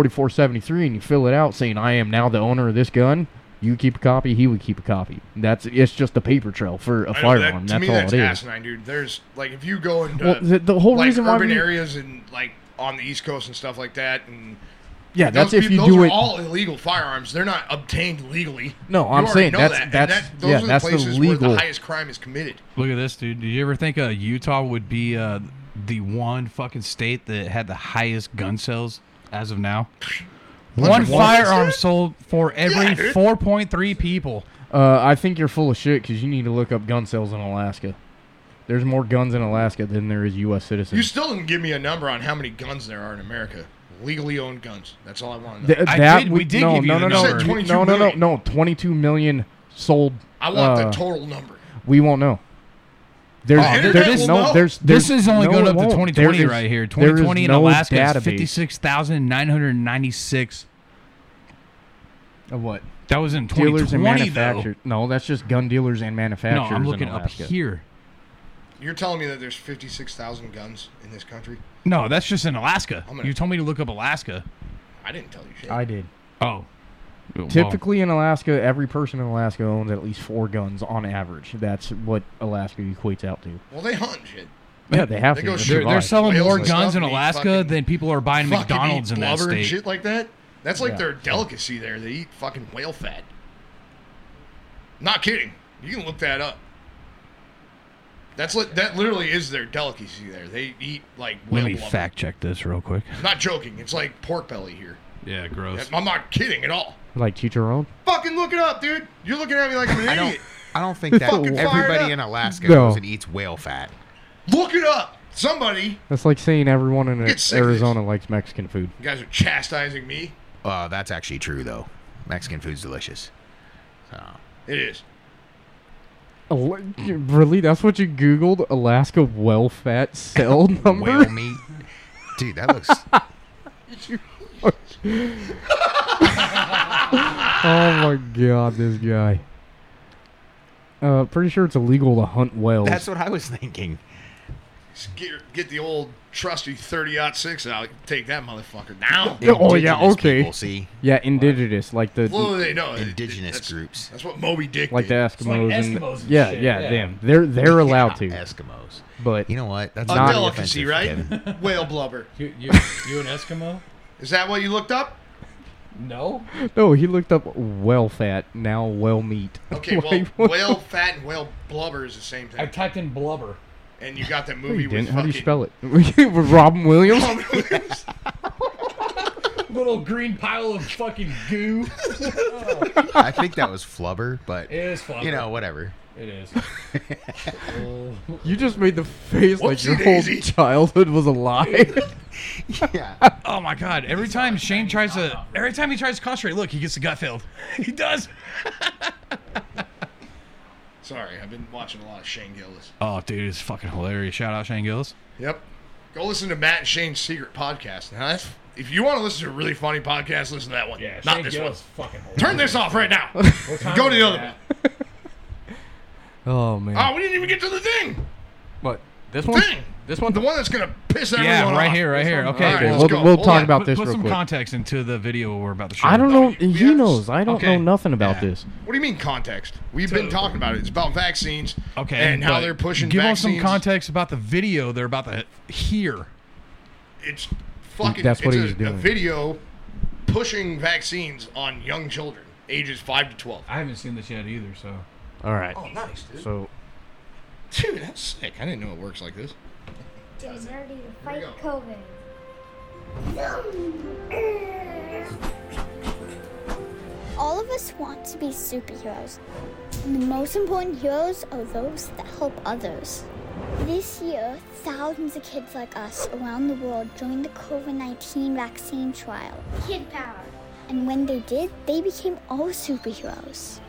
[SPEAKER 4] 4473 and you fill it out saying, "I am now the owner of this gun." You keep a copy. He would keep a copy. That's it's just a paper trail for a
[SPEAKER 3] I know, that-
[SPEAKER 4] firearm.
[SPEAKER 3] to
[SPEAKER 4] that's
[SPEAKER 3] me,
[SPEAKER 4] all
[SPEAKER 3] that's
[SPEAKER 4] it is.
[SPEAKER 3] asinine, dude. There's like if you go into
[SPEAKER 4] Well, the, the whole
[SPEAKER 3] like
[SPEAKER 4] reason why
[SPEAKER 3] urban
[SPEAKER 4] we,
[SPEAKER 3] areas and like on the East Coast and stuff like that, and
[SPEAKER 4] yeah, that's
[SPEAKER 3] those
[SPEAKER 4] if
[SPEAKER 3] peop-
[SPEAKER 4] you
[SPEAKER 3] those
[SPEAKER 4] do
[SPEAKER 3] are
[SPEAKER 4] it.
[SPEAKER 3] all illegal firearms. They're not obtained legally.
[SPEAKER 4] no,
[SPEAKER 3] You
[SPEAKER 4] I'm
[SPEAKER 3] already
[SPEAKER 4] saying
[SPEAKER 3] know
[SPEAKER 4] that's
[SPEAKER 3] that, and
[SPEAKER 4] that's
[SPEAKER 3] that- those
[SPEAKER 4] yeah,
[SPEAKER 3] are the
[SPEAKER 4] that's the
[SPEAKER 3] places
[SPEAKER 4] legal.
[SPEAKER 3] where the highest crime is committed.
[SPEAKER 5] Look at this, dude. Did you ever think uh, Utah would be uh, the one fucking state that had the highest gun sales as of now? One
[SPEAKER 3] Hundred one
[SPEAKER 5] firearm
[SPEAKER 3] percent?
[SPEAKER 5] sold for every
[SPEAKER 3] Yeah, dude.
[SPEAKER 5] 4.3 people.
[SPEAKER 4] Uh, I think you're full of shit because you need to look up gun sales in Alaska. There's more guns in Alaska than there is U.S.
[SPEAKER 3] You
[SPEAKER 4] citizens.
[SPEAKER 3] still didn't give me a number on how many guns there are in America. Legally owned guns. That's all I want to know.
[SPEAKER 4] Th-
[SPEAKER 5] I
[SPEAKER 4] that
[SPEAKER 5] did-
[SPEAKER 4] would-
[SPEAKER 5] we did
[SPEAKER 4] no,
[SPEAKER 5] give you
[SPEAKER 4] no,
[SPEAKER 5] the
[SPEAKER 4] no,
[SPEAKER 3] number.
[SPEAKER 4] no,
[SPEAKER 3] You said
[SPEAKER 4] no, no, no,
[SPEAKER 3] 22
[SPEAKER 4] no, 22 million sold.
[SPEAKER 3] I want
[SPEAKER 4] uh,
[SPEAKER 3] the total number.
[SPEAKER 4] We won't know. There's,
[SPEAKER 3] Oh,
[SPEAKER 4] there-
[SPEAKER 3] internet
[SPEAKER 4] there's
[SPEAKER 3] will
[SPEAKER 4] no,
[SPEAKER 3] know?
[SPEAKER 4] there's, there's,
[SPEAKER 5] this is only
[SPEAKER 4] no,
[SPEAKER 5] going
[SPEAKER 4] it
[SPEAKER 5] up to
[SPEAKER 4] won't. There
[SPEAKER 5] 2020
[SPEAKER 4] is-
[SPEAKER 5] right here.
[SPEAKER 4] there is
[SPEAKER 5] 2020 in
[SPEAKER 4] no
[SPEAKER 5] Alaska
[SPEAKER 4] database.
[SPEAKER 5] is 56,996. uh,
[SPEAKER 4] Of what?
[SPEAKER 5] That was in
[SPEAKER 4] Dealers and
[SPEAKER 5] 2020, though.
[SPEAKER 4] manufacturers. No, that's just gun dealers and
[SPEAKER 5] No,
[SPEAKER 4] manufacturers.
[SPEAKER 5] I'm looking
[SPEAKER 4] in
[SPEAKER 5] up
[SPEAKER 4] Alaska.
[SPEAKER 5] here.
[SPEAKER 3] You're telling me that there's 56,000 guns in this country?
[SPEAKER 5] No, that's just in Alaska.
[SPEAKER 3] I'm gonna-
[SPEAKER 5] You told me to look up Alaska.
[SPEAKER 3] I didn't tell you shit.
[SPEAKER 4] I did.
[SPEAKER 5] Oh.
[SPEAKER 4] Typically in Alaska, every person in Alaska owns at least four guns on average. That's what Alaska equates out to.
[SPEAKER 3] well, they hunt and shit.
[SPEAKER 4] Yeah, they have
[SPEAKER 3] They
[SPEAKER 4] to.
[SPEAKER 3] go
[SPEAKER 4] to
[SPEAKER 3] shoot-
[SPEAKER 5] They're, they're
[SPEAKER 4] survive.
[SPEAKER 5] selling
[SPEAKER 3] Whales
[SPEAKER 5] more
[SPEAKER 3] and
[SPEAKER 5] guns
[SPEAKER 3] stuff
[SPEAKER 5] in
[SPEAKER 3] and eat
[SPEAKER 5] Alaska
[SPEAKER 3] fucking-
[SPEAKER 5] than people are buying
[SPEAKER 3] Fucking
[SPEAKER 5] McDonald's
[SPEAKER 3] eat
[SPEAKER 5] in that
[SPEAKER 3] blubber and
[SPEAKER 5] state.
[SPEAKER 3] shit like that. That's like
[SPEAKER 4] Yeah.
[SPEAKER 3] their delicacy there. They eat fucking whale fat. Not kidding. You can look that up. That's li- that literally is their delicacy there. They eat like whale
[SPEAKER 5] Let me
[SPEAKER 3] blubber.
[SPEAKER 5] fact check this real quick.
[SPEAKER 3] Not joking. It's like pork belly here.
[SPEAKER 5] Yeah, gross.
[SPEAKER 3] I'm not kidding at all.
[SPEAKER 4] like teach your own.
[SPEAKER 3] Fucking look it up, dude. You're looking at me like I'm an
[SPEAKER 10] I don't.
[SPEAKER 3] idiot.
[SPEAKER 10] I don't think that
[SPEAKER 4] Fucking
[SPEAKER 3] fired up.
[SPEAKER 10] everybody in Alaska
[SPEAKER 4] No.
[SPEAKER 10] goes and eats whale fat.
[SPEAKER 3] Look it up. Somebody.
[SPEAKER 4] That's like saying everyone in
[SPEAKER 3] Get sick of
[SPEAKER 4] Arizona likes Mexican food.
[SPEAKER 3] You guys are chastising me.
[SPEAKER 10] Uh, that's actually true though. Mexican food's delicious. So,
[SPEAKER 3] It is.
[SPEAKER 4] Ala- Really? That's what you Googled? Alaska well fat cell
[SPEAKER 10] whale
[SPEAKER 4] number?
[SPEAKER 10] meat. Dude, that looks.
[SPEAKER 4] oh my god, this guy. Uh, pretty sure it's illegal to hunt whales.
[SPEAKER 10] that's what I was thinking.
[SPEAKER 3] Just Get, your- get the old trusty 30 six out. Take that motherfucker down.
[SPEAKER 10] The
[SPEAKER 4] Oh, yeah,
[SPEAKER 10] indigenous
[SPEAKER 4] okay.
[SPEAKER 10] People, see,
[SPEAKER 4] yeah, indigenous, like the
[SPEAKER 3] Little do they know.
[SPEAKER 10] indigenous
[SPEAKER 3] that's,
[SPEAKER 10] groups.
[SPEAKER 3] That's what Moby Dick
[SPEAKER 4] like the
[SPEAKER 3] did.
[SPEAKER 4] Eskimos, and,
[SPEAKER 5] Eskimos and
[SPEAKER 4] yeah,
[SPEAKER 5] shit,
[SPEAKER 4] yeah,
[SPEAKER 5] yeah.
[SPEAKER 4] them. They're they're allowed
[SPEAKER 10] Yeah,
[SPEAKER 4] to,
[SPEAKER 10] Eskimos.
[SPEAKER 4] but
[SPEAKER 10] You know what? That's
[SPEAKER 3] A
[SPEAKER 10] not
[SPEAKER 3] delicacy,
[SPEAKER 10] offensive, Kevin.
[SPEAKER 3] right? Whale blubber.
[SPEAKER 5] You, you, an Eskimo?
[SPEAKER 3] Is that what you looked up?
[SPEAKER 5] No.
[SPEAKER 4] no, Oh, he looked up well fat now well meat.
[SPEAKER 3] Okay, well,
[SPEAKER 4] Like, what-
[SPEAKER 3] whale fat and whale blubber is the same thing.
[SPEAKER 5] typed in blubber.
[SPEAKER 3] And you got that
[SPEAKER 5] Oh,
[SPEAKER 4] No,
[SPEAKER 3] movie
[SPEAKER 4] you
[SPEAKER 3] with
[SPEAKER 4] didn't. How do
[SPEAKER 3] fucking
[SPEAKER 4] you spell it? Robin Williams.
[SPEAKER 3] Robin Williams.
[SPEAKER 5] The
[SPEAKER 11] little green pile of fucking goo.
[SPEAKER 10] I think that was flubber, but
[SPEAKER 11] It is flubber.
[SPEAKER 10] You know, whatever.
[SPEAKER 11] It is.
[SPEAKER 4] You just made the face like your
[SPEAKER 5] Whoopsie
[SPEAKER 4] whole
[SPEAKER 5] daisy.
[SPEAKER 4] childhood was a lie.
[SPEAKER 5] Oh my god! Every time Shane tries to, every time he tries to concentrate, look, he gets the gut filled. he does.
[SPEAKER 3] Sorry, I've been watching a lot of Shane Gillis.
[SPEAKER 5] Oh, dude, it's fucking hilarious! Shout out Shane Gillis.
[SPEAKER 3] Yep. Go listen to Matt and Shane's secret podcast. Now, that's- if you want to listen to a really funny podcast, listen to that one. Yeah, Not
[SPEAKER 11] Shane
[SPEAKER 3] this
[SPEAKER 11] Gillis
[SPEAKER 3] one.
[SPEAKER 11] fucking hilarious.
[SPEAKER 3] Turn this off right now.
[SPEAKER 11] What time
[SPEAKER 3] Go to
[SPEAKER 11] is
[SPEAKER 3] the other
[SPEAKER 11] it
[SPEAKER 3] one.
[SPEAKER 11] at?
[SPEAKER 4] oh man.
[SPEAKER 3] Oh, we didn't even get to the thing.
[SPEAKER 4] What? This
[SPEAKER 3] one? Thing. This one? The one that's going to piss everyone
[SPEAKER 5] Yeah,
[SPEAKER 3] off.
[SPEAKER 5] right here, right here. Okay,
[SPEAKER 3] All right,
[SPEAKER 4] Okay,
[SPEAKER 3] let's
[SPEAKER 4] we'll-
[SPEAKER 3] go.
[SPEAKER 4] we'll
[SPEAKER 3] Hold
[SPEAKER 4] talk
[SPEAKER 3] on.
[SPEAKER 4] about
[SPEAKER 5] Oh, put,
[SPEAKER 4] this
[SPEAKER 5] put
[SPEAKER 4] real
[SPEAKER 5] some
[SPEAKER 4] quick.
[SPEAKER 5] context into the video we're about to show.
[SPEAKER 4] I don't know. He knows. I don't
[SPEAKER 5] Okay.
[SPEAKER 4] know nothing about this.
[SPEAKER 3] What do you mean context? We've been talking about it. It's about vaccines.
[SPEAKER 5] Okay,
[SPEAKER 3] And how
[SPEAKER 5] but
[SPEAKER 3] they're pushing
[SPEAKER 5] Give us some
[SPEAKER 3] vaccines.
[SPEAKER 5] context about the video they're about to hear.
[SPEAKER 3] it's fucking.
[SPEAKER 5] That's what
[SPEAKER 3] it's
[SPEAKER 5] he's
[SPEAKER 3] a, A
[SPEAKER 5] doing.
[SPEAKER 3] video pushing vaccines on young children, ages five to twelve.
[SPEAKER 5] I haven't seen this yet either, so.
[SPEAKER 4] All right.
[SPEAKER 3] Oh, nice, dude.
[SPEAKER 4] So,
[SPEAKER 3] Dude, that's sick. I didn't know it works like this.
[SPEAKER 2] Getting ready to fight COVID.
[SPEAKER 12] All of us want to be superheroes. And the most important heroes are those that help others. This year, thousands of kids like us around the world joined the COVID 19 vaccine trial.
[SPEAKER 2] Kid power.
[SPEAKER 12] And when they did, they became all superheroes.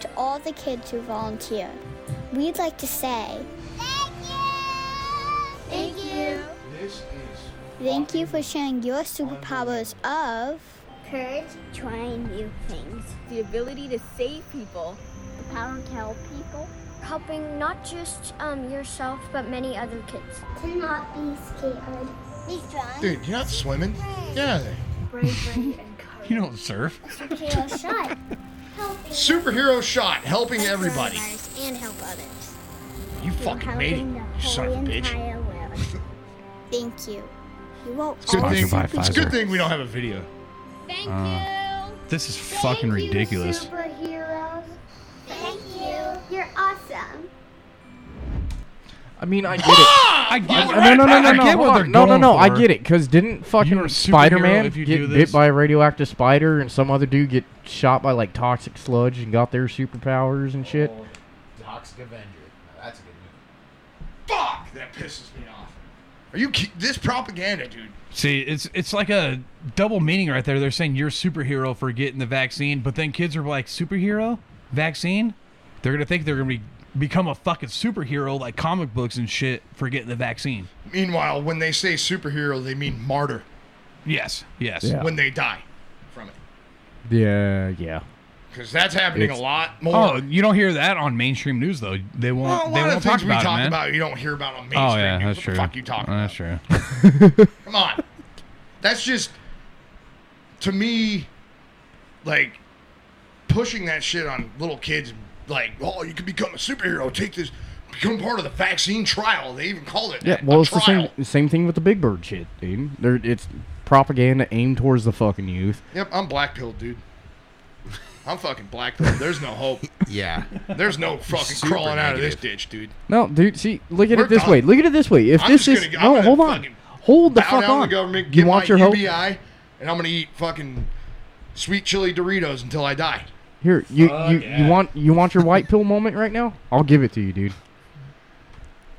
[SPEAKER 12] To all the kids who volunteered, we'd like to say
[SPEAKER 2] Thank you.
[SPEAKER 3] This is
[SPEAKER 12] Thank you for sharing your superpowers of courage, trying new things,
[SPEAKER 13] the ability to save people.
[SPEAKER 12] the power to help people, helping not just um, yourself but many other kids. To not be scared, be strong.
[SPEAKER 3] Dude, you're not swimming. Yeah.
[SPEAKER 12] Bravery and
[SPEAKER 5] You don't surf.
[SPEAKER 12] superhero shot. Helping
[SPEAKER 3] Superhero shot, helping everybody.
[SPEAKER 12] and help others.
[SPEAKER 3] You fucking made it, you son of a bitch.
[SPEAKER 12] Thank you. You all
[SPEAKER 3] It's a good,
[SPEAKER 5] Sponsored
[SPEAKER 3] thing,
[SPEAKER 5] by
[SPEAKER 3] it's a good
[SPEAKER 5] Pfizer.
[SPEAKER 3] thing Uh, we don't have a video.
[SPEAKER 12] Thank
[SPEAKER 5] you. This is fucking ridiculous.
[SPEAKER 12] Superheroes. Thank you. You're awesome.
[SPEAKER 4] I mean, I get
[SPEAKER 5] it.
[SPEAKER 4] I
[SPEAKER 5] get
[SPEAKER 4] no, no, no, no, no,
[SPEAKER 5] Ah, I get
[SPEAKER 4] hold
[SPEAKER 5] what
[SPEAKER 4] on.
[SPEAKER 5] they're
[SPEAKER 4] no, no,
[SPEAKER 5] going
[SPEAKER 4] no. I
[SPEAKER 5] for.
[SPEAKER 4] get it because didn't fucking Spider-Man
[SPEAKER 5] if you do
[SPEAKER 4] get
[SPEAKER 5] this?
[SPEAKER 4] bit by a radioactive spider and some other dude get shot by like toxic sludge and got their superpowers and shit?
[SPEAKER 7] Toxic Avenger. Now that's a good movie.
[SPEAKER 3] Fuck, that pisses me off. Are you ki- this propaganda, dude?
[SPEAKER 5] See, it's it's like a double meaning right there. They're saying you're a superhero for getting the vaccine, but then kids are like superhero vaccine. They're gonna think they're gonna be, become a fucking superhero like comic books and shit for getting the vaccine.
[SPEAKER 3] Meanwhile, when they say superhero, they mean martyr.
[SPEAKER 5] Yes, yes.
[SPEAKER 4] Yeah.
[SPEAKER 3] When they die from it,
[SPEAKER 4] Yeah, yeah.
[SPEAKER 3] because that's happening
[SPEAKER 5] It's-
[SPEAKER 3] a lot more.
[SPEAKER 5] Oh, you don't hear that on mainstream news though. They won't.
[SPEAKER 3] Well, a
[SPEAKER 5] they
[SPEAKER 3] lot
[SPEAKER 5] won't
[SPEAKER 3] of
[SPEAKER 5] talk
[SPEAKER 3] things we
[SPEAKER 5] about
[SPEAKER 3] talk
[SPEAKER 5] it, man.
[SPEAKER 3] about you don't hear about on mainstream.
[SPEAKER 5] oh yeah,
[SPEAKER 3] news.
[SPEAKER 5] that's
[SPEAKER 3] what
[SPEAKER 5] true.
[SPEAKER 3] The fuck you talking?
[SPEAKER 5] That's true.
[SPEAKER 3] Come on. That's just to me like pushing that shit on little kids like, oh, you could become a superhero, take this become part of the vaccine trial. They even called it
[SPEAKER 4] Yeah.
[SPEAKER 3] that,
[SPEAKER 4] Well,
[SPEAKER 3] a
[SPEAKER 4] it's the
[SPEAKER 3] trial.
[SPEAKER 4] same same thing with the Big Bird shit, dude. They're, it's propaganda aimed towards the fucking youth.
[SPEAKER 3] Yep, I'm black pilled, dude. I'm fucking black pilled. There's no hope.
[SPEAKER 10] yeah.
[SPEAKER 3] There's no fucking
[SPEAKER 10] Super
[SPEAKER 3] crawling out of this ditch, dude.
[SPEAKER 4] No, dude. See, look at
[SPEAKER 3] We're
[SPEAKER 4] it this
[SPEAKER 3] done.
[SPEAKER 4] way. Look at it this way. If
[SPEAKER 3] I'm
[SPEAKER 4] this
[SPEAKER 3] just
[SPEAKER 4] is
[SPEAKER 3] gonna- I'm
[SPEAKER 4] no,
[SPEAKER 3] gonna
[SPEAKER 4] hold on,
[SPEAKER 3] fucking
[SPEAKER 4] hold the
[SPEAKER 3] Bow
[SPEAKER 4] fuck
[SPEAKER 3] down to
[SPEAKER 4] on.
[SPEAKER 3] the government, get
[SPEAKER 4] you want
[SPEAKER 3] my
[SPEAKER 4] your
[SPEAKER 3] UBI,
[SPEAKER 4] hope?
[SPEAKER 3] and I'm gonna eat fucking sweet chili Doritos until I die.
[SPEAKER 4] Here, you
[SPEAKER 3] Fuck
[SPEAKER 4] you,
[SPEAKER 3] yeah.
[SPEAKER 4] you want you want your white pill moment right now? I'll give it to you, dude.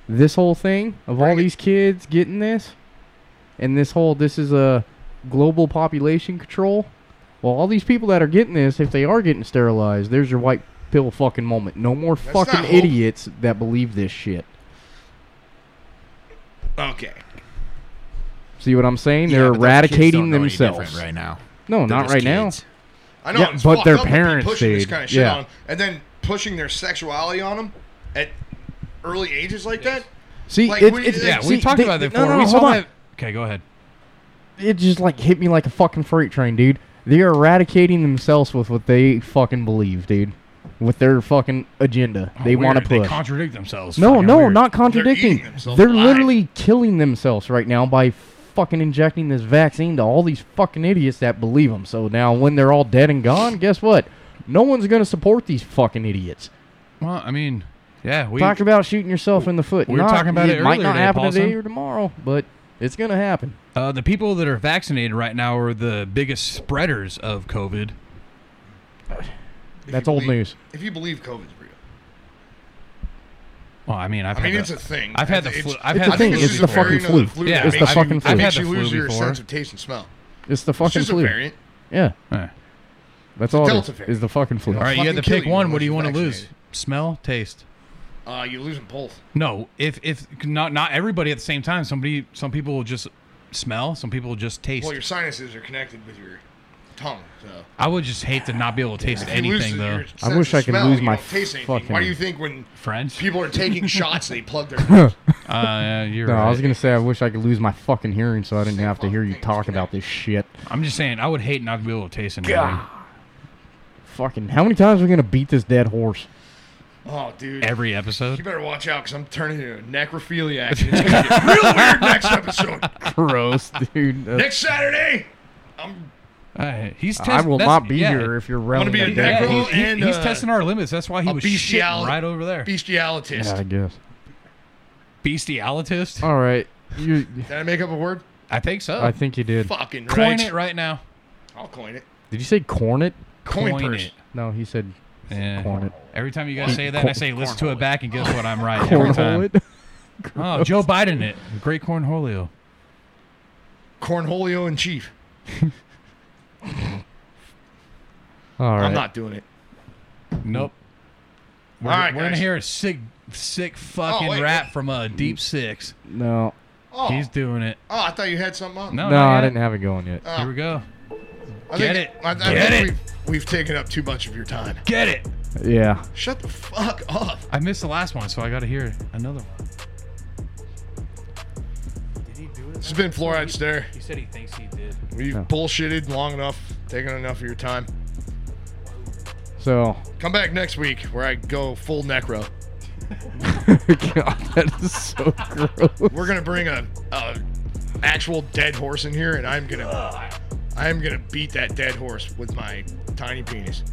[SPEAKER 4] This whole thing of all these kids getting this, and this whole this is a global population control. Well, all these people that are getting this, if they are getting sterilized, there's your white pill fucking moment. No more
[SPEAKER 3] That's not
[SPEAKER 4] fucking
[SPEAKER 3] hope.
[SPEAKER 4] idiots that believe this shit.
[SPEAKER 3] Okay.
[SPEAKER 4] See what I'm saying?
[SPEAKER 10] Yeah,
[SPEAKER 4] They're
[SPEAKER 10] but those kids don't
[SPEAKER 4] eradicating
[SPEAKER 10] know any different
[SPEAKER 4] themselves
[SPEAKER 10] right now.
[SPEAKER 4] No,
[SPEAKER 10] They're
[SPEAKER 4] not
[SPEAKER 10] just
[SPEAKER 4] right
[SPEAKER 10] kids.
[SPEAKER 4] now.
[SPEAKER 3] I know,
[SPEAKER 4] Yeah,
[SPEAKER 3] it's
[SPEAKER 4] but
[SPEAKER 3] fucked
[SPEAKER 4] their
[SPEAKER 3] up to be
[SPEAKER 4] parents,
[SPEAKER 3] pushing
[SPEAKER 4] dude.
[SPEAKER 3] this kind of shit
[SPEAKER 4] yeah.
[SPEAKER 3] on 'em and then pushing their sexuality on them at early ages like that.
[SPEAKER 4] See,
[SPEAKER 3] like,
[SPEAKER 4] it-
[SPEAKER 3] we-
[SPEAKER 4] it-
[SPEAKER 5] Yeah,
[SPEAKER 4] See,
[SPEAKER 5] we talked
[SPEAKER 4] they-
[SPEAKER 5] about that
[SPEAKER 4] no,
[SPEAKER 5] before.
[SPEAKER 4] no,
[SPEAKER 5] we
[SPEAKER 4] no,
[SPEAKER 5] saw
[SPEAKER 4] hold on.
[SPEAKER 5] that. Okay, go ahead.
[SPEAKER 4] it just like hit me like a fucking freight train, dude. They're eradicating themselves with what they fucking believe, dude. With their fucking agenda, they
[SPEAKER 5] Oh, Weird.
[SPEAKER 4] want to
[SPEAKER 5] They
[SPEAKER 4] push.
[SPEAKER 5] contradict themselves.
[SPEAKER 4] no,
[SPEAKER 5] Fucking
[SPEAKER 4] no,
[SPEAKER 5] weird.
[SPEAKER 4] not contradicting. They're,
[SPEAKER 5] themselves alive.
[SPEAKER 4] literally killing themselves right now by fucking injecting this vaccine to all these fucking idiots that believe them. So now, when they're all dead and gone, guess what? No one's gonna support these fucking idiots.
[SPEAKER 5] Well, I mean, Yeah, we
[SPEAKER 4] Talk about shooting yourself in the foot.
[SPEAKER 5] we were
[SPEAKER 4] Not-
[SPEAKER 5] talking about it
[SPEAKER 4] might
[SPEAKER 5] earlier
[SPEAKER 4] not
[SPEAKER 5] today,
[SPEAKER 4] happen today
[SPEAKER 5] Paulson.
[SPEAKER 4] or tomorrow, but it's gonna happen.
[SPEAKER 5] Uh, the people that are vaccinated right now are the biggest spreaders of COVID.
[SPEAKER 4] That's old news.
[SPEAKER 3] If you believe COVID's real,
[SPEAKER 5] Well, I mean, I've
[SPEAKER 3] I mean,
[SPEAKER 5] had
[SPEAKER 3] it's
[SPEAKER 5] the,
[SPEAKER 3] a thing.
[SPEAKER 5] I've had the
[SPEAKER 3] It's-
[SPEAKER 5] flu.
[SPEAKER 3] it's-
[SPEAKER 5] I've
[SPEAKER 3] it's
[SPEAKER 5] had
[SPEAKER 3] a thing.
[SPEAKER 5] the
[SPEAKER 3] It's
[SPEAKER 5] flu
[SPEAKER 3] just a
[SPEAKER 5] before.
[SPEAKER 3] fucking flu.
[SPEAKER 5] Yeah,
[SPEAKER 3] It's the
[SPEAKER 5] I've-
[SPEAKER 4] fucking flu.
[SPEAKER 5] I've had
[SPEAKER 3] makes
[SPEAKER 5] the
[SPEAKER 3] you
[SPEAKER 5] flu
[SPEAKER 3] lose your
[SPEAKER 5] before.
[SPEAKER 3] sense of taste and smell.
[SPEAKER 4] It's the fucking
[SPEAKER 3] just a
[SPEAKER 4] flu.
[SPEAKER 3] variant.
[SPEAKER 4] Yeah. That's all.
[SPEAKER 3] Delta
[SPEAKER 4] It is,
[SPEAKER 3] variant.
[SPEAKER 4] is the fucking flu.
[SPEAKER 5] All right, you had to
[SPEAKER 3] kill
[SPEAKER 5] pick
[SPEAKER 3] you
[SPEAKER 5] one.
[SPEAKER 3] unless
[SPEAKER 5] What do you
[SPEAKER 3] you're
[SPEAKER 5] want to lose? Smell, taste.
[SPEAKER 3] Uh, you lose them both.
[SPEAKER 5] No, if if not not everybody at the same time. Somebody, some people will just smell. Some people will just taste.
[SPEAKER 3] Well, your sinuses are connected with your tongue, so.
[SPEAKER 5] I would just hate to not be able to taste
[SPEAKER 3] If you lose
[SPEAKER 5] anything though.
[SPEAKER 3] your sense
[SPEAKER 4] wish
[SPEAKER 3] of
[SPEAKER 4] I could
[SPEAKER 3] smell,
[SPEAKER 4] lose
[SPEAKER 3] you
[SPEAKER 4] my
[SPEAKER 3] don't taste anything. Why
[SPEAKER 4] fucking-
[SPEAKER 3] do you think when
[SPEAKER 5] Friends?
[SPEAKER 3] people are taking shots, they plug their nose?
[SPEAKER 5] Uh, you're
[SPEAKER 4] no,
[SPEAKER 5] right.
[SPEAKER 4] I was gonna say I wish I could lose my fucking hearing so I didn't have to hear you talk about this shit.
[SPEAKER 5] I'm just saying, I would hate not to be able to taste anything.
[SPEAKER 4] Fucking, how many times are we gonna beat this dead horse?
[SPEAKER 3] Oh, dude.
[SPEAKER 5] Every episode.
[SPEAKER 3] You better watch out because I'm turning into a necrophiliac. and It's going to get real weird next episode.
[SPEAKER 4] Gross, dude. That's-
[SPEAKER 3] Next Saturday,
[SPEAKER 5] Uh, he's.
[SPEAKER 4] I will
[SPEAKER 5] that's-
[SPEAKER 4] not be
[SPEAKER 5] yeah.
[SPEAKER 4] here if you're
[SPEAKER 3] gonna
[SPEAKER 4] rounding
[SPEAKER 3] be
[SPEAKER 4] that
[SPEAKER 3] a
[SPEAKER 4] dead
[SPEAKER 3] necro
[SPEAKER 4] horse.
[SPEAKER 5] He-
[SPEAKER 3] and,
[SPEAKER 5] he's
[SPEAKER 3] uh,
[SPEAKER 5] testing our limits. That's why he
[SPEAKER 3] a
[SPEAKER 5] was shitting
[SPEAKER 3] bestiali-
[SPEAKER 5] right over there.
[SPEAKER 3] bestialitist.
[SPEAKER 4] Yeah, I guess.
[SPEAKER 5] Bestialitist.
[SPEAKER 4] All right, you.
[SPEAKER 3] Did I make up a word?
[SPEAKER 5] I think so.
[SPEAKER 4] Uh, I think you did.
[SPEAKER 3] Fucking
[SPEAKER 5] Coin
[SPEAKER 3] right.
[SPEAKER 5] it right now.
[SPEAKER 3] I'll coin it.
[SPEAKER 4] Did you say cornet?
[SPEAKER 3] Coin Coin purse. it.
[SPEAKER 4] No, he said
[SPEAKER 5] Yeah.
[SPEAKER 4] cornet.
[SPEAKER 5] Every time you guys say that, I say listen to it back, and guess what? I'm right every time.
[SPEAKER 4] Cornhole it.
[SPEAKER 5] Oh, Joe Biden it. Great cornholio.
[SPEAKER 3] Cornholio in chief.
[SPEAKER 4] All right.
[SPEAKER 3] I'm not doing it.
[SPEAKER 5] Nope. We're,
[SPEAKER 3] All right,
[SPEAKER 5] we're gonna
[SPEAKER 3] guys.
[SPEAKER 5] hear a sick, sick fucking
[SPEAKER 3] Oh, wait,
[SPEAKER 5] rap from a deep six.
[SPEAKER 4] No.
[SPEAKER 3] Oh.
[SPEAKER 5] He's doing it.
[SPEAKER 3] Oh, I thought you had something on.
[SPEAKER 5] No,
[SPEAKER 4] No,
[SPEAKER 5] not
[SPEAKER 4] I
[SPEAKER 5] yet. Uh.
[SPEAKER 4] didn't have it going yet.
[SPEAKER 3] Oh.
[SPEAKER 5] Here we go.
[SPEAKER 3] I
[SPEAKER 5] Get
[SPEAKER 3] think,
[SPEAKER 5] it.
[SPEAKER 3] I, I
[SPEAKER 5] Get
[SPEAKER 3] think
[SPEAKER 5] it.
[SPEAKER 3] We've, we've taken up too much of your time.
[SPEAKER 5] Get it.
[SPEAKER 4] Yeah.
[SPEAKER 3] Shut the fuck up.
[SPEAKER 5] I missed the last one, so I got to hear another one. Did he do it?
[SPEAKER 3] This has been Fluoride Stare.
[SPEAKER 5] He said he thinks he did.
[SPEAKER 3] We've
[SPEAKER 4] No.
[SPEAKER 3] bullshitted long enough, taken enough of your time.
[SPEAKER 4] So,
[SPEAKER 3] Come back next week where I go full necro.
[SPEAKER 4] God, that is so gross.
[SPEAKER 3] We're gonna bring a, a actual dead horse in here, and I'm gonna I'm gonna beat that dead horse with my tiny penis.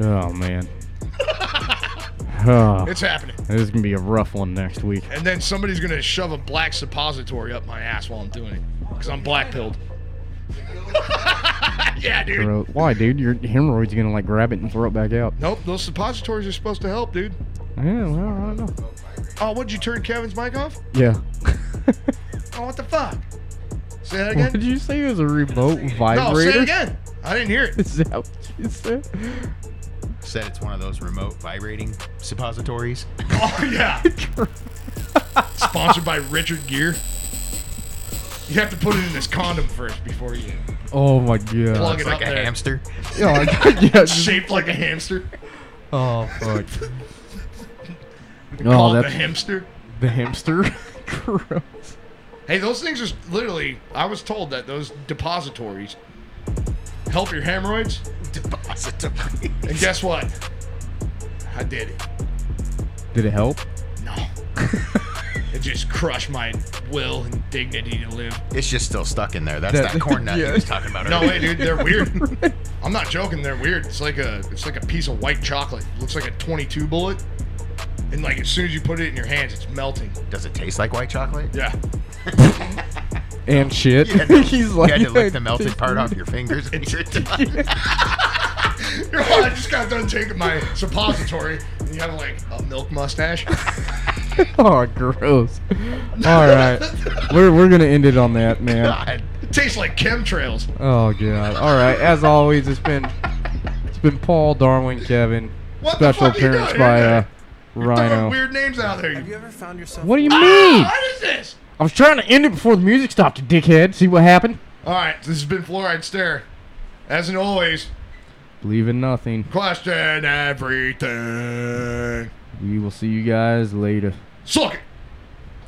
[SPEAKER 4] Oh man. Oh,
[SPEAKER 3] It's happening.
[SPEAKER 4] this is gonna be a rough one next week.
[SPEAKER 3] And then somebody's gonna shove a black suppository up my ass while I'm doing it, cause I'm black pilled. yeah, dude.
[SPEAKER 4] Bro, Why, dude? Your hemorrhoid's gonna like grab it and throw it back out.
[SPEAKER 3] Nope, those suppositories are supposed to help, dude.
[SPEAKER 4] Yeah, well, I don't know.
[SPEAKER 3] Oh, what'd you turn Kevin's mic off?
[SPEAKER 4] Yeah.
[SPEAKER 3] Oh, what the fuck? Say that
[SPEAKER 4] What
[SPEAKER 3] again.
[SPEAKER 4] did you say it was a remote
[SPEAKER 3] No,
[SPEAKER 4] vibrator?
[SPEAKER 3] say it again. I didn't hear it.
[SPEAKER 4] Is that what you said?
[SPEAKER 10] Said it's one of those remote vibrating suppositories.
[SPEAKER 3] Oh yeah. Sponsored by Richard Gear. You have to put it in this condom first before you
[SPEAKER 4] Oh my god.
[SPEAKER 3] plug it
[SPEAKER 10] It's like
[SPEAKER 3] up
[SPEAKER 10] a
[SPEAKER 3] there.
[SPEAKER 10] hamster.
[SPEAKER 4] Yeah, I- yeah, just-
[SPEAKER 3] Shaped like a hamster.
[SPEAKER 4] oh fuck.
[SPEAKER 3] Call
[SPEAKER 4] Oh,
[SPEAKER 3] it the
[SPEAKER 4] that's
[SPEAKER 3] hamster.
[SPEAKER 4] the hamster. Gross.
[SPEAKER 3] Hey, those things are s- literally. I was told that those depositories help your hemorrhoids.
[SPEAKER 10] Depository.
[SPEAKER 3] And guess what? I did it.
[SPEAKER 4] Did it help?
[SPEAKER 3] No. it just crushed my will and dignity to live.
[SPEAKER 10] It's just still stuck in there. That's
[SPEAKER 4] That-
[SPEAKER 10] that, corn nut
[SPEAKER 4] yeah.
[SPEAKER 10] he was talking about
[SPEAKER 3] No
[SPEAKER 10] earlier.
[SPEAKER 3] way, dude. They're weird. I'm not joking. They're weird. It's like a it's like a piece of white chocolate. looks like a 22 bullet. And like as soon as you put it in your hands, it's melting.
[SPEAKER 10] Does it taste like white chocolate?
[SPEAKER 3] Yeah.
[SPEAKER 4] And shit.
[SPEAKER 10] You had to,
[SPEAKER 4] He's
[SPEAKER 10] you
[SPEAKER 4] like,
[SPEAKER 10] had to lick the
[SPEAKER 4] just-
[SPEAKER 10] melted part off your fingers and you're done.
[SPEAKER 3] You're all, I just got done taking my suppository, and you have like a milk mustache.
[SPEAKER 4] Oh, gross. All right, we're we're gonna end it on that, man.
[SPEAKER 10] God.
[SPEAKER 3] It tastes like chemtrails.
[SPEAKER 4] Oh god. All right, as always, it's been it's been Paul, Darwin, Kevin,
[SPEAKER 3] What the
[SPEAKER 4] special
[SPEAKER 3] fuck are you
[SPEAKER 4] appearance
[SPEAKER 3] doing?
[SPEAKER 4] by
[SPEAKER 3] You're
[SPEAKER 4] uh,
[SPEAKER 3] Throwing
[SPEAKER 4] Rhino.
[SPEAKER 3] weird names out there. You
[SPEAKER 4] What do you mean?
[SPEAKER 3] What is this?
[SPEAKER 4] I was trying to end it before the music stopped, you dickhead. See what happened?
[SPEAKER 3] All right, this has been Fluoride Stare. As in always,
[SPEAKER 4] Believe in nothing.
[SPEAKER 3] question everything.
[SPEAKER 4] We will see you guys later.
[SPEAKER 3] Suck it.